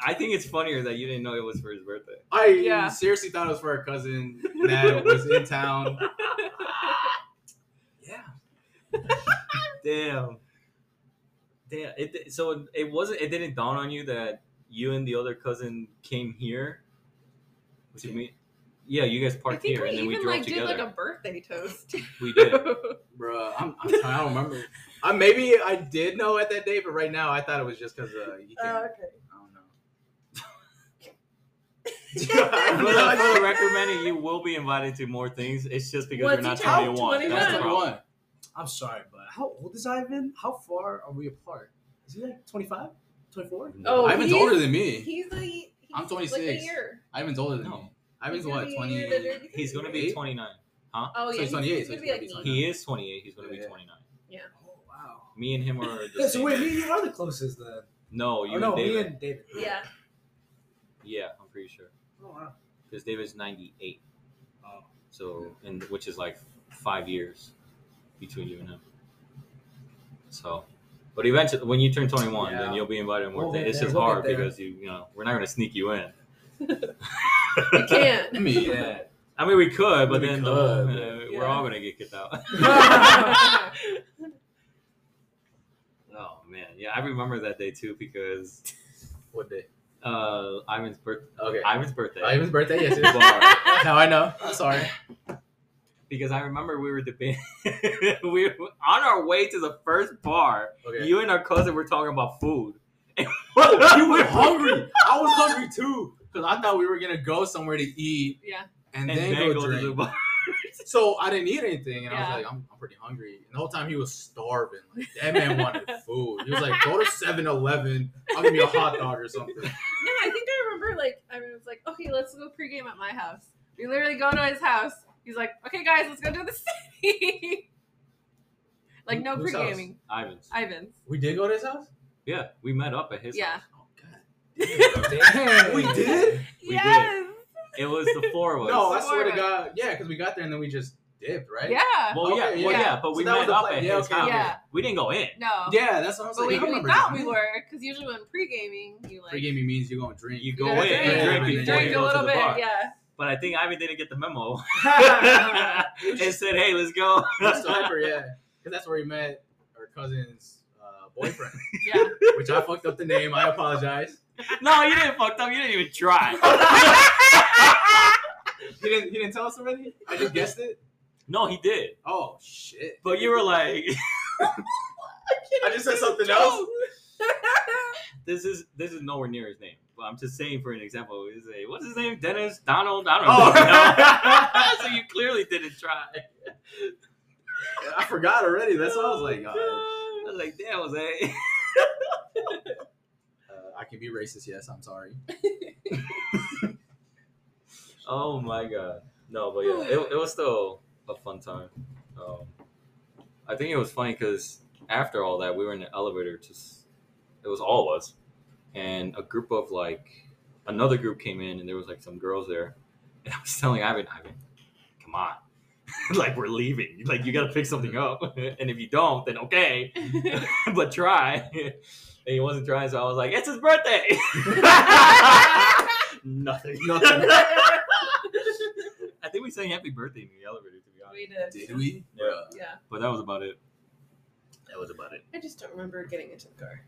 I think it's funnier that you didn't know it was for his birthday.
I
Yeah.
seriously thought it was for a cousin that was in town. Yeah.
Damn. Damn. It, di- so it, it wasn't. It didn't dawn on you that you and the other cousin came here to meet. Yeah, you guys
I
parked
think
here
we
and then we
even
drove
like did
together.
(laughs) like a birthday toast.
We did.
Bruh, I'm, I'm trying, I don't remember. I, maybe I did know at that day, but right now I thought it was just because uh, you can't.
Oh, okay.
I don't
For the, for the
know.
record, Manny, you will be invited to more things. It's just because
Once
you're not
you turn
21. That's the
21.
problem.
I'm sorry, but how old is Ivan? How far are we apart? Is he like 25, 24?
Oh,
Ivan's
he's-
older than
(laughs)
me.
He's like he's
I'm
Like a
26.
year.
Ivan's older than
No.
me. Ivan's
He's gonna
what?
be a
Twenty.
year later.
He's going to be
Eight?
29.
Oh
So
yeah,
he's 28, so
He's
he's
gonna
gotta
be
be
like me.
He is 28. He's going to be
Yeah.
29.
Oh, wow.
Me and him are the
Yeah, so
same.
wait, me and you are the closest then.
No, you
oh, no,
and David.
me and David.
(laughs) Yeah.
Yeah, I'm pretty sure.
Oh, wow.
Because David's 98.
Oh.
So, and which is like five years between you and him. So, but eventually, when you turn 21,
Yeah.
then you'll be invited to more
We'll
things.
get
It's
there,
just
we'll get
hard
there.
because you, you know, we're not going to sneak you in. (laughs)
You can't.
(laughs) I mean,
Yeah.
I mean, we could, but
We
then
could,
uh,
but-
we're all going to get kicked out. (laughs) oh, man. Yeah, I remember that day too because
what day?
uh, Ivan's, birth-
Okay.
Ivan's birthday.
Ivan's birthday. (laughs) Yes,
(laughs)
it is.
Bar.
now I know. I'm sorry.
because I remember we were debating. (laughs) we were on our way to the first bar.
Okay.
You and our cousin were talking about food. (laughs) And
Oh, (laughs) you (laughs) were hungry. I was hungry too because I thought we were gonna go somewhere to eat.
Yeah.
(laughs)
And,
And,
then,
then
go,
go to
drink.
the bar.
So I didn't eat anything, and I
Yeah.
was like, I'm, I'm pretty hungry. And the whole time he was starving. Like that
(laughs)
man wanted food. He was like, go to 7-Eleven. I'll give you a hot dog or something.
(laughs) No, I think I remember like I was like, okay, let's go pregame at my house. We literally go to his house. He's like, okay, guys, let's go to the (laughs) city. like no
Whose house?
pregaming.
Ivan's.
Ivan's.
(laughs) We did go to his house.
Yeah, we met up at his
Yeah.
house.
Oh god.
Damn.
(laughs) We
(laughs)
did?
We
yes.
It was the
(laughs)
four of us.
No, I
Before
swear to
I-
God. Yeah, because we got there and then we just dipped, right?
Yeah.
Well, yeah,
Okay,
well,
yeah.
yeah, but
So
we
that was
met
the
up
plan.
at
Yeah,
his
okay,
house.
okay.
We didn't go in.
No.
Yeah, that's what I was
But
like.
we,
I
we
remember
thought
that.
we were because usually when pregaming, you like
Pre-gaming means you're gonna drink.
You
you
(laughs)
go
gotta
in and drink
drink,
Yeah.
before
drink
you
a
go
little
to the
bit.
bar.
(laughs) Yeah.
But I think Ivan didn't get the
(laughs)
memo (laughs)
It
and
was
said, "Hey, let's go." (laughs)
(laughs) so hyper, yeah. Because that's where we met our cousin's uh, boyfriend,
Yeah.
(laughs) which I fucked up the name. I apologize.
no, you didn't fuck up. You didn't even
(laughs)
try.
He didn't. He didn't tell us already. I just guessed it.
no, he did.
Oh shit!
But you were like, (laughs)
I just said something else.
"This is this is nowhere near his name." But I'm just saying for an example. Is a what's his name? Dennis Donald? I don't know.
(laughs)
(laughs) so
Oh.
you clearly didn't try.
I forgot already. That's why I was
(laughs)
like,
Oh,
uh,
Oh, I was like, "Damn, Jose."
uh, I can be racist. Yes, I'm sorry.
Oh my god. No, but yeah, it, it was still a fun time. Um, I think it was funny because after all that, we were in the elevator. Just it was all of us, and a group of like another group came in, and there was like some girls there, and I was telling Ivan, Ivan, come on. (laughs) like we're leaving. Like you gotta pick something up, (laughs) and if you don't, then okay, (laughs) but try. (laughs) and he wasn't trying, so I was like, "It's his birthday." (laughs) Nothing.
(laughs) Nothing.
I think we sang happy birthday in the elevator, to be honest.
we did.
Did we?
Yeah.
Bruh.
Yeah.
But that was about it. That was about it.
I just don't remember getting into the car.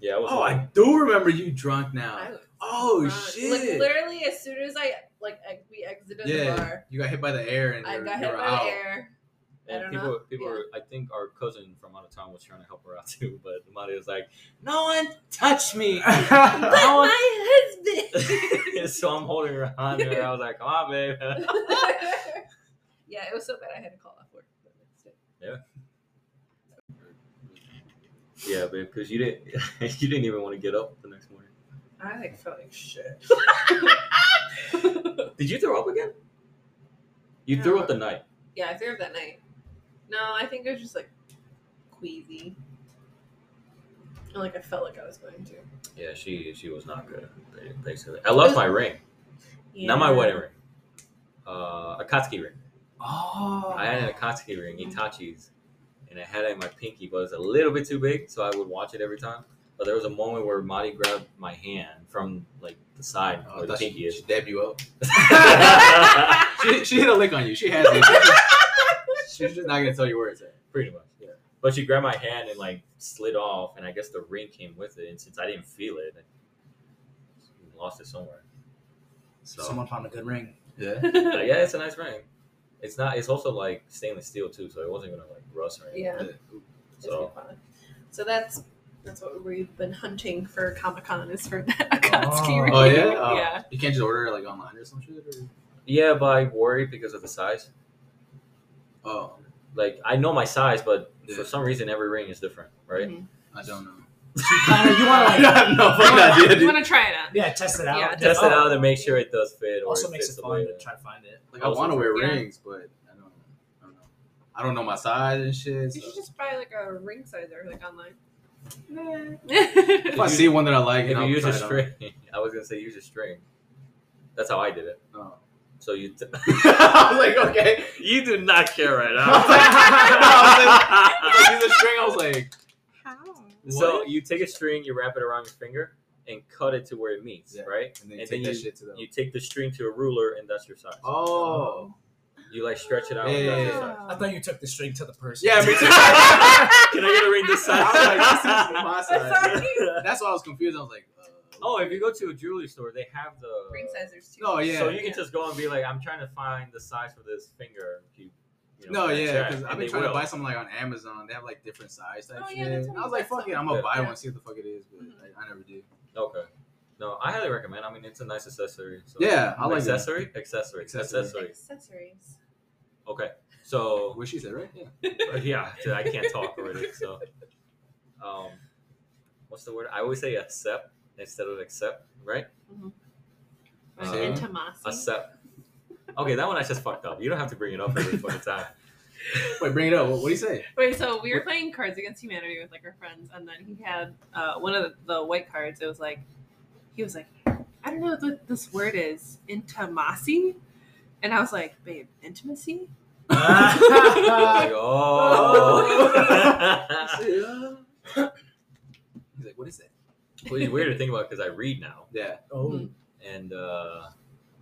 Yeah, it was.
Oh, I do remember you drunk now.
I was
Oh
drunk. Like
shit!
literally, as soon as I like I, we exited the
Yeah,
bar,
you got hit by the air and
I
you're,
got
you're
hit by
out.
the air. I
and
don't
people,
know.
people
Yeah.
were, I think our cousin from out of town was trying to help her out (laughs) too, but Amadi was like, "No one touched me." (laughs)
But
No one-
my (laughs) husband.
so I'm holding her on there. I was like, "Come on, babe." (laughs)
yeah, it was so bad I had to call off work. the next day.
yeah, babe, because you didn't, (laughs) you didn't even want to get up the next morning.
I like felt like (laughs) shit.
Did you throw up again? You
No.
threw up the night.
Yeah, I threw up that night. No, I think I was just like queasy. And, like I felt like I was going to.
Yeah, she she was not good. Basically, I lost my ring, not my
Yeah.
(laughs)
wedding ring, uh, a Katsuki ring.
(laughs) Oh.
I had an Akatsuki ring, Itachi's, and I had it in my pinky, but it was a little bit too big, so I would watch it every time. But there was a moment where Marty grabbed my hand from like the side
Oh, I
where the
thought she,
pinky is. (laughs)
(laughs) she dabbed you up.
Pretty
She, she hit a lick on you. She has it. She's just not gonna tell you where it's at.
much, yeah. But she grabbed my hand and like slid off, and I guess the ring came with it. And since I didn't feel it, I lost it somewhere. So
Someone found a good ring.
Yeah.
but yeah, it's a nice ring. It's not. It's also like stainless steel too, so it wasn't gonna like rust or anything.
Yeah. It's
So
pretty fun. So that's that's what we've been hunting for Comic Con is for (laughs) that Akatsuki
Oh.
review.
Oh yeah, Oh,
(laughs)
(laughs) yeah.
You can't just order it like online or some shit. Or...
yeah, but I worry because of the size.
Oh,
Like I know my size, but
Yeah.
for some reason every ring is different, right?
I don't
(laughs)
know.
Mm-hmm. Kinda,
(laughs)
you
(laughs) I
want to like,
have no fucking idea,
You
dude.
want to try it on?
yeah, test it out.
Yeah,
Test it
Oh,
out and make sure it does fit. Or
Also
it
makes
fits
it
the way
fun to
that-
try to find it.
Like I want to wear rings, but I don't. I don't know. I don't know my size and shit.
You
so-
should just buy like a ring sizer like (laughs) online.
If I see one that I like,
If
and
you
I'll
use
try
a
it out.
string, (laughs) I was gonna say use a string. That's how I did it.
No. (laughs)
So you t-
I was like, okay.
you do not care right
(laughs) I was like, I
(laughs)
was like, use a string. I was (laughs) like,
How?
so
what?
you take a string, you wrap it around your finger, and cut it to where it meets,
Yeah.
right?
and then you
And
take
then
that shit to them.
You take the string to a ruler, and that's your size.
oh,
You like stretch it out.
Yeah,
and that's
yeah,
your
yeah.
Oh.
size.
I thought you took the string to the person.
yeah, me too.
(laughs) Can I get a ring this
(laughs) I
size?
was like, this is my size.
oh,
That's why I was confused. I was like, uh,
if you go to a jewelry store, they have the
ring sizers too.
Oh, yeah.
So you can just go and be like, I'm trying to find the size for this finger. You, you know,
No, yeah,
check,
because I've
and
been
they
trying to
will.
buy something like on Amazon. They have like different size type
Oh,
shit.
yeah, that's what
I
we
was like,
got
fuck it, I'm gonna
Yeah.
buy
Yeah.
one, see what the fuck it is, but
Mhm.
I, I never do.
Okay. No, I highly recommend. I mean, it's a nice accessory. So
Yeah, I like that.
accessory, accessory,
Accessory.
accessory, (laughs)
Accessories.
Okay, so (laughs)
What she said, right? Yeah.
yeah, dude, I can't talk already. So, um, what's the word? I always say accept instead of accept, right?
Mhm.
Uh,
and Tomasi.
accept. Okay, that one I just fucked up. You don't have to bring it up every fucking time.
Wait, bring it up. What do you (laughs) say?
Wait, so we were playing Cards Against Humanity with like our friends, and then he had uh, one of the, the white cards. It was like he was like, I don't know what this word is, intimacy, and I was like, babe, intimacy.
(laughs)
(laughs)
(laughs)
Like, oh,
He's like, what is that?
well, it's weird to think about because I read now,
Yeah.
oh,
and uh,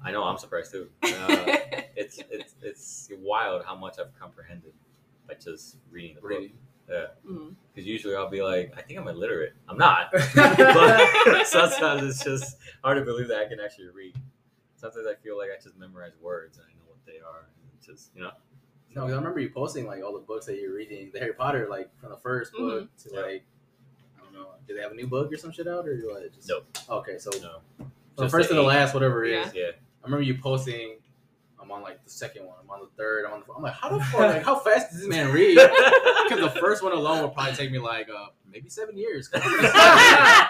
I know I'm surprised too. (laughs) Uh, it's it's it's wild how much I've comprehended by just reading the book.
(laughs) Brady.
(laughs) Mm.
Because usually I'll be like, I think I'm illiterate. I'm (laughs) not, but (laughs) sometimes it's just hard to believe that I can actually read. Sometimes I feel like I just memorize words and I know what they are. And it's just you know,
No, 'cause I remember you posting like all the books that you're reading, the Harry Potter, like from the 1st book to
Yeah.
like, I don't know, do they have a new book or some shit out or what? Just...
Nope.
Okay, so
no,
from
Just
first
the
to the
eight.
last, whatever it is.
Yeah.
yeah.
I remember you posting. I'm on like the second one. I'm on the third. I'm on the. Fourth. I'm like, how the fuck? Like, how fast does this
(laughs)
man read? Because the first one alone will probably take me like uh, maybe
(laughs)
seven years. Dude,
I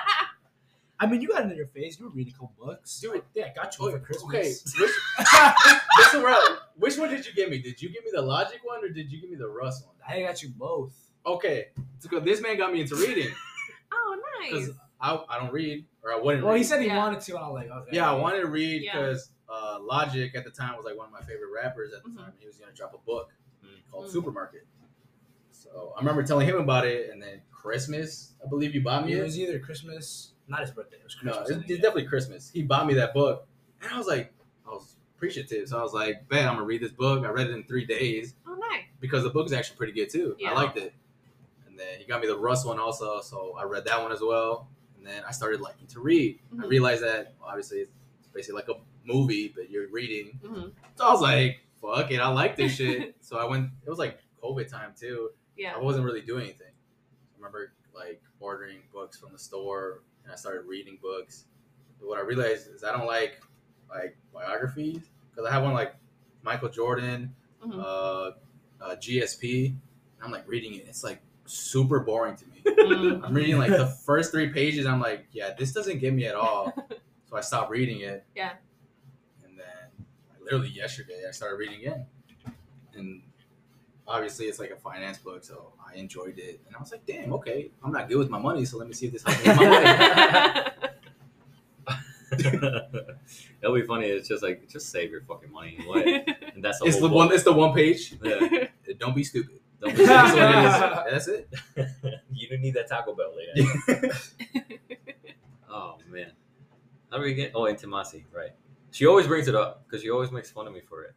mean, you got it in your face. You were reading cool books.
Dude.
yeah, I got you one for
(laughs) okay,
Christmas.
(laughs)
which, this is where I- which one did you give me? Did you give me the logic one or did you give me the Rust one?
I got you both.
Okay, because this man got me into reading
Oh, nice.
because I, I don't read or I wouldn't.
Well,
read.
he said he
Yeah.
wanted to, and I was like, okay.
Yeah, I wanted to read
Yeah.
because uh, Logic at the time was like one of my favorite rappers at the
Mhm.
time. He was going to drop a book
Mm.
called
Mm.
Supermarket. So I remember telling him about it, and then Christmas, I believe you bought me
It
it.
was either Christmas, not his birthday. It was
no,
Christmas.
it's, it's definitely Christmas. He bought me that book, and I was like, I was appreciative. So I was like, "Bet I'm gonna read this book." I read it in three days
oh, nice.
because the book's actually pretty good too.
Yeah.
I liked it. And then he got me the Rust one also, so I read that one as well. And then I started liking to read. I
Mhm.
realized that obviously it's basically like a movie, but you're reading.
hmm
So I was like, fuck it, I like this shit. so I went, it was like COVID time too.
Yeah.
I wasn't really doing anything. I remember like ordering books from the store and I started reading books. But what I realized is I don't like like biographies because I have one like Michael Jordan,
Mhm.
uh, uh, GSP. And I'm like reading it. It's like super boring to me.
(laughs)
Mm.
I'm reading like the (laughs) first three pages. I'm like, yeah, this doesn't get me at
Oh. (laughs)
all. So I stopped reading it.
Yeah.
And then like, literally yesterday, I started reading again. And obviously, it's like a finance book, so I enjoyed it. And I was like, damn, okay, I'm not good with my money, so let me see if this helps me with my money.
(laughs) That'll be funny. It's just like just save your fucking money and what, and that's the
It's the
whole
one.
book.
It's the one page.
Yeah.
Don't be
(laughs)
stupid.
Don't be
That's, what it is.
serious.
That's it.
you don't need that Taco Bell later. (laughs) Oh man, how do we get? Oh, Intimasi, right? She always brings it up because she always makes fun of me for it.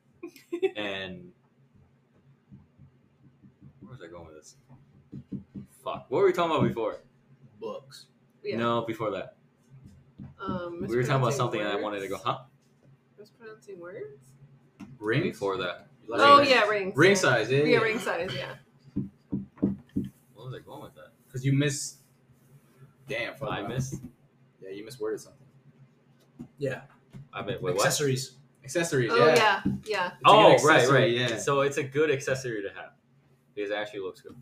and where was I going with this? Fuck, what were we talking about before?
Books.
Yeah.
No, before that,
Um,
we were talking about
mispronouncing
something, and I
words?
wanted to go, huh?
Mispronouncing words.
Rings.
Before that,
You Like,
Oh yeah, rings.
Ring size, yeah.
Yeah,
yeah.
ring size. Yeah.
What was I going with that?
Because you miss. Damn, fuck,
I
man.
missed.
Yeah, you misworded something.
Yeah,
I meant wait, what?
(laughs) accessories.
Accessories,
Oh
yeah.
yeah,
(laughs)
yeah. (laughs)
It's a good
Oh, right,
accessory,
right.
Yeah,
So it's a good accessory to have because it actually looks good.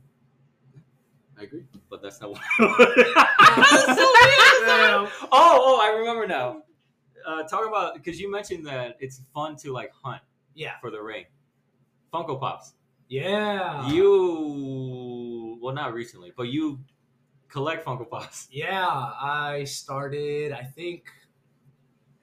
I agree.
But that's not what.
oh, oh, I remember now. Uh, talk about because you mentioned that it's fun to like hunt
Yeah.
for the ring. Funko Pops.
Yeah.
you well, not recently, but you collect Funko Pops. (laughs)
Yeah, I started. I think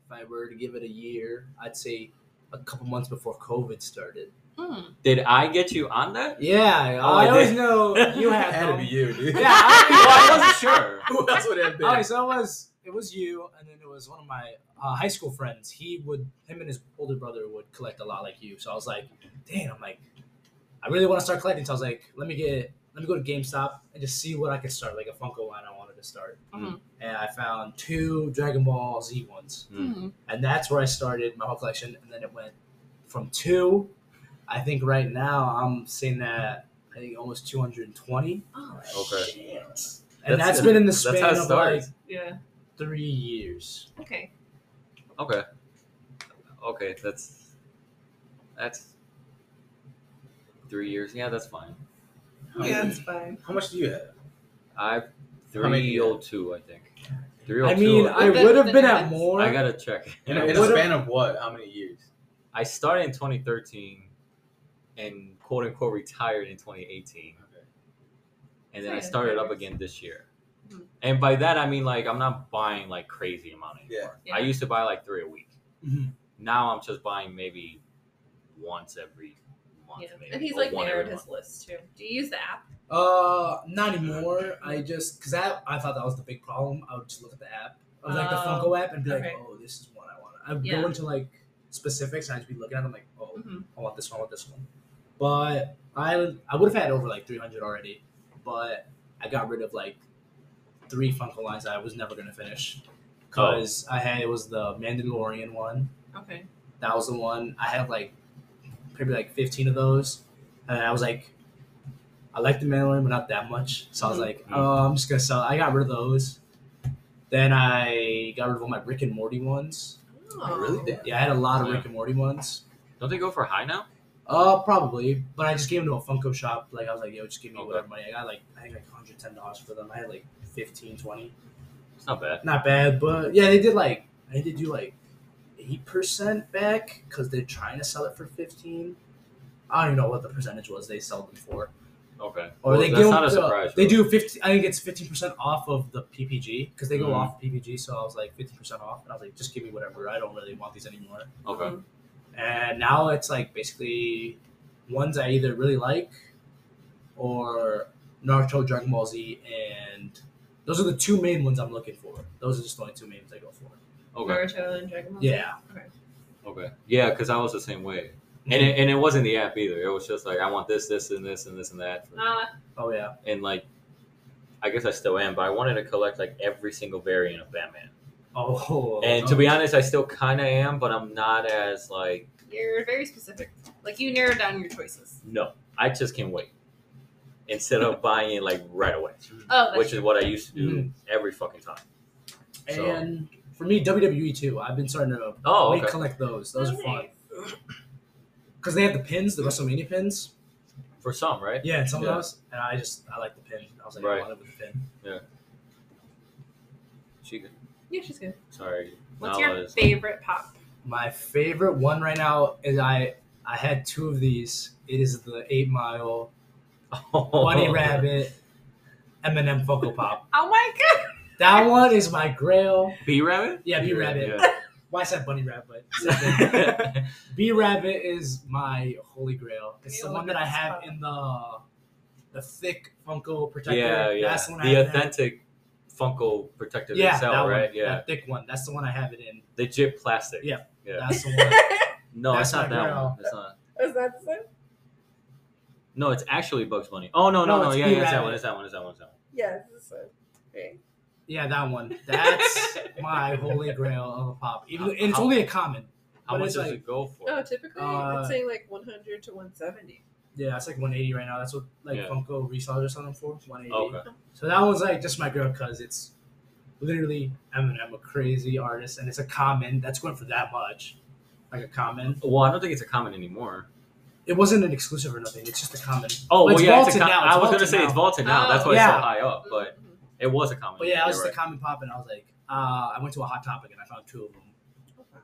if I were to give it a year, I'd say a couple months before COVID started.
Hmm.
Did I get you on that?
Yeah,
Oh,
I,
I
always
did.
(laughs)
know you had
had to be
them.
you, dude.
Yeah, I,
Well, I
Oh.
(laughs)
wasn't sure.
(laughs) Who else would it have been?
Okay, Oh, so it was it was you, and then it was one of my uh, high school friends. He would him and his older brother would collect a lot like you. So I was like, dang, I'm like, I really want to start collecting. So I was like, let me get let me go to GameStop and just see what I could start, like a Funko line I wanted to start.
Mhm.
And I found two Dragon Ball Z ones,
Hmm.
and that's where I started my whole collection. And then it went from two. I think right now I'm sitting at I think almost 220,
Oh,
Okay.
and
That's-
that's been in the
that's how
span
it
of like
starts.
yeah.
three years.
Okay.
Okay. Okay, that's that's three years. Yeah, that's fine.
Oh,
Yeah, it's fine.
How much do you have?
I
How many do
three
you
oh two, I think. Three oh two.
I mean, I
the-
would have
the
been
new
at
ones.
more.
I gotta check. (laughs)
In
I
a, in a
would've-
span of what? How many years?
I started in 2013 and quote unquote retired in 2018.
Okay.
And then I
Yeah,
started up
nice.
again this year.
Mhm.
And by that, I mean like I'm not buying like crazy amount anymore.
Yeah.
I
Yeah.
used to buy like three a week.
Mhm.
Now I'm just buying maybe once every month.
Yeah.
Maybe,
And he's
or
like
one every
narrowed
month.
his list too. Do you use the app?
Uh, not anymore. I just because I I thought that was the big problem. I would just look at the app, of, like the
Oh,
Funko app, and be like,
okay.
oh, this is one I want. I would
Yeah.
go into like specifics, and I'd be looking at them like, oh,
Mhm.
I want this one, I want this one. But I I would have had over like three hundred already, but I got rid of like three Funko lines that I was never gonna finish because I had it was the Mandalorian one.
Okay.
That was the one I had like probably like 15 of those, and I was like, I like the Mandalorian, but not that much. So I
Mm-hmm.
was like, oh, I'm just gonna sell. I got rid of those. Then I got rid of all my Rick and Morty ones.
I really did.
Yeah, I had a lot of
Oh, Yeah.
Rick and Morty ones.
Don't they go for high now?
Uh, probably, but I just gave them to a Funko shop. Like I was like, yo, just give me
Okay.
whatever money. I got like I think like 110 dollars for them. I had like 15, 20.
It's not bad.
Not bad, but yeah, they did like I think they do like eight percent back because they're trying to sell it for 15. I don't even know what the percentage was they sold them for.
Okay.
Or
Well,
Oh, they
that's
give
not
them
a
to-
surprise.
They
really.
do fifty. I think it's fifteen percent off of the PPG because they go
Mhm.
off PPG. So I was like fifty percent off, and I was like, just give me whatever. I don't really want these anymore.
Okay.
Mm-hmm.
And now it's like basically ones I either really like or Naruto, Dragon Ball Z, and those are the two main ones I'm looking for. Those are just the only two main ones I go for.
Okay.
Naruto and Dragon Ball.
Yeah.
Okay. Yeah, because I was the same way, and it, and it wasn't the app either. It was just like I want this, this, and this, and this, and that,
Uh,
Oh yeah.
and like I guess I still am, but I wanted to collect like every single variant of Batman.
Oh.
And to be honest, I still kind of am, but I'm not as like
you're very specific. Like you narrowed down your choices.
no, I just can wait instead
(laughs)
of buying it like right away,
Oh, that's
which
true.
is what I used to do
Mm-hmm.
every fucking time. So-
and for me, WWE too. I've been starting to
Oh, okay.
collect those. Those are fun
Nice.
because they have the pins, the WrestleMania pins.
For some, right?
Yeah, and some
Yeah.
of those, and I just I like the pin. I was like,
Right.
I want it with the pin.
She,
Yeah, she's good.
sorry.
What's
now
your
is- (laughs)
favorite pop?
My favorite one right now is I I had two of these. It is the Eight Mile
Oh,
Bunny Rabbit Eminem Funko Pop.
Oh my god!
That one is my grail.
B Rabbit?
Yeah, B Rabbit.
Yeah.
Why I said Bunny Rabbit?
(laughs)
B Rabbit is my holy grail. It's
You
the one
look
that I
at this
have
photo.
in the the thick Funko
(laughs)
protector.
yeah, yeah.
That's the one I
the
have it in.
authentic Funko protector
Yeah,
they sell,
that one.
right? Yeah.
That thick one. That's the one I have it in.
Legit plastic.
Yeah.
Yeah.
That's
(laughs)
the one.
No,
That's
it's not
my
that
girl.
one. It's not.
Is that the same?
No, it's actually Bugs Bunny. Oh no, no,
No,
no.
it's
Yeah, yeah, it's that
B-Rabbit.
one. It's that one. It's that one. It's that one.
Yeah, it's the
Yeah, that one. That's my holy grail of a pop. Even
How-
and it's
how-
only a common.
How
But
much
it's
does
like-
it go for?
No, Oh, typically
Uh,
I'd say like 100 to 170.
Yeah, it's like 180 right now. That's what like
Yeah.
Funko resells or something for 180.
Oh,
okay.
So that one's like just my girl because it's literally Eminem, a crazy artist, and it's a common that's going for that much, like a common.
Well, I don't think it's a common anymore.
It wasn't an exclusive or nothing. It's just a common.
Oh,
Well,
well,
it's
yeah, it's a
vaulted
com-
now, it's
I was gonna
vaulted
say it's
now.
vaulted now. That's
Oh.
why it's
Yeah.
so high up, but
Mhm.
it was a common.
But yeah, it was
you're
just
right.
a common pop, and I was like, uh, I went to a hot topic and I found two of them.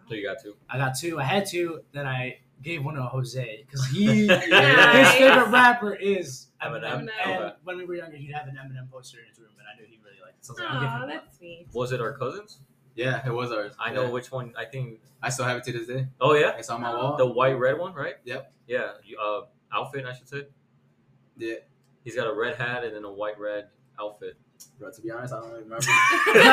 So you got two.
(laughs) I got two. I had two. Then I gave one to Jose because
(laughs)
he his
Nice.
favorite rapper is Eminem.
Eminem.
And
Okay.
when we were younger, he'd have an Eminem poster in his room, and I knew he really liked it. So I was like, I'll give him
Aw,
one.
that's sweet.
(laughs)
(laughs)
Was it our cousins?
Yeah, it was ours.
I know which one. I think.
I still have it to this day.
Oh yeah,
It's on my wall.
the white red one, right?
Yep.
Yeah. You, uh, outfit I should say.
Yeah,
He's got a red hat and then a white red outfit.
(laughs)
(laughs)
bro. To be honest, I don't really remember.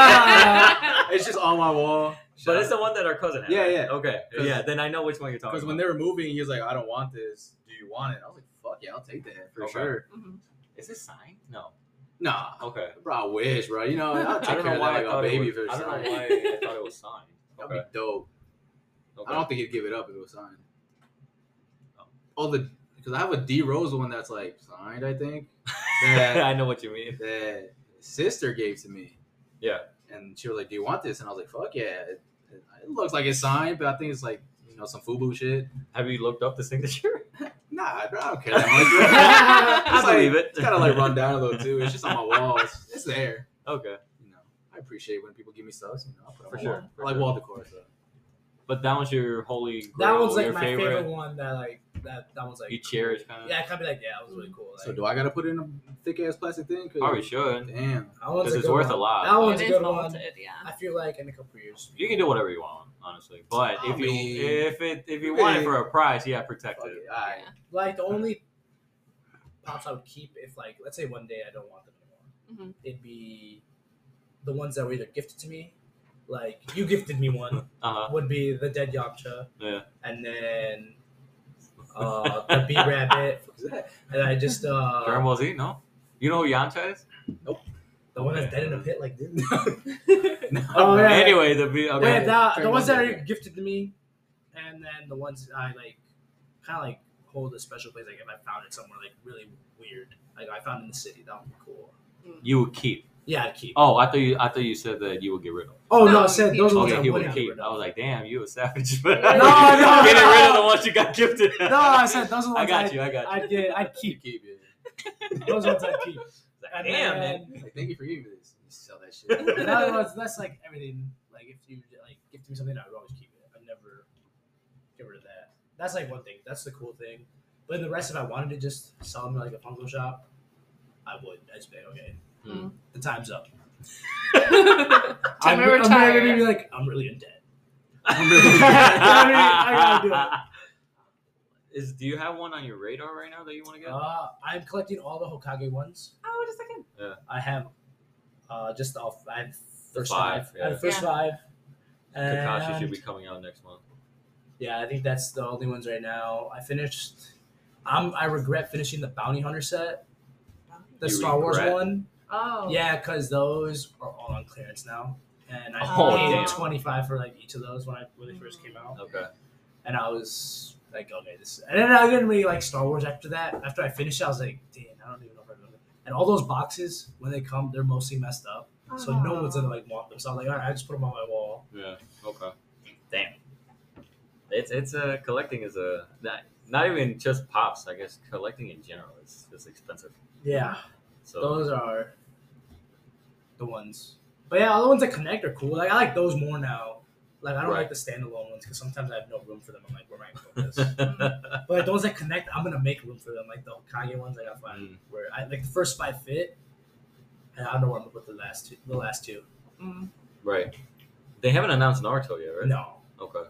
yeah,
it's just on my wall.
But it's the one that our cousin had.
Yeah,
right?
yeah.
Okay.
'Cause-
Yeah. Then I know which one you're talking
because
about.
when they were moving, he was like, "I don't want this. Do you want it?" I was like, "Fuck yeah, I'll take that for
Okay.
sure."
Is it signed? No.
Nah,
Okay.
bro. I wish, bro. You know, I'll
(laughs)
take
I don't
care
know
of
why
that
I
like a
thought
baby
it
for
was, I don't
sure.
know why I thought it was
(laughs)
signed.
(laughs) That'd
Okay.
be dope.
okay. (laughs)
I don't think he'd give it up if it was signed.
Oh.
All the because I have a D Rose one that's like signed,
(laughs)
I think. That
I know what you mean.
that sister gave to me.
Yeah.
And she was like, "Do you want this?" And I was like, "Fuck yeah!" It, it, it looks like it's signed, but I think it's like you know some FUBU shit.
Have you looked up the signature? (laughs)
Nah, bro, I don't care that much. bro.
I
like-
believe it.
it's kind of like run down a little too. It's just on my wall. It's, it's there.
Okay.
You know, I appreciate when people give me stuff. You know, I put it
For
on
sure,
my wall.
for
I like
sure.
wall decor. So.
But that one's your holy grail.
That one's like
your
my favorite. one. That like that that one's like
You cherish kind of.
Yeah, I kind of like yeah, that was really cool. Like,
so do I gotta put it in a thick ass plastic thing? 'Cause-
Probably should.
Damn.
that
Because
one's a
it's
good
worth
one.
a lot.
That one's
It
a
is
good one.
vaulted, yeah.
I feel like in a couple years.
You can do whatever you want, honestly. But
I
if you
mean-
if it if you want it for a price, yeah, protect
Fuck
it.
it. All right.
Like the only pops I would keep if like let's say one day I don't want them anymore, it'd be the ones that were either gifted to me, like you gifted me
(laughs)
one
Uh huh.
would be the dead Yamcha,
Yeah.
and then uh, the B Rabbit,
What is that? (laughs)
and I just uh,
Dragon Ball Z, no. You know who Yamcha is?
the one that's
Okay.
dead in a pit like this.
Oh,
Oh, (laughs) yeah.
Anyway, the V-
Wait,
okay.
that,
Dragon
the
Ball
ones that
Z,
are
okay.
gifted to me, and then the ones I like, kind of like hold a special place. Like if I found it somewhere like really weird, like I found it in the city, that would be cool.
you would keep.
Yeah, I'd keep.
Oh, I thought you I thought you said that you would get rid of.
Oh no,
No,
I said those are the ones
Okay,
I
he
would
would keep. I was like, damn, you a savage. (laughs) no,
No,
no,
Getting
no.
rid of the ones you got gifted.
(laughs) no,
(laughs)
I said those are the ones
I got
I'd,
you. I got
(laughs)
you.
I'd get. I'd
(laughs)
keep.
Keep it.
Those ones I'd keep.
Like,
And
damn, man.
then
Like, thank you for giving me this. You sell that shit.
(laughs)
the other
Oh,
ones, that's like everything. Like if you like gift me something, I would always keep it. I'd never get rid of that. That's like one thing. That's the cool thing. But the rest, if I wanted to just sell them at, like a Funko shop, I would. I'd just be like, okay,
Hmm.
the time's up.
Time
I'm,
to
I'm gonna
retire.
be like, I'm really in debt.
I'm really-
I mean, I gotta do
(laughs) Is do you have one on your radar right now that you want to get?
Uh, I'm collecting all the Hokage ones.
Oh, wait a second.
I have uh, just off. I have first
five,
five. I
yeah.
have first
Yeah.
five. And
Kakashi should be coming out next month.
Yeah, I think that's the only ones right now. I finished. I'm. I regret finishing the Bounty Hunter set, the
You
Star
regret?
Wars one.
Oh.
Yeah, because those are all on clearance now, and I
Oh,
paid
damn.
twenty five for like each of those when I when they first came out,
Okay.
and I was like, okay, this. And then I didn't really like Star Wars after that. After I finished, I was like, damn, I don't even know if I love it. And all those boxes when they come, they're mostly messed up. So no one's gonna like want them. So I'm like, all right, I just put them on my wall.
Yeah. Okay.
Damn.
It's it's uh, collecting is a not, not even just pops. I guess collecting in general is just expensive.
Yeah,
So
those are the ones. But yeah, all the ones that connect are cool. Like I like those more now. Like I don't
Right.
like the standalone ones because sometimes I have no room for them. I'm like, where am I going
(laughs)
with this? but like, the ones that connect, I'm gonna make room for them. Like the Hokage ones, I got five.
Mm.
Where I like the first five fit, and I don't know where I'm gonna put the last two. The last two.
(laughs)
Mm.
right. They haven't announced Naruto yet, right?
No.
Okay.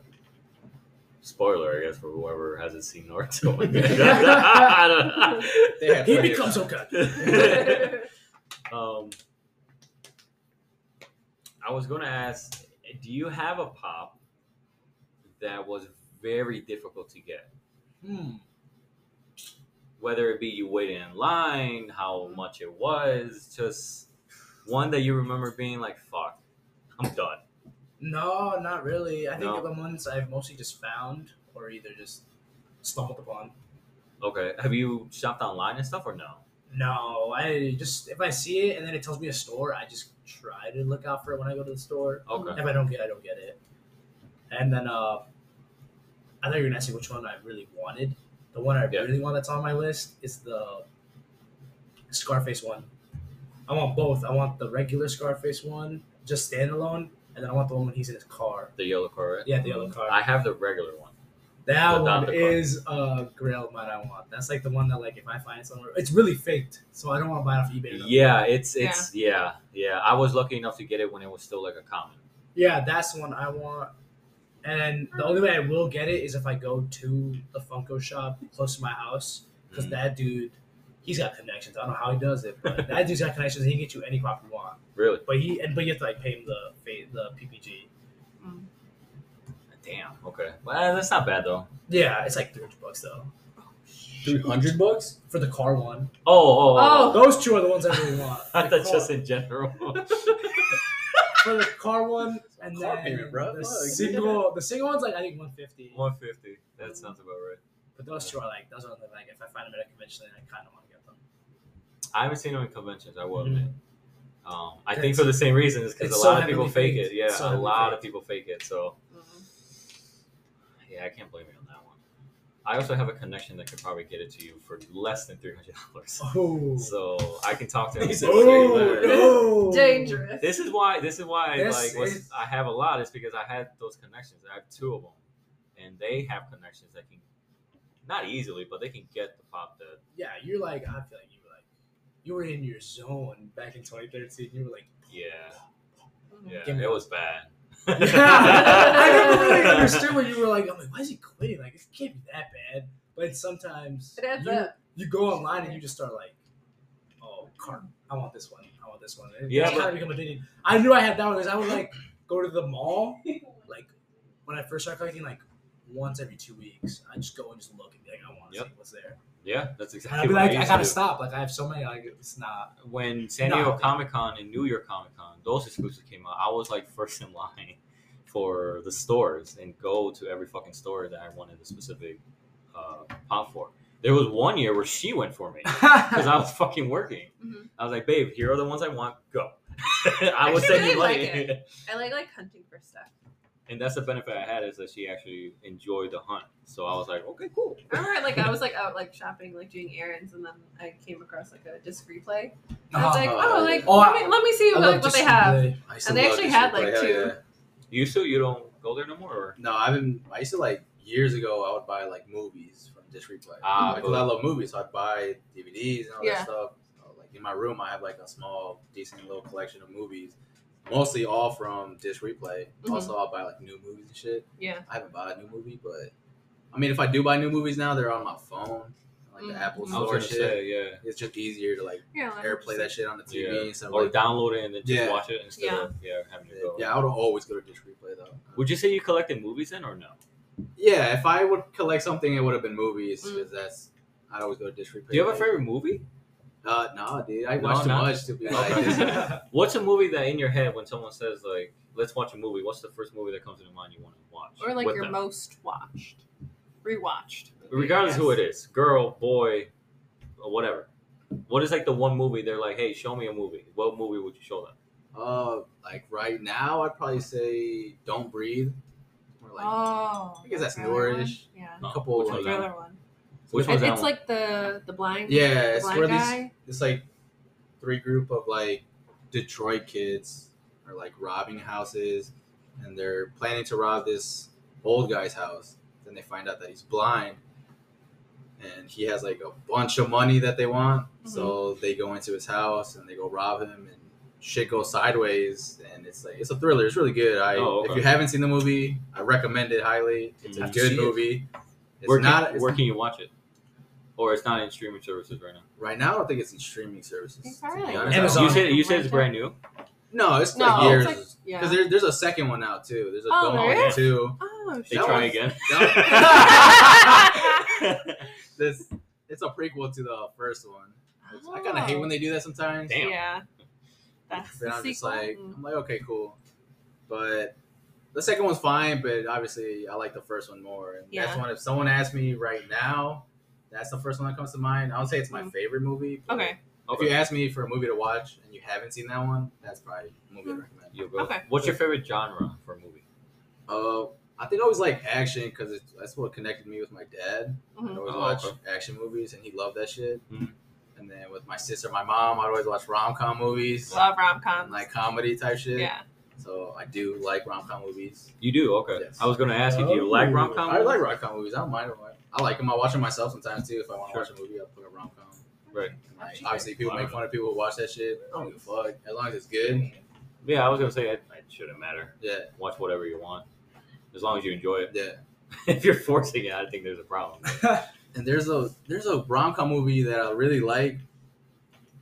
Spoiler, I guess, for whoever hasn't seen Naruto. (laughs) I don't-
They
(laughs)
had
He
plenty of
becomes
time.
Hokage.
(laughs) um, I was going to ask, do you have a pop that was very difficult to get?
Hmm.
Whether it be you waited in line, how much it was, just one that you remember being like, "Fuck, I'm done."
No, not really. I think
No.
the ones I've mostly just found or either just stumbled upon.
Okay. Have you shopped online and stuff or no?
No, I just if I see it and then it tells me a store, I just try to look out for it when I go to the store.
Okay.
If I don't get, it, I don't get it. And then uh, I thought you were gonna ask me which one I really wanted. The one I
Yeah.
really want that's on my list is the Scarface one. I want both. I want the regular Scarface one, just standalone, and then I want the one when he's in his car.
The yellow car, right?
Yeah, the yellow car.
I have the regular one.
That
The
one
Dante card.
is a grail of mine I want. That's like the one that like if I find it somewhere, it's really faked, so I don't want to buy it off eBay. though.
Yeah, it's it's yeah. yeah, I was lucky enough to get it when it was still like a common.
yeah, that's the one I want. And the only way I will get it is if I go to the Funko shop close to my house because
Mm.
that dude, he's got connections. I don't know how he does it, but that dude's got connections. He can get you any prop you want,
Really?
but he and but you have to like pay him the fa- the PPG.
Mm. Damn. Okay. Well, that's not bad though.
Yeah, it's like three hundred bucks though
Three hundred bucks.
for the car one.
Oh, oh, oh. oh.
Those two are the ones I
(laughs)
really want.
I
The
thought
car-
just in general.
for the car one and
Car
then
payment, bro.
the
Fuck.
single the single one's like I think 150
(laughs) One fifty. That sounds about right.
but those two are like those are the, like if I find them at a convention then I kind of want to get them
I haven't seen them in conventions. I will
Mhm.
admit. Um, I think
It's-
for the same reason is because
it's
a
so
lot of people
heavily
fake
faked.
it. Yeah,
So
a
heavily
lot of
faked.
people fake it. So yeah, I can't blame you on that one. I also have a connection that could probably get it to you for less than three hundred dollars.
(laughs) oh (laughs)
So I can talk to him.
He
and
said,
say, "Hey,
"Ooh,
look,
no
(laughs) Dangerous.
This is why. This is why.
This
like, was,
is-
I have a lot is because I had those connections. I have two of them, and they have connections that can, not easily, but they can get the pop. That
yeah you're like I feel like you were like you were in your zone back in 2013 you were like
yeah,
Give
yeah,
me
it
that.
was bad.
yeah (laughs) I
(laughs)
never really understood when you were like I'm like why is he quitting like it can't be that bad but sometimes
It adds
you,
up.
you go online and you just start like, oh, car, I want this one. I want this one. And
Yeah,
yeah, kind
but-
of become addicted. I knew I had that one because I would like go to the mall, like when I first started collecting, like once every two weeks. I just go and just look and be like, I want to
Yep.
see what's there.
Yeah, that's
And I'd
exactly.
be
what
like,
I,
I,
used
gotta
to do.
stop. Like I have so many. Like it's
(laughs)
not. (laughs)
When San
No.
Diego Comic Con and New York Comic Con, those exclusives came out. I was like first in line for the stores and go to every fucking store that I wanted a specific uh, pop for. There was one year where she went for me. because I was fucking working.
Mhm.
I was like, babe, here are the ones I want. Go. (laughs) I will send you
really like
money.
I like like hunting for stuff.
(laughs) and that's the benefit I had is that she actually enjoyed the hunt. So I was like, okay, cool.
I remember like I was like out like shopping, like doing errands, and then I came across like a disc replay. And I was like,
Uh-huh.
oh, like
Oh,
let,
I-
me, let me see
I
what,
love
what
just
they have.
the-
I used
And
to
they
love
actually
this
had,
shit,
like,
hell
two.
You still you don't go there no more. Or?
No, I've been. I used to like years ago. I would buy like movies from Dish Replay.
Ah,
because
cool.
Oh I love movies, so I'd buy DVDs and all
Yeah.
that stuff. So, like in my room, I have like a small, decent little collection of movies, mostly all from Dish Replay.
Mhm.
Also, I'll buy like new movies and shit.
Yeah.
I haven't bought a new movie, but I mean, if I do buy new movies now, they're on my phone, like the
Mhm.
Apple
I was
Store
gonna
shit.
say yeah,
It's just easier to like
Yeah, like,
AirPlay that shit on the TV
Yeah.
and stuff.
or
like,
download it and then just
Yeah.
watch it instead
Yeah.
of yeah having to
that.
go.
yeah, I would always go to Dish Replay though.
Would you say you collected movies then or no?
Yeah, if I would collect something, it would have been movies because that's I'd always go to Dish Replay.
Do you have a favorite movie?
Uh, no, dude, I
No,
watch too
not-
much to be
(laughs)
like.
Okay.
this is-
What's a movie that in your head when someone says like, let's watch a movie? What's the first movie that comes to mind you want to watch?
Or like
with
your
them?
most watched, rewatched. movie,
regardless
I
who
guess.
it is, girl, boy, or whatever. What is like the one movie they're like, hey, show me a movie. What movie would you show them?
uh, like right now, I'd probably say "Don't Breathe." Or like
oh,
I guess that's
the thriller one?
newerish.
Yeah,
a couple.
Which
like,
one's that?
thriller one.
Which
It-
one's
it's
that one?
like the the blind.
yeah,
the
it's
blind
where these
guy.
it's like three group of like Detroit kids are like robbing houses, and they're planning to rob this old guy's house. Then they find out that he's blind, and he has like a bunch of money that they want. So they go into his house and they go rob him, and shit goes sideways. And it's like it's a thriller. It's really good. I
Oh, okay.
if you haven't seen the movie, I recommend it highly. It's a
Have
to
good
see it.
movie. It's
where,
not
can,
it's-
where can you watch it? Or it's not in streaming services right now.
right now. I don't think it's in streaming services.
It's
to be
probably
honest.
Amazon.
You said you said it's brand new.
No, it's
No,
like
it's
years.
like-
Because
yeah.
there, there's a second one out too. There's a
Oh,
Don't
there
Breathe
is?
two.
Oh
They
shit.
That
try
one's-
again.
(laughs)
This it's a prequel to the first one.
Oh.
It's- I kind of hate when they do that
(laughs)
sometimes.
Damn.
Yeah. That's
Then
the
I'm just
sequel.
like,
Mm.
I'm like, okay, cool. But The second one's fine, but obviously I like the first one more. And that's
Yeah.
one. If someone asked me right now, that's the first one that comes to mind. I would say it's my
Mm.
favorite movie. but
Okay.
If you ask me for a movie to watch and you haven't seen that one, that's probably a movie
Mm-hmm.
I'd recommend.
You'll go.
Okay.
What's your favorite genre for a movie?
Uh, I think I always like action because that's what connected me with my dad.
Mhm.
I always
Oh,
watch
okay.
action movies, and he loved that shit.
Mhm.
And then with my sister, my mom, I'd always watch rom com movies
Love rom
and
coms.
like comedy type shit.
yeah.
So I do like rom com movies.
You do? Okay.
Yes.
I was going to ask you, do you like
Oh.
rom com?
I like rom com movies. I don't mind them. I like them. I watch them myself sometimes too. If I want to
Sure.
watch a movie, I'll put a rom com.
Right.
Like, obviously, people make fun of people who watch that shit. I don't give a fuck. As long as it's good.
Yeah, I was going to say it, it shouldn't matter.
Yeah.
Watch whatever you want, as long as you enjoy it.
Yeah.
(laughs) if you're forcing it, I think there's a problem. (laughs)
(laughs)
And there's a there's a rom com movie that I really like,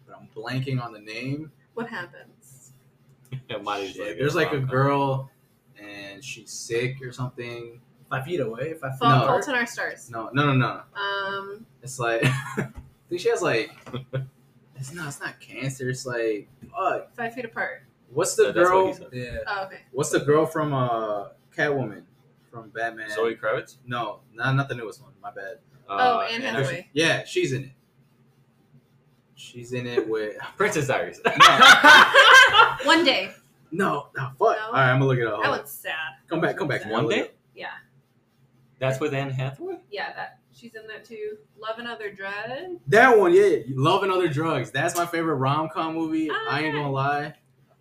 but I'm blanking on the name.
What happens?
It might as
Shit,
well be
there's like a
rom-com.
girl, and she's sick or something.
Five feet away. Five feet
Fall, (laughs)
No.
Fault in Our Stars.
No, no, no, no.
Um,
It's like (laughs) I think she has like it's not it's not cancer. It's like fuck.
Five Feet Apart.
What's the
Yeah, that's what
girl?
he said.
Yeah.
Oh, okay.
What's the girl from uh Catwoman from
(laughs)
Batman?
Zoe Kravitz?
No, not not the newest one. My bad.
Oh,
Uh,
Anne
and- (laughs)
Hathaway. Anyway.
Yeah, she's in it. She's in it with (laughs)
Princess Diaries.
(laughs) One Day.
no. no fuck. All right, I'm gonna look it up.
That one's sad.
Come back, come back.
One day?
Yeah.
(laughs) That's with Anne Hathaway?
Yeah, that she's in that too. Love and Other Dread.
That one, yeah. Love and Other Drugs. That's my favorite rom com movie. I ain't
Alright.
gonna lie.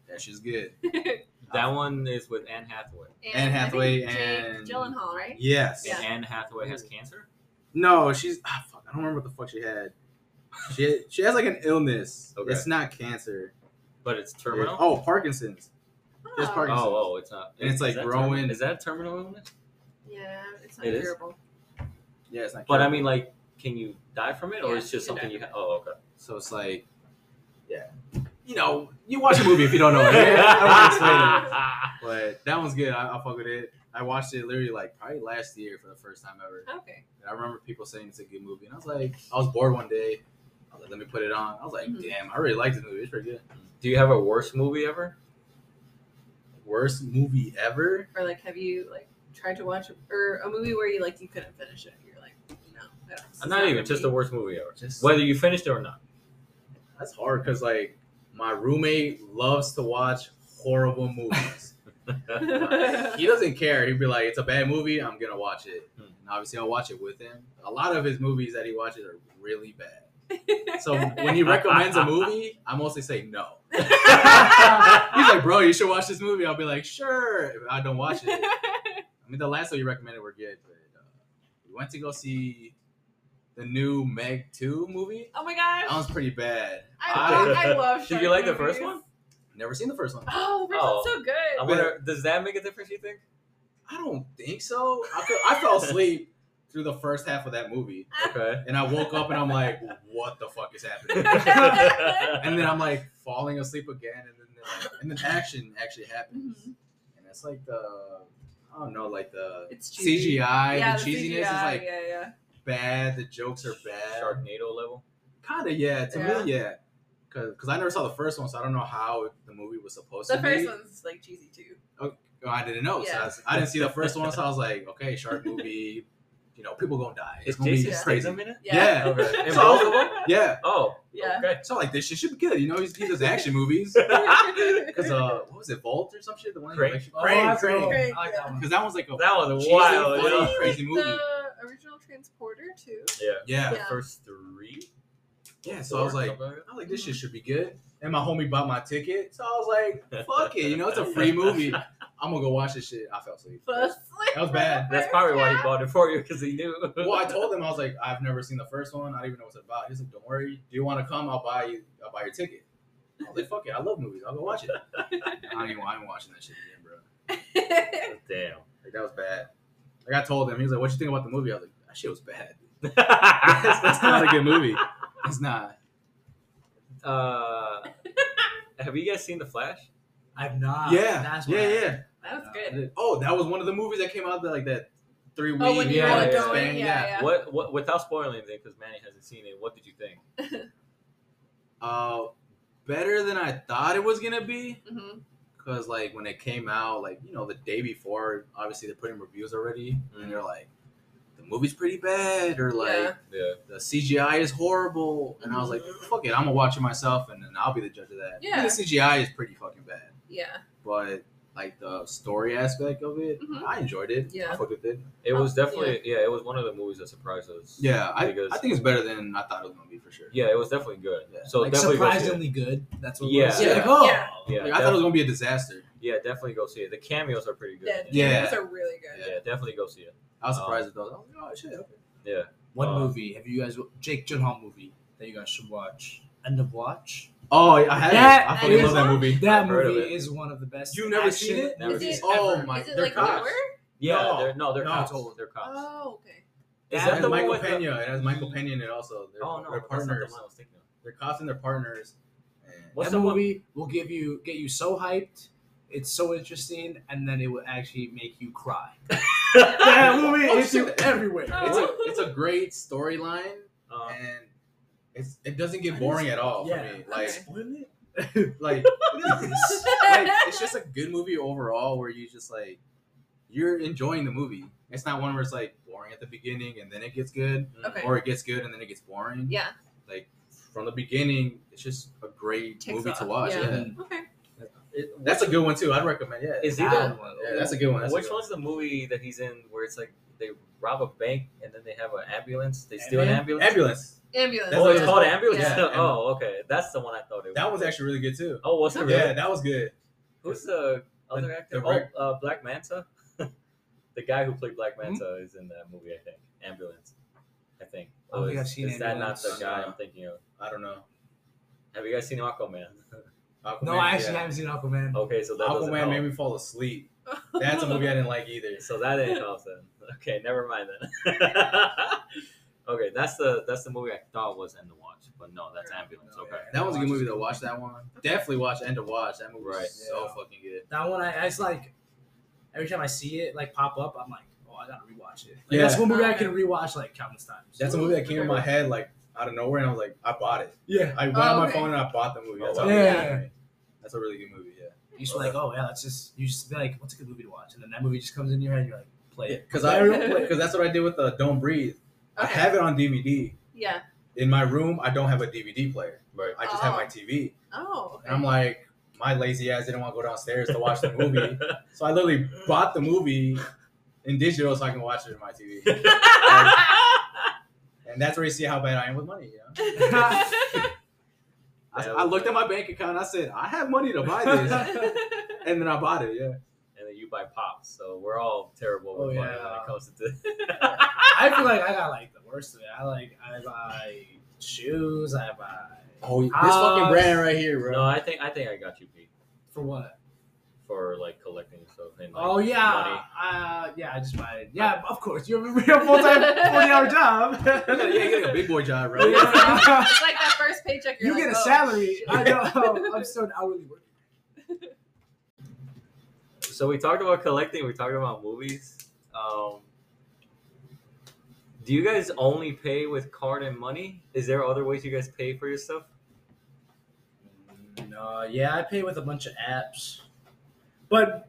That shit's good.
That one is with Anne Hathaway.
I think
Hathaway
Jake
and-
Gyllenhaal, right?
Yes.
Yeah.
And Anne Hathaway has cancer?
No, she's ah, fuck, I don't remember what the fuck she had. She she has like an illness.
Okay.
It's not cancer.
But it's
It-
terminal?
oh, Parkinson's. There's
Oh.
Parkinson's.
oh, oh, it's not.
And it's, like,
is that
growing-
terminal- Is that terminal illness?
Yeah, it's not
It is?
curable.
Yeah, it's not.
But I
curable.
mean, like, can you die from it, or
Yeah,
it's just
you can
something
die
you?
from
Ha- oh, okay.
so it's like, yeah, you know, you watch a movie if you don't (laughs) know it. (laughs)
(laughs)
I won't explain it. (laughs) But that one's good. I, I fuck with it. I watched it literally like probably last year for the first time ever.
Okay.
And I remember people saying it's a good movie, and I was like, I was bored one day. I was like, let me put it on. I was like,
Mhm.
damn, I really like this movie. It's pretty good.
Do you have a worst movie ever?
Worst movie ever?
Or like, have you like tried to watch or a movie where you like you couldn't finish it? You're like, no, I don't- this is
Not, not even
for
just
me.
the worst movie ever.
Just
Whether you finished it or
(laughs)
not.
That's hard because like my roommate loves to watch horrible movies.
(laughs)
he doesn't care. He'd be like, "It's a bad movie. I'm gonna watch it."
Hmm.
And obviously, I'll watch it with him. A lot of his movies that he watches are really bad. So when he recommends a movie, I mostly say no. (laughs) He's like, "Bro, you should watch this movie." I'll be like, "Sure." If I don't watch it, I mean, the last one you recommended were good, but uh, we went to go see the new Meg Two movie.
oh my gosh,
That one's pretty bad.
I, love, I love.
Did
shark
you like the first
movies.
one?
Never seen the first one.
Oh, the first
Oh.
one's so
I
good.
wonder, does that make a difference? You
(laughs)
think?
I don't think so. I, feel, I fell asleep through the first half of that movie,
Okay.
and I woke up and I'm like, "What the fuck is happening?" and then I'm like falling asleep again, and then they're like, and then action actually happens,
Mhm.
and it's like the I don't know, like the
It's cheesy.
CGI,
yeah,
the cheesiness
CGI,
is like
yeah, yeah.
bad. The jokes are bad.
Sharknado level.
Kind of yeah, to
Yeah.
me yeah, because I never saw the first one, so I don't know how the movie was supposed
The
to
first
be.
one's like cheesy too.
Oh, I didn't know. So I,
Yeah.
was- I didn't see the first one, so I was like, okay, shark movie. You know, people gonna die. It's
Is
gonna be
Jason
Yeah.
crazy.
Statham in it?
Yeah.
Okay. In
(laughs) So-
both of them?
Yeah.
Oh.
Yeah.
Okay.
So like this shit should be good. You know, he's, he does action movies. (laughs) Cause uh, what was it, Vault or some shit? The one
Crank.
Because
Crane,
Crane.
crane.
(laughs) Crane,
Oh, I like that one.
that one's like a
Oh, That was
cheesy,
wild.
funny,
yeah.
crazy movie.
The original Transporter too.
yeah.
The
Yeah.
first three.
Yeah. So I was like, I was like this shit should be good. And my homie bought my ticket, so I was like, fuck it. You know, it's a free
(laughs)
movie. I'm gonna go watch this shit. I fell asleep.
First
That was bad.
(laughs) That's probably why he bought it for you because he knew.
well, I told him I was like, I've never seen the first one. I don't even know what it's about. He's like, Don't worry. Do you want to come? I'll buy you. I'll buy your ticket. I was like, Fuck it. I love movies. I'll go watch it. I ain't, even- I ain't watching that shit again,
(laughs)
bro.
Damn.
Like that was bad. Like I told him, he was like, What you think about the movie? I was like, That shit was bad. (laughs) That's, (laughs) that's not a
uh,
good movie. It's not.
have you guys seen The Flash?
I've not.
yeah.
Ah, That's what
yeah.
I-
Yeah.
That was
And
good.
then- Oh, that was one of the movies that came out that, like that three week
Oh, when you
Yeah,
were
yeah,
going,
span.
yeah,
yeah.
yeah.
What? What? Without spoiling anything, because Manny hasn't seen it. What did you think?
Uh, better than I thought it was gonna be.
Mhm.
because like when it came out, like you know the day before, obviously they're putting reviews already, and they're like, the movie's pretty bad, or like
Yeah.
Yeah.
the CGI is horrible, and I was like, fuck it, I'm gonna watch it myself, and then I'll be the judge of that.
Yeah.
the CGI is pretty fucking bad,
Yeah.
but like the story aspect of it,
Mhm.
I enjoyed it.
Yeah.
I fucked with it.
It was
Oh,
definitely yeah. It was one of the movies that surprised us.
Yeah, I,
Because-
I think it's better than I thought it was gonna be for sure.
Yeah, it was definitely good.
Yeah.
So
like
definitely go see it.
surprisingly good. That's what
Yeah.
It was. Yeah.
Yeah.
Like, oh.
Yeah.
Yeah,
Like, I thought it was gonna be a disaster.
def- yeah, definitely go see it. The cameos are pretty good.
Yeah.
Yeah,
Yeah.
Those are really good.
yeah, definitely go see it.
I was surprised at those. I was like, oh shit, okay.
One
Uh,
movie. Have you guys Jake Gyllenhaal movie that you guys should watch? End of Watch.
Oh, I had
That
it. I fucking
is-
love that movie.
That
I've heard of
movie
it.
is one of the best.
You've never seen
action
it?
Never
Is
seen
it-
it.
Oh my,
Is it
they're
like
cops.
newer?
Yeah,
No.
they're no, they're
No.
cops.
Totally.
They're cops.
Oh, okay.
Is
It
that
has
the
Michael
one with the-
Pena. It has Michael Pena in it also. They're,
Oh no,
they're
that's not the
partners.
one I was thinking of.
They're cops and they're partners. And
What's
that
the one-
movie will give you get you so hyped. It's so interesting, and then it will actually make you cry. that movie
Oh,
is
shit.
everywhere.
it's a it's a great storyline
Uh,
and it's it doesn't get boring at all
Yeah.
for me. Like
Spoil it? (laughs)
(laughs)
(laughs) like, like it's just a good movie overall where you just like you're enjoying the movie. It's not one where it's like boring at the beginning and then it gets good,
Okay.
or it gets good and then it gets boring.
Yeah.
Like from the beginning, it's just a great
Takes
movie to
off,
watch.
yeah.
Yeah.
Okay.
It- that's a good one too. I'd recommend. Yeah,
is
That
either
one.
yeah that's a good one. That's a
which
good
one's the movie that he's in where it's like they rob a bank and then they have an ambulance? They steal an
Ant-Man?
ambulance.
Ambulance.
Ambulance.
That's
oh,
what
it's
it's
called
called.
ambulance.
Yeah,
(laughs) oh, okay, that's the one I thought it was.
That one's actually really good too.
Oh, what's the
Yeah, that was good.
Who's the other
The-
actor?
the rec-
oh, uh, Black Manta. (laughs) the guy who played Black
Hmm?
Manta is in that movie, I think. Ambulance, I think.
I don't
Oh,
think
is,
I've seen
is that not the
Ambulance.
guy I'm thinking of?
I don't know.
Have you guys seen Aquaman?
No,
Aquaman,
I actually
yeah.
haven't seen Aquaman.
okay, so that doesn't
Aquaman
help.
made me fall asleep. That's a
(laughs)
movie I didn't like either.
So that didn't help
(laughs)
then. Okay, never mind then. (laughs) okay, that's the that's the movie I thought was End the Watch, but no, that's Ambulance. Okay.
That was a good movie to watch. That one definitely watch End of Watch. That movie was
Right.
so
Yeah.
fucking good.
That one, I, I just like every time I see it like pop up, I'm like, oh, I gotta rewatch it. Like,
Yeah.
That's one movie I can rewatch like countless times.
That's a movie that came in my head like out of nowhere, and I was like, I bought it.
yeah.
I went
Oh,
on my
okay.
phone and I bought the movie. That's how
Oh,
good it
yeah.
was. That's a really good movie. Yeah,
You just be like, oh yeah, let's just you just be like, what's a good movie to watch? And then that movie just comes in your head, and you're like, play it.
because
Play it, play
I
it.
because that's what I did with the Don't Breathe. I
Okay.
have it on DVD
Yeah.
in my room. I don't have a DVD player.
Right.
I just have
Oh.
my TV,
Oh.
and I'm like, my lazy ass didn't want to go downstairs to watch (laughs) the
(laughs)
movie, so I literally bought the movie in digital so I can watch it on my TV. And that's where you see how bad I am with money. You know? I, I looked at my bank account. and I said, I have money to buy (laughs) this, and then I bought it. Yeah.
and then you buy pops, so we're all terrible
Oh,
with money when
yeah.
it comes to this.
(laughs)
(laughs)
I feel like I got like the worst of it. I like I buy shoes. I buy
Oh, this
Uh,
fucking brand right here, bro.
No, I think I think I got you beat
for what?
for like collecting stuff and like,
Oh
money.
yeah, uh, yeah. I just buy. Yeah, of course. You have a real full time forty hour job.
you gotta, (laughs) Oh. (laughs) yeah, you gotta get a big boy job, (laughs) bro.
Yeah.
Yeah.
It's like that first paycheck. You're
(laughs) you
like,
get a
oh,
salary.
shit.
I know. I'm still an hourly worker.
So we talked about collecting. We talked about movies. Um, do you guys only pay with card and money? Is there other ways you guys pay for your stuff?
No, uh, yeah, I pay with a bunch of apps, but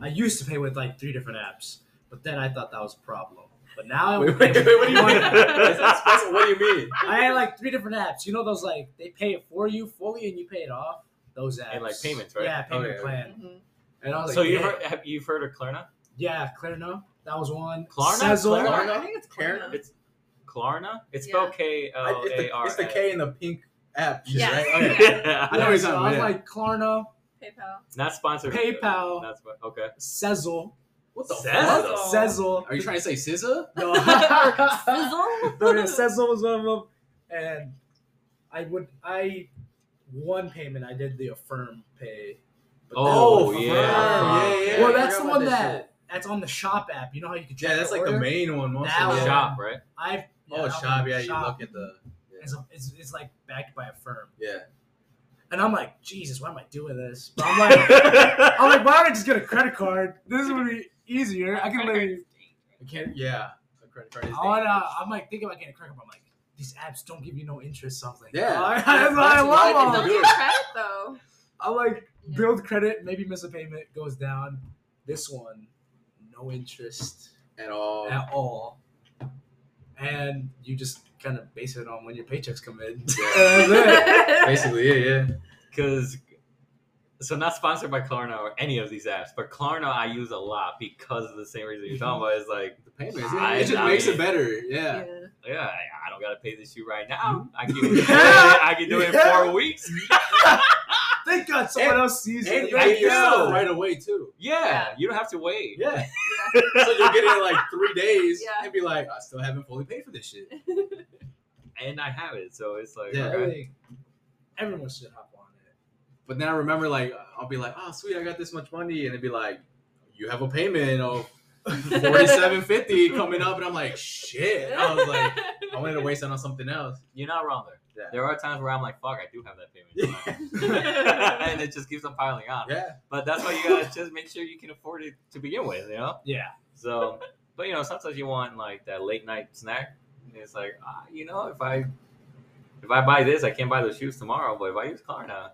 I used to pay with like three different apps. But then I thought that was a problem. But now I
Wait, wait, wait, what do you (laughs) mean?
That's- that's- that's-
what do you mean?
(laughs) I had like three different apps. You know those like they pay it for you fully and you pay it off. Those apps
And, like, payments, right?
Yeah, payment
Okay.
plan.
Mhm.
And I was like,
So you
yeah,
heard, have you've heard of Klarna?
yeah, Klarna. That was one.
Klarna?
Sezzle.
Klarna?
I think it's Klarna.
It's Klarna. It's spelled K
I-
L
it's,
A
the,
R.
it's the K in the pink app, shit,
Yeah.
right? Okay.
Yeah.
I know what you're
so
talking
I was
about,
like Klarna,
PayPal.
Not sponsored.
PayPal.
Not spo- okay.
Sezzle,
What the
Sezzle?
fuck?
Sezzle.
Are you trying to say SZA?
No.
(laughs)
no,
(laughs)
(laughs) yeah, Sezzle was one of them. And I would I one payment I did the Affirm Pay. But
Oh,
that-
yeah.
yeah, yeah.
Well,
I
that's the
forgot about
one that,
shit.
that's on the shop app. You know how you could
Yeah, that's like the
order?
main one. Mostly.
That
yeah.
one.
Shop,
(laughs)
right?
I've yeah,
Oh,
that
shop.
one,
Yeah, you
shop.
look at the.
It's, a- it's, it's like backed by a firm.
Yeah.
And I'm like, Jesus, why am I doing this? But I'm like,
(laughs) Oh
I'm
(laughs)
like, why don't I just get a credit card? This would be easier. I can literally.
I can't. Yeah. A credit card is
I wanna,
dangerous.
I'm like thinking about getting a credit card. But I'm like, these apps don't give you no interest. So I was like,
Yeah.
"All right, (laughs) that's why I
That's why
want
I
one."
Don't
do
get
it.
credit though.
I'm like,
Yeah.
Build credit, maybe miss a payment, goes down. This one, no interest
at all.
at all. And you just kind of base it on when your paychecks come in. (laughs) And then-
Basically, (laughs) yeah, yeah.
because so not sponsored by Klarna or any of these apps, but Klarna I use a lot because of the same reason you're talking about. It's like,
The payments,
I
yeah, it just
doubt
makes
it.
it better. Yeah.
yeah, I, I don't gotta pay this shit right now. I can,
(laughs)
I can do it in four weeks.
Thank God someone
And-
else sees
And
it.
you
I
get your
know.
stuff right away too.
Yeah,
Yeah.
you don't have to wait.
Yeah. so you'll get it in like three days
Yeah.
and be like, I still haven't fully paid for this shit.
And I have it, so it's like,
Yeah.
okay.
Everything- Everyone should hop on it.
But then I remember like I'll be like, oh sweet, I got this much money, and it'd be like, you have a payment of forty seven
(laughs)
fifty coming up, and I'm like, shit. I was like, I wanted to waste it on something else.
you're not wrong there.
Yeah.
There are times where I'm like, fuck, I do have that
(laughs)
payment.
Yeah.
(laughs)
(laughs)
and it just keeps on piling on.
Yeah.
But that's why you gotta just make sure you can afford it to begin with, you know?
Yeah.
(laughs) So, but you know, sometimes you want like that late night snack. And it's like, ah, you know, if I if I buy this, I can't buy those shoes tomorrow. But if I use Klarna,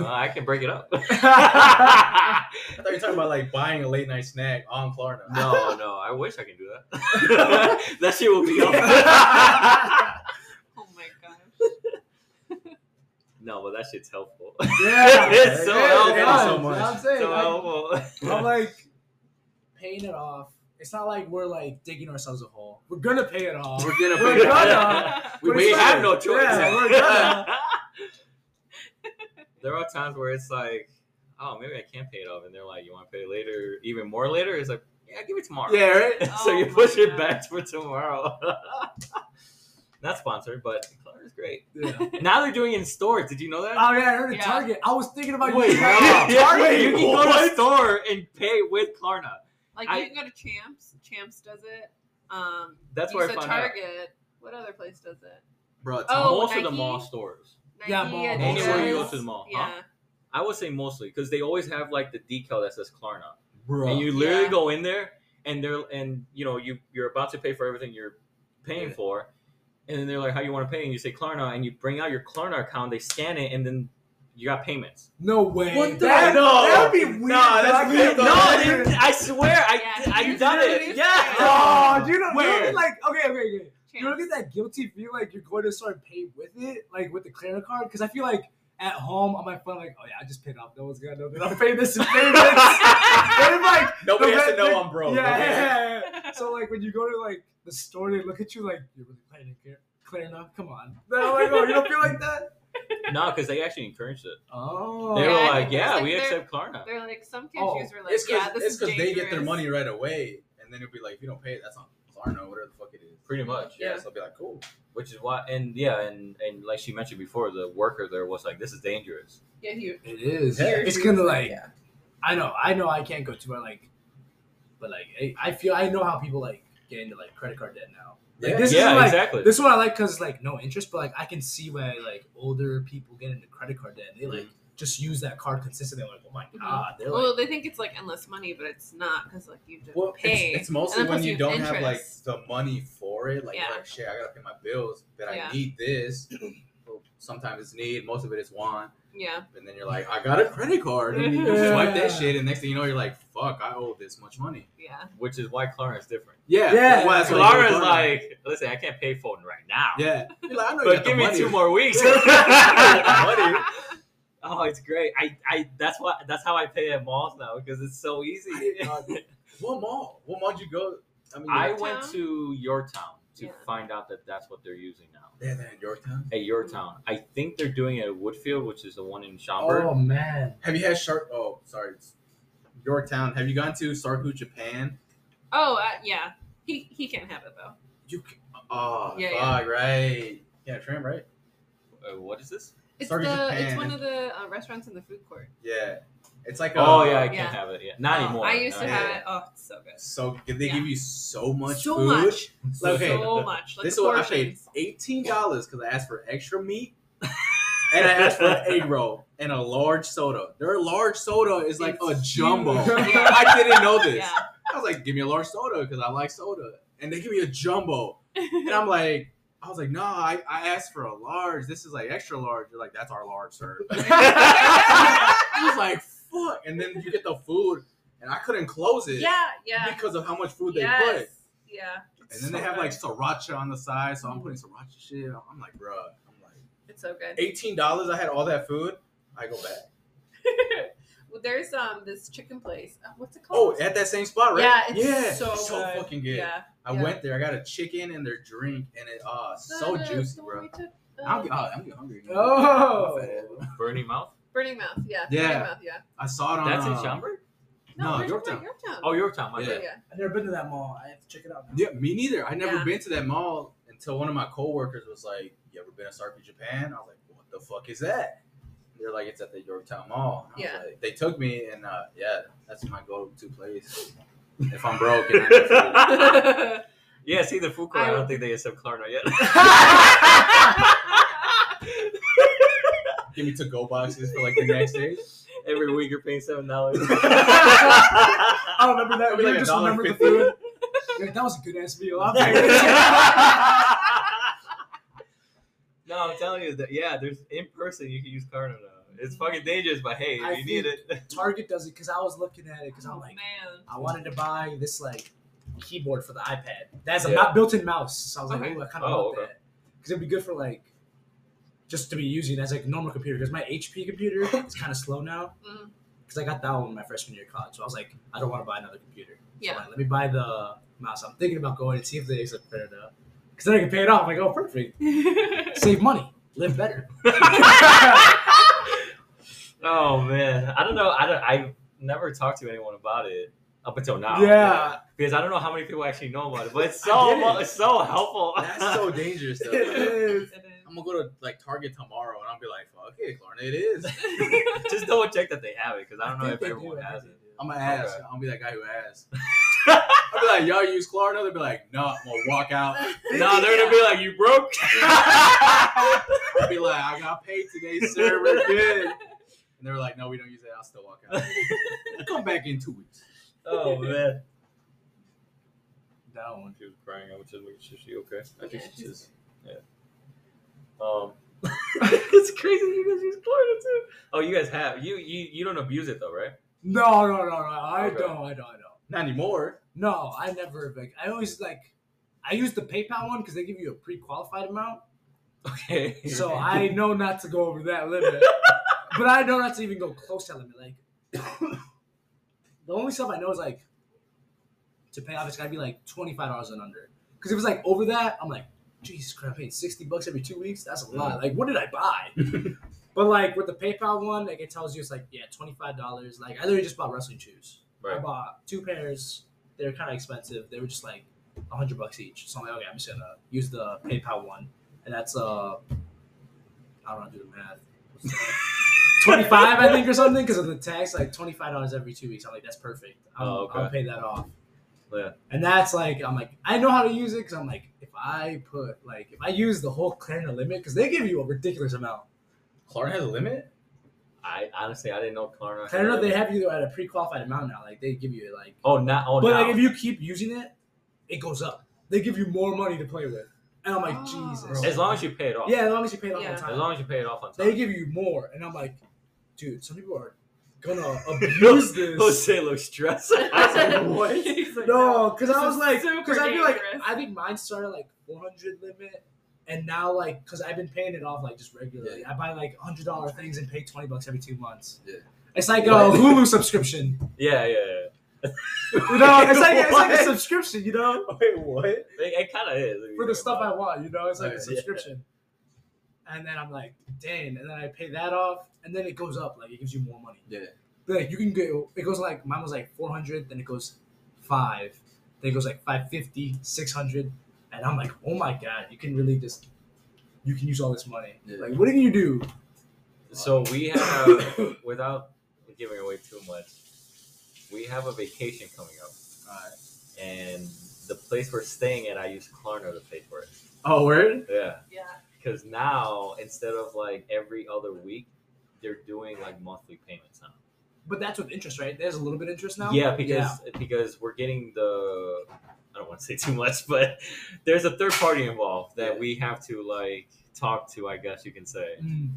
uh, I can break it (laughs) up.
I thought you were talking about like buying a late night snack on Klarna.
no, no, I wish I can do that. (laughs) that shit will be up.
oh my gosh.
no, but that shit's helpful.
(laughs)
Yeah,
It's so
yeah,
helpful.
yeah,
So
that's
much.
what I'm saying,
so
like,
helpful.
I'm like paying it off. It's not like we're like digging ourselves a hole. We're gonna pay it off.
We're gonna
We're
pay it
(laughs)
gonna.
off.
We're
we we
trying.
have no
choice.
Yeah, we're gonna.
(laughs) there are times where it's like, oh, maybe I can't pay it off, and they're like, you want to pay later, even more later? It's like, yeah, give it tomorrow.
Yeah, right?
(laughs) so
Oh
you
my
push it
God.
back for tomorrow. (laughs) Not sponsored, but Clark is great.
Yeah.
Now they're doing it in stores. Did you know that?
Oh yeah, I heard a
Yeah.
Target. I was thinking about
Wait,
you.
no.
Target, you Uh, can go to
what?
the store and pay with Klarna.
Like
I-
you can go to Champs. Champs does it. Um,
That's
you
where I
said
found out.
Target. What other place does it?
Bro,
Oh,
Most of the
Nike?
mall stores.
Nike,
Yeah, mall.
Adidas.
Anywhere you go to the mall, huh?
Yeah.
I would say mostly because they always have like the decal that says Klarna.
bro.
and you literally
Yeah.
go in there and they're and you know you you're about to pay for everything you're paying
Yeah.
for and then they're like how you want to pay and you say klarna and you bring out your klarna account they scan it and then you got payments
No way.
What the-
that,
No.
That'd be weird.
Nah, that's
dog.
weird,
no
No,
they- i swear i
Yeah,
i
you
done
literally
it
did
yeah
No, you don't. You
Where?
don't get like okay, okay, okay. You don't
Champs.
get that guilty feel like you're going to start paying with it, like with the clearing card, because I feel like at home on my phone, like, oh yeah, I just paid off. No one's gonna know that I'm paying this
(laughs)
in payments. and I'm like,
Nobody has
the-
to know
(laughs) the-
I'm broke.
Yeah,
okay?
yeah, yeah. So like when you go to like the store, they look at you like you're really playing it, Claire. Now, come on. Then I'm like, oh, you don't feel like that.
no because they actually encouraged it
Oh.
they
Yeah,
were
I
like
think it's
yeah
like
we
they're-
accept klarna
They're like some
Oh,
cashiers were like,
It's because
yeah, this is
they get their
dangerous.
money right away, and then it'll be like, if you don't pay, it, that's on Klarna, whatever the fuck it is.
pretty much
Yeah,
Yeah.
so I'll be like, cool.
which is why and yeah and and like she mentioned before the worker there was like this is dangerous
Yeah, you.
It is.
Yeah.
It's kind of like I know, I know, I can't go too far. Like, but like I, I feel I know how people like get into like credit card debt now. Like,
Yeah.
this
yeah
is like
exactly
this one I like because like no interest, but like I can see why like older people get into credit card debt. And they like just use that card consistently. I'm like, oh my
Mhm.
god, they're like,
Well, they think it's like endless money, but it's not because like you just
Well,
pay.
it's, it's mostly
And then
when
plus
you
you
don't
have
have like
interest.
the money for it. Like, you're
Yeah.
like shit, I gotta pay my bills. That
Yeah.
I need
(clears throat)
this. Well, Sometimes it's need, most of it is want.
yeah,
And then you're like, I got a credit card.
(laughs)
And you
Yeah.
swipe that shit, and next thing you know, you're like, fuck, I owe this much money.
yeah.
which is why klarna is different
Yeah,
Yeah.
Well,
so
that's why I go
Klarna's
Klarna.
like listen i can't pay for it right now
yeah. You're like, I know you
but
got the
give me
money.
two more
(laughs)
weeks. (laughs)
Money.
oh, it's great. I, I that's why that's how I pay at malls now because it's so easy.
I didn't know that. what mall? What mall did you go? I mean,
(laughs) I
like-
went to Yorktown to
Yeah.
find out that that's what they're using now.
yeah, they're in Yorktown.
At
Mm-hmm.
Yorktown, I think they're doing it at Woodfield, which is the one in Schaumburg.
oh man,
Have you had shark? Oh, sorry, it's Yorktown. Have you gone to Sarku, Japan?
Oh, uh, yeah. He he can't have it though.
You c- oh
Yeah,
fuck right yeah tram right
Uh, what is this?
It's
Sorry,
the
Japan.
it's one of the uh, restaurants in the food court. (laughs)
yeah it's like a,
Oh yeah, I can't
yeah.
have it. Yeah, not
Oh,
anymore. Uh,
I used to
Not
Yeah.
have
anymore.
it. Oh, it's so good.
so they
Yeah.
give you so much
so
food
much.
Like, okay
So much. Like
this
the
is what I paid
portions.
eighteen dollars because I asked for
(laughs)
extra meat and I asked for an egg roll and a large soda their large soda is like a
It's
jumbo
huge.
I didn't know this
(laughs) Yeah.
I was like give me a large soda because I like soda and they give me a jumbo and I'm like I was like, no, I, I asked for a large. This is like extra large. You're like, that's our large, sir. I was like, fuck. And then you get the food, and I couldn't close it
Yeah, yeah.
because of how much food they put.
Yes. Yeah.
And then they have like sriracha on the side,
Mm-hmm.
so I'm putting sriracha shit. I'm like, bruh. I'm like,
It's so good.
eighteen dollars. I had all that food. I go back.
(laughs) well, there's um this chicken place. Uh, what's it
Oh,
called?
at that same spot, right?
Yeah, it's
yeah,
so
it's so
good.
fucking good.
Yeah.
I
yeah.
went there. I got a chicken and their drink, and it ah so
The-
juicy,
the one
bro.
we took, uh,
I'm, get- ah, I'm getting hungry. now.
Oh.
Bernie Mouth?
Burning Mouth. Yeah.
Yeah.
Burning Mouth. Yeah.
I saw it on.
That's in
uh,
Schaumburg?
Burning
No,
Mouth,
Yorktown.
Yorktown.
Oh, Yorktown, my
Yeah.
bad.
yeah.
I've never been to that mall. I have to check it out. now.
Yeah, me neither. I never
Yeah.
been to that mall until one of my coworkers was like, "You ever been to Sarky, Japan?" I was like, "What the fuck is that?" They're like, "It's at the Yorktown Mall." And I
Yeah.
was like, they took me, and uh, yeah, that's my go-to
(laughs)
place if I'm broke. And I need food.
(laughs)
Yeah, see the food court. I,
I-
don't think they accept Klarna yet.
(laughs)
(laughs)
Give me to-go boxes for like the next day.
Every week you're paying seven (laughs) dollars.
I don't remember that.
It'd be like
I just
$1.50.
remember the (laughs) food. Like, that was a good (laughs) ass meal. I'll pay
no, I'm telling you that yeah, there's in person you can use Klarna now. It's fucking dangerous, but hey, if
I
you need it.
(laughs)
(laughs)
Target does it because I was looking at it because I'm
Oh,
like,
(laughs) man.
I wanted to buy this like keyboard for the iPad. That's a
Yeah.
not built-in mouse. So I was
Okay.
like, ooh, I kind of
Oh,
want
okay.
that because it'd be good for like just to be using as like a normal computer. Because my HP computer is kind of slow now
Mm.
because I got that one my freshman year of college. So I was like, I don't want to buy another computer. So
Yeah.
I'm like, let me buy the mouse. I'm thinking about going and see if they accept credit now because then I can pay it off. Like, oh, perfect, save money, live better.
oh man, I don't know. I don't. I've never talked to anyone about it up until now. because I don't know how many people actually know about it, but it's
I
so
didn't.
mu- it's so helpful. (laughs)
That's so dangerous,
it
though.
It
is.
is.
I'm gonna go to like Target tomorrow, and I'll be like, "Fuck it, Klarna, it is."
(laughs)
just double check that they have it because I don't know
think
if
they do,
everyone
I think
has
they
it.
do.
I'm gonna ask.
Okay.
I'll be that guy who asks. I'll be like, "Y'all use Klarna?" They'll be like, "No." I'm gonna walk out.
No, they're gonna be like, "You broke."
I'll be like, "I got paid today,
(laughs)
sir. We're good." And they were like, "No, we don't use it. I'll still walk out. Come back in two weeks."
oh
(laughs)
man,
(laughs) That one.
she was crying. I was just looking. Is she okay? I
think
think
Yeah, she's
she's
she's-
yeah. Um, (laughs) it's crazy that you guys use Florida too. Oh, you guys have you you you don't abuse it though, right? (laughs)
No, no, no, no. I
Okay.
don't. I don't. I don't.
Not anymore.
No, I never. Like, I always like. I use the PayPal one because they give you a pre-qualified amount,
Okay. (laughs)
so I know not to go over that limit. but I know not to even go close to that limit. Like, the only stuff I know is like to pay off. It's gotta be like twenty-five dollars and under. Because if it's like over that, I'm like, Jesus Christ, I'm paying sixty bucks every two weeks. That's a lot. Like, what did I buy? but like with the PayPal one, like it tells you it's like yeah, twenty-five dollars. Like I literally just bought wrestling shoes. I
right.
bought two pairs. They were kind of expensive. They were just like a hundred bucks each. So I'm like, okay, I'm just gonna use the PayPal one, and that's uh, I don't know, do
(laughs)
the math. Twenty five, I think, or something, because of the tax, like twenty five dollars every two weeks. I'm like, that's perfect. I'm,
Oh, okay.
I'll pay that off.
Yeah.
And that's like, I'm like, I know how to use it because I'm like, if I put like, if I use the whole Klarna limit, because they give you a ridiculous amount.
Klarna has
(laughs)
a limit.
I honestly I didn't know Klarna. had
Klarna,
it.
they have you at a pre qualified amount now. Like they give you like
Oh, not oh,
But
now.
like, if you keep using it, it goes up. They give you more money to play with, and I'm like,
Oh.
Jesus.
as long as you pay it off.
yeah, as long as you pay it off
Yeah.
on
As
time,
long as you pay it off on
they
time.
give you more, and I'm like, dude, some people are
(laughs)
gonna abuse this.
Jose looks
(laughs)
(laughs)
stressed.
He's like,
No, because I
This
was
is
like,
super
because I feel like
dangerous.
I think mine started like 400 limit, and now like, because I've been paying it off like just regularly. I buy like hundred dollar things and pay 20 bucks every two months.
Yeah.
It's like
What?
a Hulu subscription.
(laughs) yeah, yeah, yeah.
You know, it's like it's like a
What?
subscription. You know.
Wait, what?
It, it kind of is if you
for the
think
stuff
about
I want, you know, it's like
Oh, Yeah.
a subscription. And then I'm like, dang, and then I pay that off, and then it goes up, like it gives you more money.
Yeah.
But like you can go, it goes like mine was like 400, then it goes five, then it goes like 550, 600, and I'm like, oh my god, you can really just, you can use all this money.
Yeah.
Like, what can you do?
it. So we have, (coughs) without giving away too much, we have a vacation coming up,
Alright.
and the place we're staying at, I use Klarna to pay for it.
Oh, word.
Yeah,
Yeah.
because now instead of like every other week, they're doing like monthly payments now.
But that's with interest, right? There's a little bit of interest now.
Yeah, because because we're getting the I don't want to say too much, but (laughs) there's a third party involved that we have to like talk to. I guess you can say.
Mm.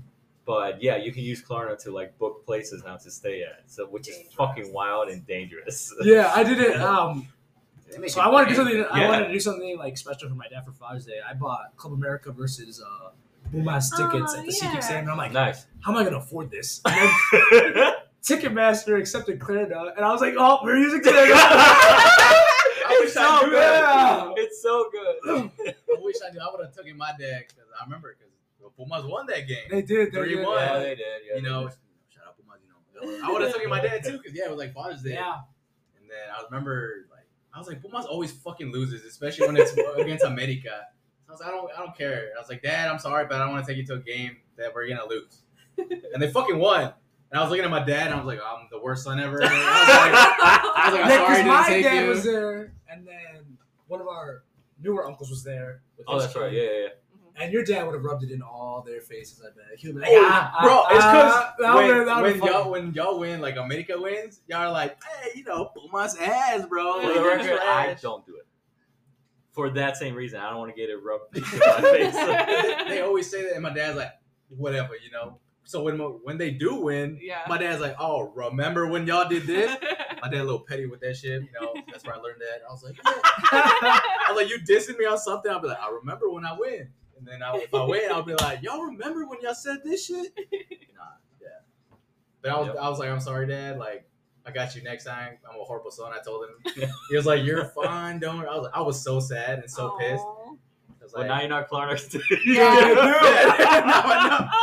But yeah, you can use Klarna to like book places now to stay at, so which is fucking wild and dangerous.
Yeah, I did
(laughs)
(laughs)
it. Um,
They make
so
it
I wanted to do
brand.
something. I
Yeah.
wanted to do something like special for my dad for Father's Day. I bought Club America versus uh, Boomas tickets
Aw,
at the
yeah.
Secret Santa. I'm like,
Nice.
how am I gonna afford this? And
(laughs)
then (laughs) Ticketmaster accepted Clarendon, and I was like, oh, we're using
(laughs)
Clarendon.
I
wish I knew that.
It's so
(clears throat)
good.
(laughs) I wish I knew. I would have taken my dad because I remember because Pumas won that game.
they did. They
Three
did.
one.
Yeah, they did. Yeah,
you know, shout out Pumas. You know, I would have taken my dad too because yeah, it was like Father's Day.
Yeah.
And then I remember like I was like Pumas always fucking loses, especially
(laughs)
when it's against America. I was like, I don't, I don't care. I was like, Dad, I'm sorry, but I don't want to take you to a game that we're
(laughs)
gonna lose. and they fucking won. And I was looking at my dad, and I was like, I'm the worst son
(laughs)
ever. And (laughs) I was like, I was like, I'm
Yeah,
sorry, I
'cause
didn't
my
take
dad
you.
was there, and then one of our newer uncles was there. with
Oh,
his
that's right.
kid.
Yeah, yeah. yeah.
And your dad would have rubbed it in all their faces, I bet. He would be like,
Oh,
ah, ah,
bro, it's
ah,
because
that
when,
would've- that
when
would've been
y'all
funny.
when y'all win, like America wins, y'all are like, hey, you know, Pumas ass,
For
bro. Like,
the
you're
record, I
(laughs) trash."
don't do it. For that same reason, I don't want to get it rubbed (laughs) in my
(laughs)
face.
they, they always say that, and my dad's like, whatever, you know. So when when they do win,
Yeah.
my dad's like, oh, remember when y'all did this?
(laughs)
my dad a little petty with that shit, you know. That's where I learned that. I was like, yeah. I was like, you dissing me on something? I'll be like, I remember when I win, and then I, if I win, I'll be like, y'all remember when y'all said this shit? Nah, yeah. But I was,
Yep.
I was like, I'm sorry, dad. Like, I got you next time. I'm a horrible son. I told him. he was like, you're fine. Don't. I was, like, I was so sad and so pissed. I was
well,
like,
now you're not Clarners. (laughs)
(laughs) now I know.
(laughs)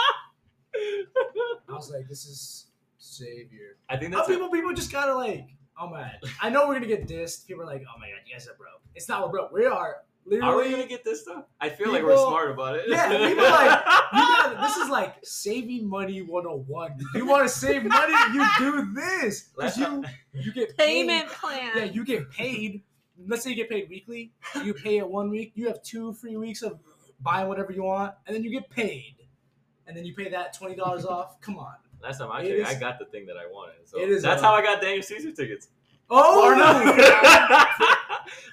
I was like, this is savior.
I think
Now
that's it.
people, people just gotta like, oh man, I know we're gonna get dissed. People are like, oh my god, you guys are broke. It's not we're broke. We are literally.
Are we gonna get this stuff? I feel like we're
People-
smart about it.
(laughs) Yeah,
(laughs)
people like- you gotta- this is like saving money 101. You want to save money, you do this. 'Cause you you get paid.
Payment plan.
Yeah, you get paid. Let's say you get paid weekly. You pay it one week. You have two free weeks of buying whatever you want, and then you get paid. And then you pay that twenty dollars off. Come on.
Last time I
It
checked, I
is-
got the thing that I wanted. So
It is,
that's
uh,
how I got Daniel Caesar tickets. (laughs)
Oh
Klarna.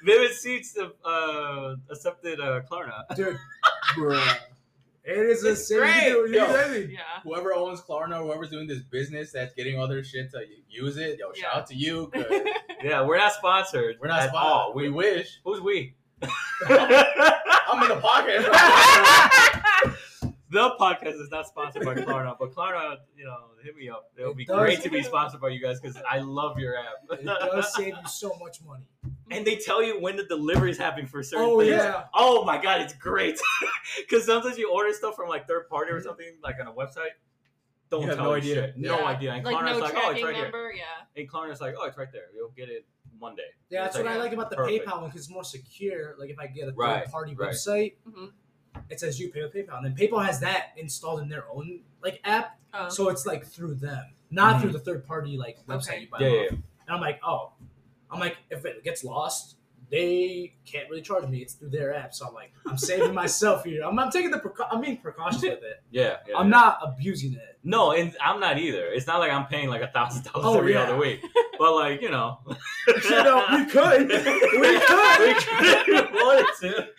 Vivid Seats uh, accepted uh, Klarna.
dude, bruh. It is a
It's
sin. You
great.
do- you do
Yo.
(laughs)
anything.
yeah.
Whoever owns Klarna, whoever's doing this business that's getting other shit to use it, yo, shout
Yeah.
out to you. 'cause
Yeah, we're not sponsored.
We're not
at
sponsored.
all. We,
We wish.
who's we? (laughs)
I'm in the pocket. (laughs)
The podcast is not sponsored by Klarna, but Klarna, you know, hit me up. It'll
It
be
does-
great to be sponsored by you guys because I love your app.
It does save you so much money.
and they tell you when the delivery is happening for certain
Oh
things.
yeah.
Oh my god, it's great. (laughs) Because sometimes you order stuff from like third party or something, like on a website. Don't
You have
tell
no
you
idea.
shit. No
Yeah.
idea. And
like
Klarna's
no
like, oh, it's
tracking
right here.
number.
And Klarna's like, oh, it's right there. You'll get it Monday.
Yeah, that's
It's
what
like,
I like about the
perfect.
PayPal one because it's more secure. Like if I get a
Right,
third party
right.
website,
Mhm.
it says you pay with PayPal, and then PayPal has that installed in their own like app,
Yeah. Oh.
so it's like through them, not
Mhm.
through the third party like website
Okay.
you buy.
Yeah,
off.
yeah, yeah.
And I'm like, oh, I'm like, if it gets lost, they can't really charge me. It's through their app, so I'm like, I'm saving (laughs) myself here. I'm, I'm taking the precau- I'm being
(laughs)
precautious with it.
yeah, yeah,
I'm
yeah.
not abusing it.
No, and I'm not either. It's not like I'm paying like a thousand dollars
Oh,
every
yeah.
other
(laughs)
week. But like, you know, (laughs)
You know, we could, we
we
could.
could if we wanted to. (laughs)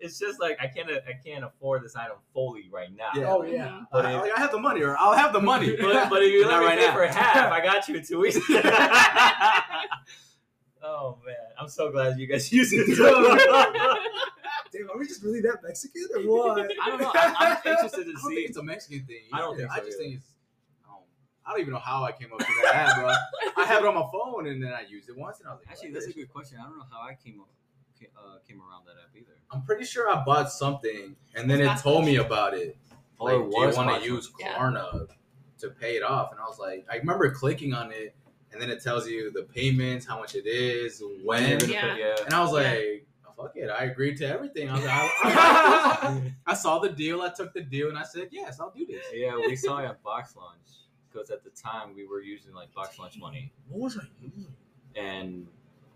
it's just like I can't I can't afford this item fully right now.
Yeah.
Oh yeah.
But,
I,
if,
like, I have the money, or I'll have the money.
(laughs) but, but if you let
Not
me
right
pay
now.
for half, I got you in two
(laughs)
weeks. oh man, I'm so glad you guys (laughs) use it. too. I
Damn, are we just really that Mexican
(laughs)
or what?
don't know. I'm, I'm
(laughs)
interested to
I don't think
see.
it's a Mexican thing.
I don't
either.
think
I
so
just
either.
think it's. I don't, I don't even know how I came up with that app, bro. I have it on my phone, and then I used it once, and I was like,
Actually,
"What
that's a
the shit?"
good question. I don't know how I came up, ca- uh, came around that app either.
I'm pretty sure I bought something, and then it
That's
told me about it.
Or
Like,
it
do you
was
want
possible.
to use
Yeah.
Klarna to pay it off? And I was like, I remember clicking on it, and then it tells you the payments, how much it is, when.
Yeah.
And I was like, "Oh, fuck it. I agreed to everything. I
(laughs)
was like, I, (laughs) I- I saw the deal. I took the deal and I said, yes, I'll do this.
(laughs) Yeah, we saw it at Box Lunch because at the time we were using like Box Lunch money,
What was I using?
and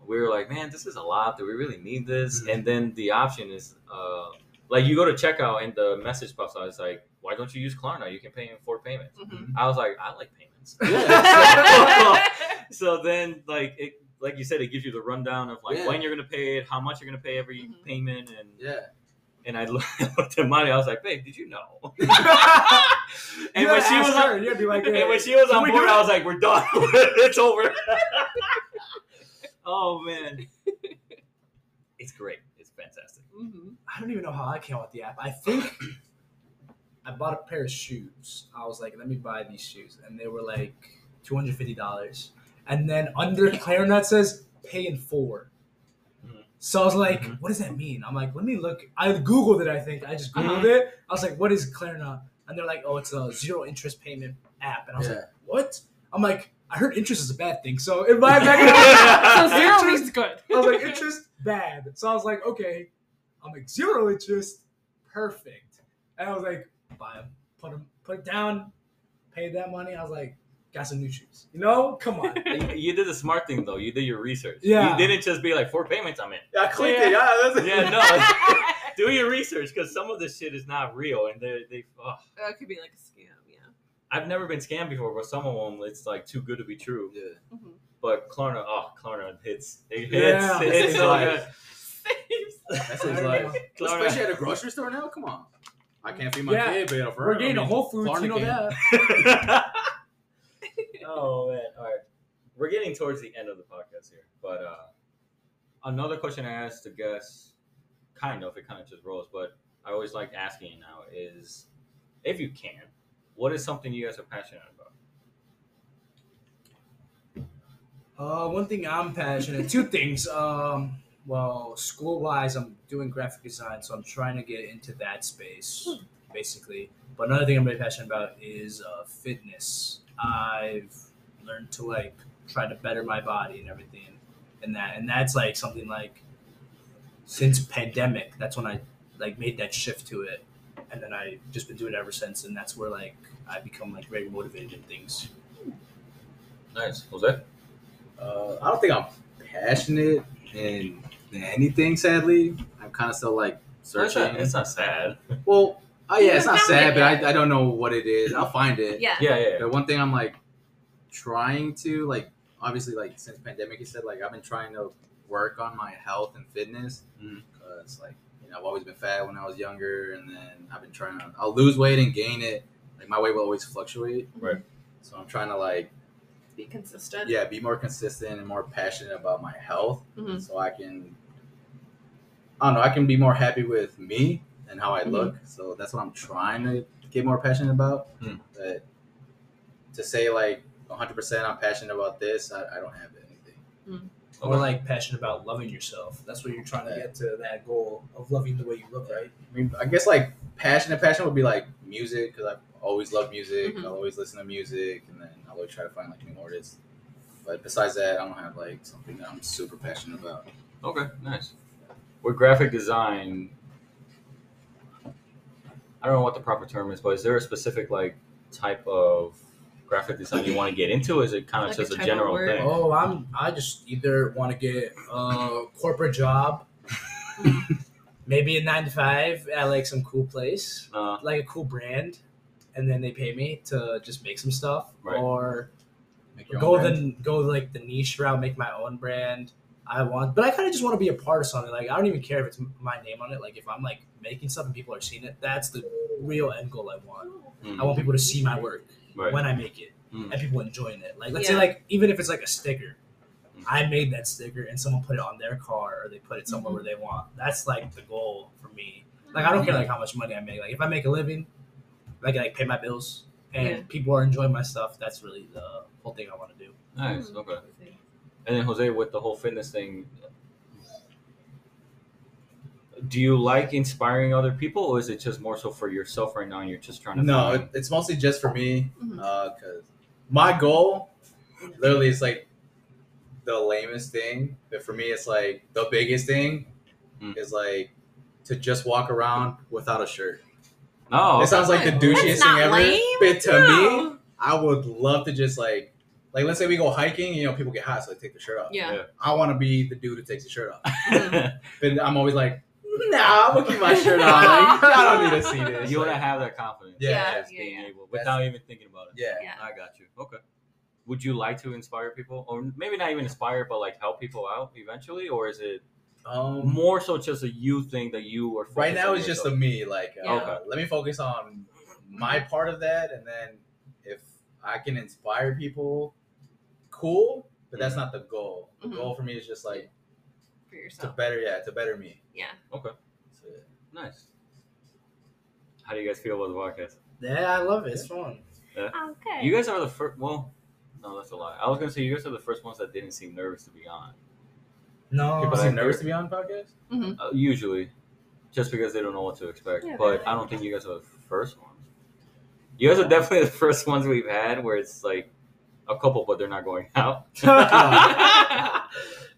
we were like, "Man, this is a lot. Do we really need this?" And then the option is, uh, like, you go to checkout and the message pops out. It's like, "Why don't you use Klarna? You can pay in four
Mm-hmm.
payments."
Mhm.
(laughs)
I was like, "I like payments."
Yeah.
so then, like, it like you said, it gives you the rundown of like
Yeah.
when you're gonna pay it, how much you're gonna pay every
Mm-hmm.
Mhm.
payment, and
Yeah.
and I (laughs) looked at money. I was like, babe, did you
(laughs)
know? and
You
when
gotta
she
ask
was on,
her, you'd be like,
(laughs) and when
"Hey,
she was
Can
on
we
board,
do
I was like, we're done. (laughs) it's over. (laughs) oh man, it's great. It's fantastic.
(laughs)
Mm-hmm.
I don't even know how I came up with the app. I think I bought a pair of shoes. I was like, let me buy these shoes. And they were like $250. And then under Clarinet says pay in four.
Mhm.
So I was like,
Mhm.
what does that mean? I'm like, let me look. I Googled it, I think. I just Googled it. I was like, what is Clarinet? And they're like, oh, it's a zero interest payment app. And I was like, what? I'm like, I heard interest is a bad thing. So in my back,
So zero
Interest-
means good.
I was like,
Oh,
(laughs)
interest bad. So I was like, okay, I'm like zero interest, perfect. And I was like, buy 'em, put 'em- put it down, paid that money. I was like, got some new shoes. You know, come on.
You, you did the smart thing though. You did your research.
Yeah.
You didn't just be like four payments. I'm in.
I clicked it. Yeah, that's
(laughs)
it.
Yeah, no. Do your research because some of this shit is not real, and they they. Oh.
that could be like a scam. Yeah.
I've never been scammed before, but some of them it's like too good to be true.
Yeah.
Mhm.
But Klarna, oh Klarna hits, it hits,
Yeah.
it hits so good.
Saves.
That saves lives. Especially
Klarna,
at a grocery store now. Come on. I can't feed my
Yeah.
kid, but
We're getting a Whole Foods, you know that.
(laughs) oh man, all right. We're getting towards the end of the podcast here, but uh, another question I asked the guests, kind of, it kind of just rolls, but I always like asking it now is, if you can, what is something you guys are passionate about?
Uh, one thing I'm passionate. Two things. Um, well, school wise, I'm doing graphic design, so I'm trying to get into that space, basically. But another thing I'm really passionate about is uh, fitness. I've learned to like try to better my body and everything, and that and that's like something like since pandemic. That's when I like made that shift to it, and then I just been doing it ever since. And that's where like I become like very motivated in things.
Nice, Jose.
Uh, I don't think I'm passionate in, in anything. Sadly, I'm kind of still like
It's
searching.
not, it's not sad.
well, oh yeah, it's
You
not
haven't
sad,
found it
but
yet.
I, I don't know what it is. I'll find it.
Yeah.
Yeah, yeah. yeah.
The one thing I'm like trying to like obviously like since pandemic, you said like I've been trying to work on my health and fitness
Mhm.
because like you know I've always been fat when I was younger, and then I've been trying to I'll lose weight and gain it. Like my weight will always fluctuate.
Right.
So I'm trying to like
Be consistent.
yeah be more consistent and more passionate about my health,
Mhm.
so I can I don't know I can be more happy with me and how I look. So that's what I'm trying to get more passionate about.
Mm.
But to say like 100 percent I'm passionate about this, I, I don't have anything.
or like passionate about loving yourself. That's what you're trying to get to that goal of loving the way you look, right?
I mean, I guess like passionate passion would be like music because I've always loved music.
Mhm.
I'll always listen to music, and then I'll always try to find like new artists. But besides that, I don't have like something that I'm super passionate about.
Okay, nice. With graphic design, I don't know what the proper term is, but is there a specific like type of graphic design you want to get into? Or is it kind of
Like a
just a,
type of
general
work?
thing?
Oh, I'm. I just either want to get a corporate job, maybe a nine to five at like some cool place,
Uh,
like a cool brand, and then they pay me to just make some stuff,
Right.
or
Make your own
go
brand.
the go like the niche route, make my own brand. I want, but I kind of just want to be a part of something. Like I don't even care if it's m- my name on it. Like if I'm like making stuff and people are seeing it, that's the real end goal I want. I want people to see my work
right.
when I make it
Mm.
and people enjoying it. Like, let's say,
Yeah.
like, even if it's like a sticker,
Mm.
I made that sticker and someone put it on their car or they put it somewhere where they want. That's like the goal for me. Like, I don't care like how much money I make. Like, if I make a living, I can like pay my bills and
Yeah.
people are enjoying my stuff. That's really the whole thing I want to do.
Nice. Okay. And then Jose, with the whole fitness thing, do you like inspiring other people, or is it just more so for yourself right now? And you're just trying to
No,
find-
it, it's mostly just for me
Mhm.
because my goal literally is like the lamest thing, but for me, it's like the biggest thing
Mm.
is like to just walk around without a shirt.
No,
It sounds like the
That's
douchiest thing
not
ever,
lame.
but to me,
No.
I would love to just like. Like let's say we go hiking, you know, people get hot, so they take their shirt off.
Yeah.
I want to be the dude who takes the shirt off,
Mhm.
but I'm always like, Nah, I'm gonna keep my shirt on. Like, I don't need to see this.
(laughs) you want to
Like,
have that confidence,
yeah,
Yeah.
being able without even thinking about it.
yeah.
Yeah.
I got you. Okay. would you like to inspire people, or maybe not even inspire, but like help people out eventually, or is it
Um,
more so just a you thing that you are?
right
focused
now
on
it's just
yourself?
a me like uh,
Yeah.
okay, let me focus on my part of that and then if i can inspire people cool but that's not the goal the
Mhm.
goal for me is just like
for
to
yourself.
better yeah to better me
Yeah.
Okay.
So, yeah.
nice. How do you guys feel about the podcast?
Yeah, I love it. It's fun.
Ah, Okay.
You guys are the first. Well, no, that's a lie. I was gonna say you guys are the first ones that didn't seem nervous to be on.
No,
people
I
(laughs)
seem
agree.
nervous to be on podcast
Uh, usually, just because they don't know what to expect.
Yeah,
but
they're-
I don't think you guys are the first ones. You guys are definitely (laughs) the first ones we've had where it's like a couple, but they're not going (laughs) out.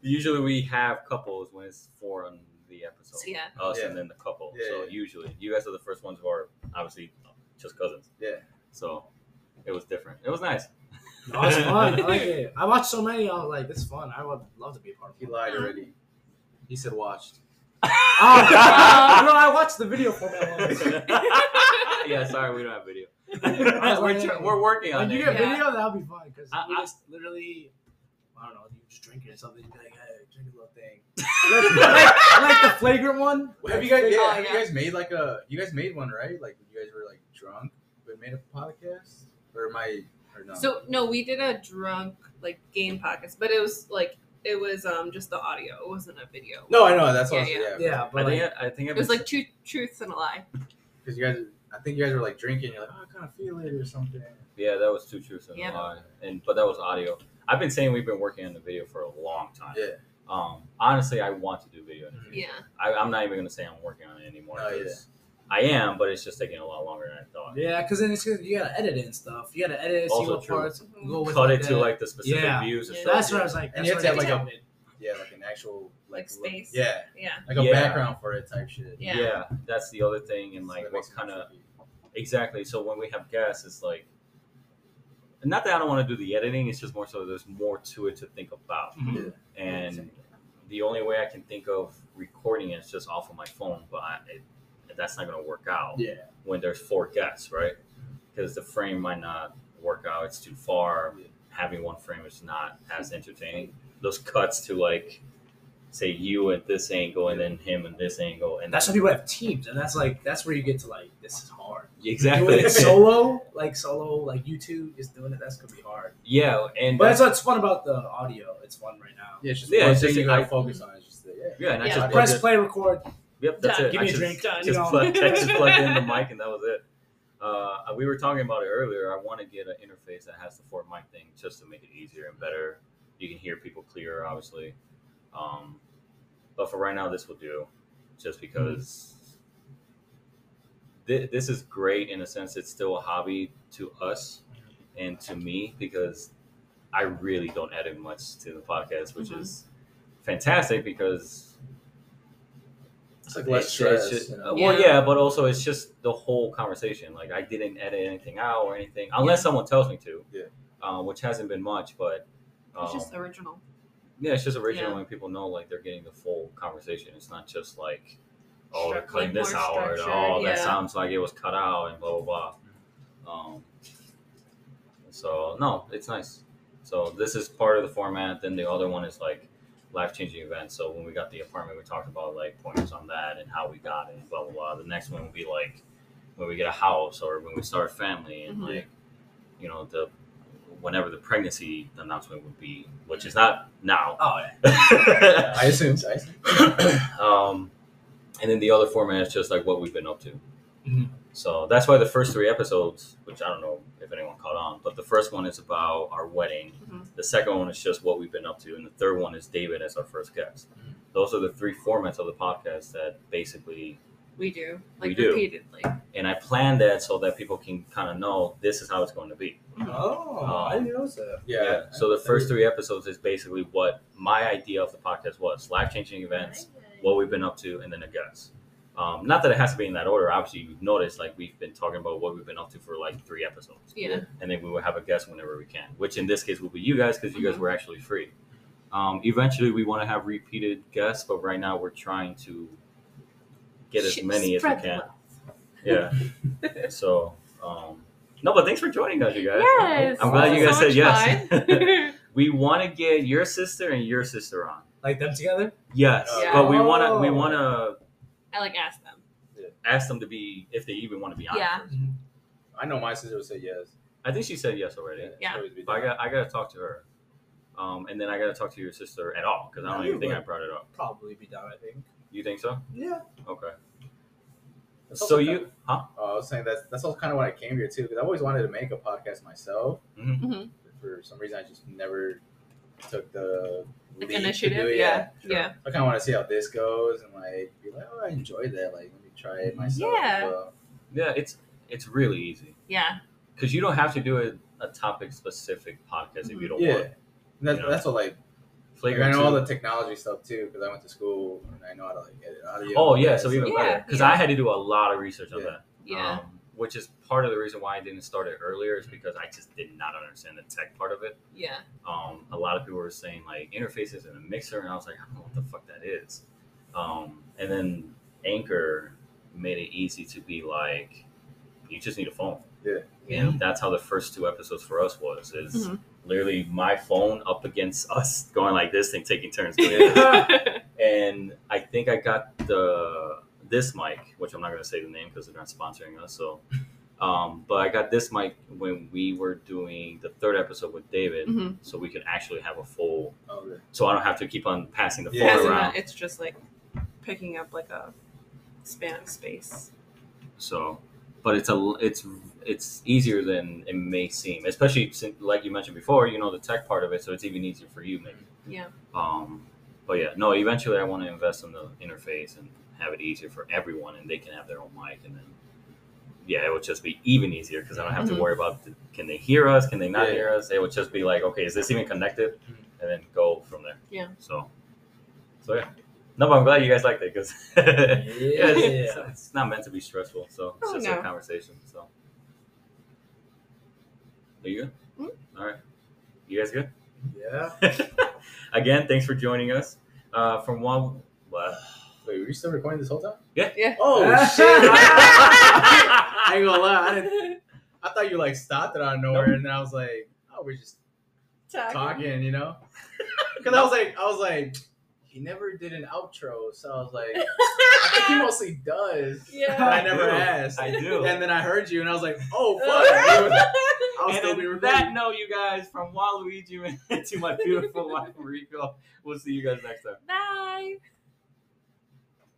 usually, we have couples when it's four on the episode.
So yeah.
Us
Yeah.
and then the couple.
Yeah,
so
yeah.
usually, you guys are the first ones who are obviously just cousins.
Yeah.
So it was different. It was
(laughs)
nice.
no, it's fun.
(laughs)
I like it. I watched so many. I was like, this is fun. I would love to be a part of (laughs)
he
it.
lied
Uh-huh.
already he said watched
Oh, (laughs) no, I watched the video
(laughs)
for that
yeah, sorry, we don't have
(laughs)
video.
was
we're,
wondering-
tr- we're working
one.
on
When you
it.
get
Yeah.
video, that'll be fun because
I-
we
I-
just literally, I don't know, you just drink it or something. You'd be like, hey, drink a little thing.
have
I (laughs) like the flagrant one.
you guys yeah,
Oh,
have
yeah.
you guys made like a you guys made one right like you guys were like drunk but made a podcast or am i or
(laughs)
no
So no, we did a drunk like game podcast, but it was like it was um just the audio. It wasn't a video.
no i know that's
Yeah,
what I was- yeah,
Yeah,
I
but
think
like,
I, I think
It
I've
was
been-
like two truths and a lie.
Because you guys, I think you guys were like drinking. You're like, oh, I kind of feel it or something.
yeah, that was two truths and
Yeah.
a lie, and but that was audio. I've been saying we've been working on the video for a long time.
Yeah.
Um, honestly, I want to do video. in the future.
Yeah.
I, I'm not even gonna say I'm working on it anymore.
Oh, yeah.
'cause I am, but it's just taking a lot longer than I thought.
yeah, because then it's 'cause you gotta edit it and stuff. You gotta edit, see
Also
what
true.
parts go with
Cut
like
it
that.
to like the specific
Yeah.
views. and
Yeah.
stuff.
That's what I was like.
And
that's
you have
what
to
I
have,
did.
Yeah, like an actual like,
Like space.
Look, yeah,
Yeah.
like a
Yeah.
background for it type shit.
Yeah.
yeah, that's the other thing, and
So
like
that
what
makes it
kind of
tricky.
Exactly. So when we have guests, it's like, not that I don't want to do the editing. It's just more so there's more to it to think about.
Mm-hmm.
Mhm.
And the only way I can think of recording is just off of my phone, but I, it, that's not going to work out
Yeah,
when there's four guests, right? Because the frame might not work out. It's too far.
Yeah.
Having one frame is not as entertaining. Those cuts to like, say you at this angle and then him at this angle, and
That's why people have teams, and that's like that's where you get to like this is hard.
exactly (laughs)
Doing it solo, like solo, like you two just doing it. That's gonna be hard.
yeah, and
But that's what's fun about the audio. It's fun right now.
yeah. It's just
Yeah,
one
it's
thing
just
you
like-
gotta focus on. It's just the, yeah.
Yeah, and I
Yeah.
just
Press
plugged
play, record.
it- Yep, that's
Done.
it.
Give
I
me a
just,
drink.
Done.
Just
Go. (laughs)
plugged, I just plugged in the mic, and that was it. Uh, we were talking about it earlier. I want to get an interface that has the four mic thing just to make it easier and better. You can hear people clearer, obviously. Um, but for right now, this will do, just because thi- this is great in a sense. It's still a hobby to us and to me because I really don't edit much to the podcast, which
Mhm.
is fantastic because
It's like less
it's- it's
stress.
just-
you know?
uh, Well,
Yeah.
yeah, but also it's just the whole conversation. Like I didn't edit anything out or anything, unless someone tells me to.
Yeah.
Uh, which hasn't been much, but um,
It's just original.
yeah, it's just original
yeah.
when people know like they're getting the full conversation. It's not just like oh they're
Struct-
cutting
like,
this
more
out or
structured,
oh that
yeah.
sounds like it was cut out and blah blah blah. Um, so no, it's nice. So this is part of the format. Then the other one is like life changing events. So when we got the apartment, we talked about like pointers on that and how we got it, and blah blah blah. The next one will be like when we get a house or when we start a family and
Mhm.
like you know the whenever the pregnancy announcement would be, which is not now. (laughs)
Oh yeah.
I assume. I assume.
um, and then the other format is just like what we've been up to.
Mhm.
So that's why the first three episodes, which I don't know if anyone caught on, but the first one is about our wedding.
Mhm.
The second one is just what we've been up to, and the third one is David as our first guest. Those are the three formats of the podcast that basically
We do. Like
We do. Oh,
repeatedly.
and I plan that so that people can kind of know this is how it's going to be.
Oh, I didn't notice that.
Yeah.
So the first three episodes is basically what my idea of the podcast was: life-changing events, what we've been up to, and then a guest. Um, not that it has to be in that order. Obviously, you've noticed like we've been talking about what we've been up to for like three episodes, (laughs)
Yeah. (laughs)
and then we will have a guest whenever we can, which in this case will be you guys because you guys were actually free. Um, eventually, we want to have repeated guests, but right now we're trying to get as
Sh-
many as we
spread the
can.
wealth.
Yeah. so um, No, but thanks for joining us, you guys.
Yes.
I'm glad you
This
guys
was
said
so much
yes. (laughs)
fun.
we want to get your sister and your sister on.
Like them together?
Yes,
Yeah.
but we want to we
Oh.
want to
I like asked them.
ask them to be if they even want to be on.
Yeah.
first.
I know my sister would say yes.
I think she said yes already.
it's
Yeah.
always been
But I got I got to talk to her, um, and then I got to talk to your sister at all because I don't
No,
even
you
think I
would.
brought it up.
Probably be down, I think.
You think so?
Yeah.
Okay.
That's
So
also
you, huh?
Oh, I was saying that's that's also kind of why I came here too, because I always wanted to make a podcast myself.
Mhm.
Mhm.
For some reason, I just never took the
Like
lead to
initiative.
do it.
Yeah.
Sure.
Yeah.
I kind of want to see how this goes and like be like, oh, I enjoyed that. Like, let me try it myself.
Yeah.
Well,
Yeah, it's it's really easy
Yeah.
because you don't have to do a, a topic specific podcast if you don't
Mm-hmm. yeah.
want.
And That's,
Yeah.
that's what like, like, I
Flagrant
know all
two.
the technology stuff too because I went to school and I know how to like edit audio.
Oh
and
yeah,
that
so
stuff.
even
Yeah,
better because
yeah.
I had to do a lot of research on
Yeah.
that,
Yeah.
um, which is part of the reason why I didn't start it earlier is because I just did not understand the tech part of it.
yeah.
Um, a lot of people were saying like interfaces and a mixer, and I was like, I don't know what the fuck that is. Um, and then Anchor made it easy to be like, you just need a phone.
Yeah.
And that's how the first two episodes for us was is
Mhm.
literally my phone up against (laughs) us going like this thing taking turns doing it
(laughs)
and I think I got the this mic, which I'm not gonna say the name because they're not sponsoring us. So, um, but I got this mic when we were doing the third episode with David,
Mhm.
so we could actually have a full.
Oh, yeah.
So I don't have to keep on passing the phone
Yeah.
As in
around.
that it's just like picking up like a span of space.
So, but it's a it's it's easier than it may seem, especially since, like you mentioned before. You know the tech part of it, so it's even easier for you, maybe.
Yeah.
Um, but yeah, no. Eventually, I want to invest in the interface and have it easier for everyone, and they can have their own mic, and then yeah, it would just be even easier because I don't have
Mhm.
to worry about the, can they hear us, can they not
Yeah.
hear us. It would just be like, okay, is this even connected, and then go from there.
Yeah.
So, so yeah. No, but I'm glad you guys liked it (laughs) because yeah,
(laughs)
it's, it's-
yeah.
it's not meant to be stressful, so it's
Oh,
just
no.
a conversation. So, are you good?
Hmm?
All right, you guys good? (laughs)
Yeah.
Again, thanks for joining us. Uh, from one, what?
Wait, were you still recording this whole time?
Yeah.
Yeah.
Oh
(laughs)
shit! I ain't gonna lie, I didn't. I thought you like stopped it out of nowhere, and then I was like, oh, we're just talking, you know? (laughs) Because I was like, I was like, he never did an outro, so I was like, I think he mostly does. But
(laughs) yeah.
I never
I do.
asked.
I (laughs) do.
And then I heard you, and I was like, oh
(laughs)
fuck, I'll
and
still be
on that
recording.
note, you guys, (laughs) from Waluigi to my beautiful wife Rico, we'll see you guys next time.
Bye.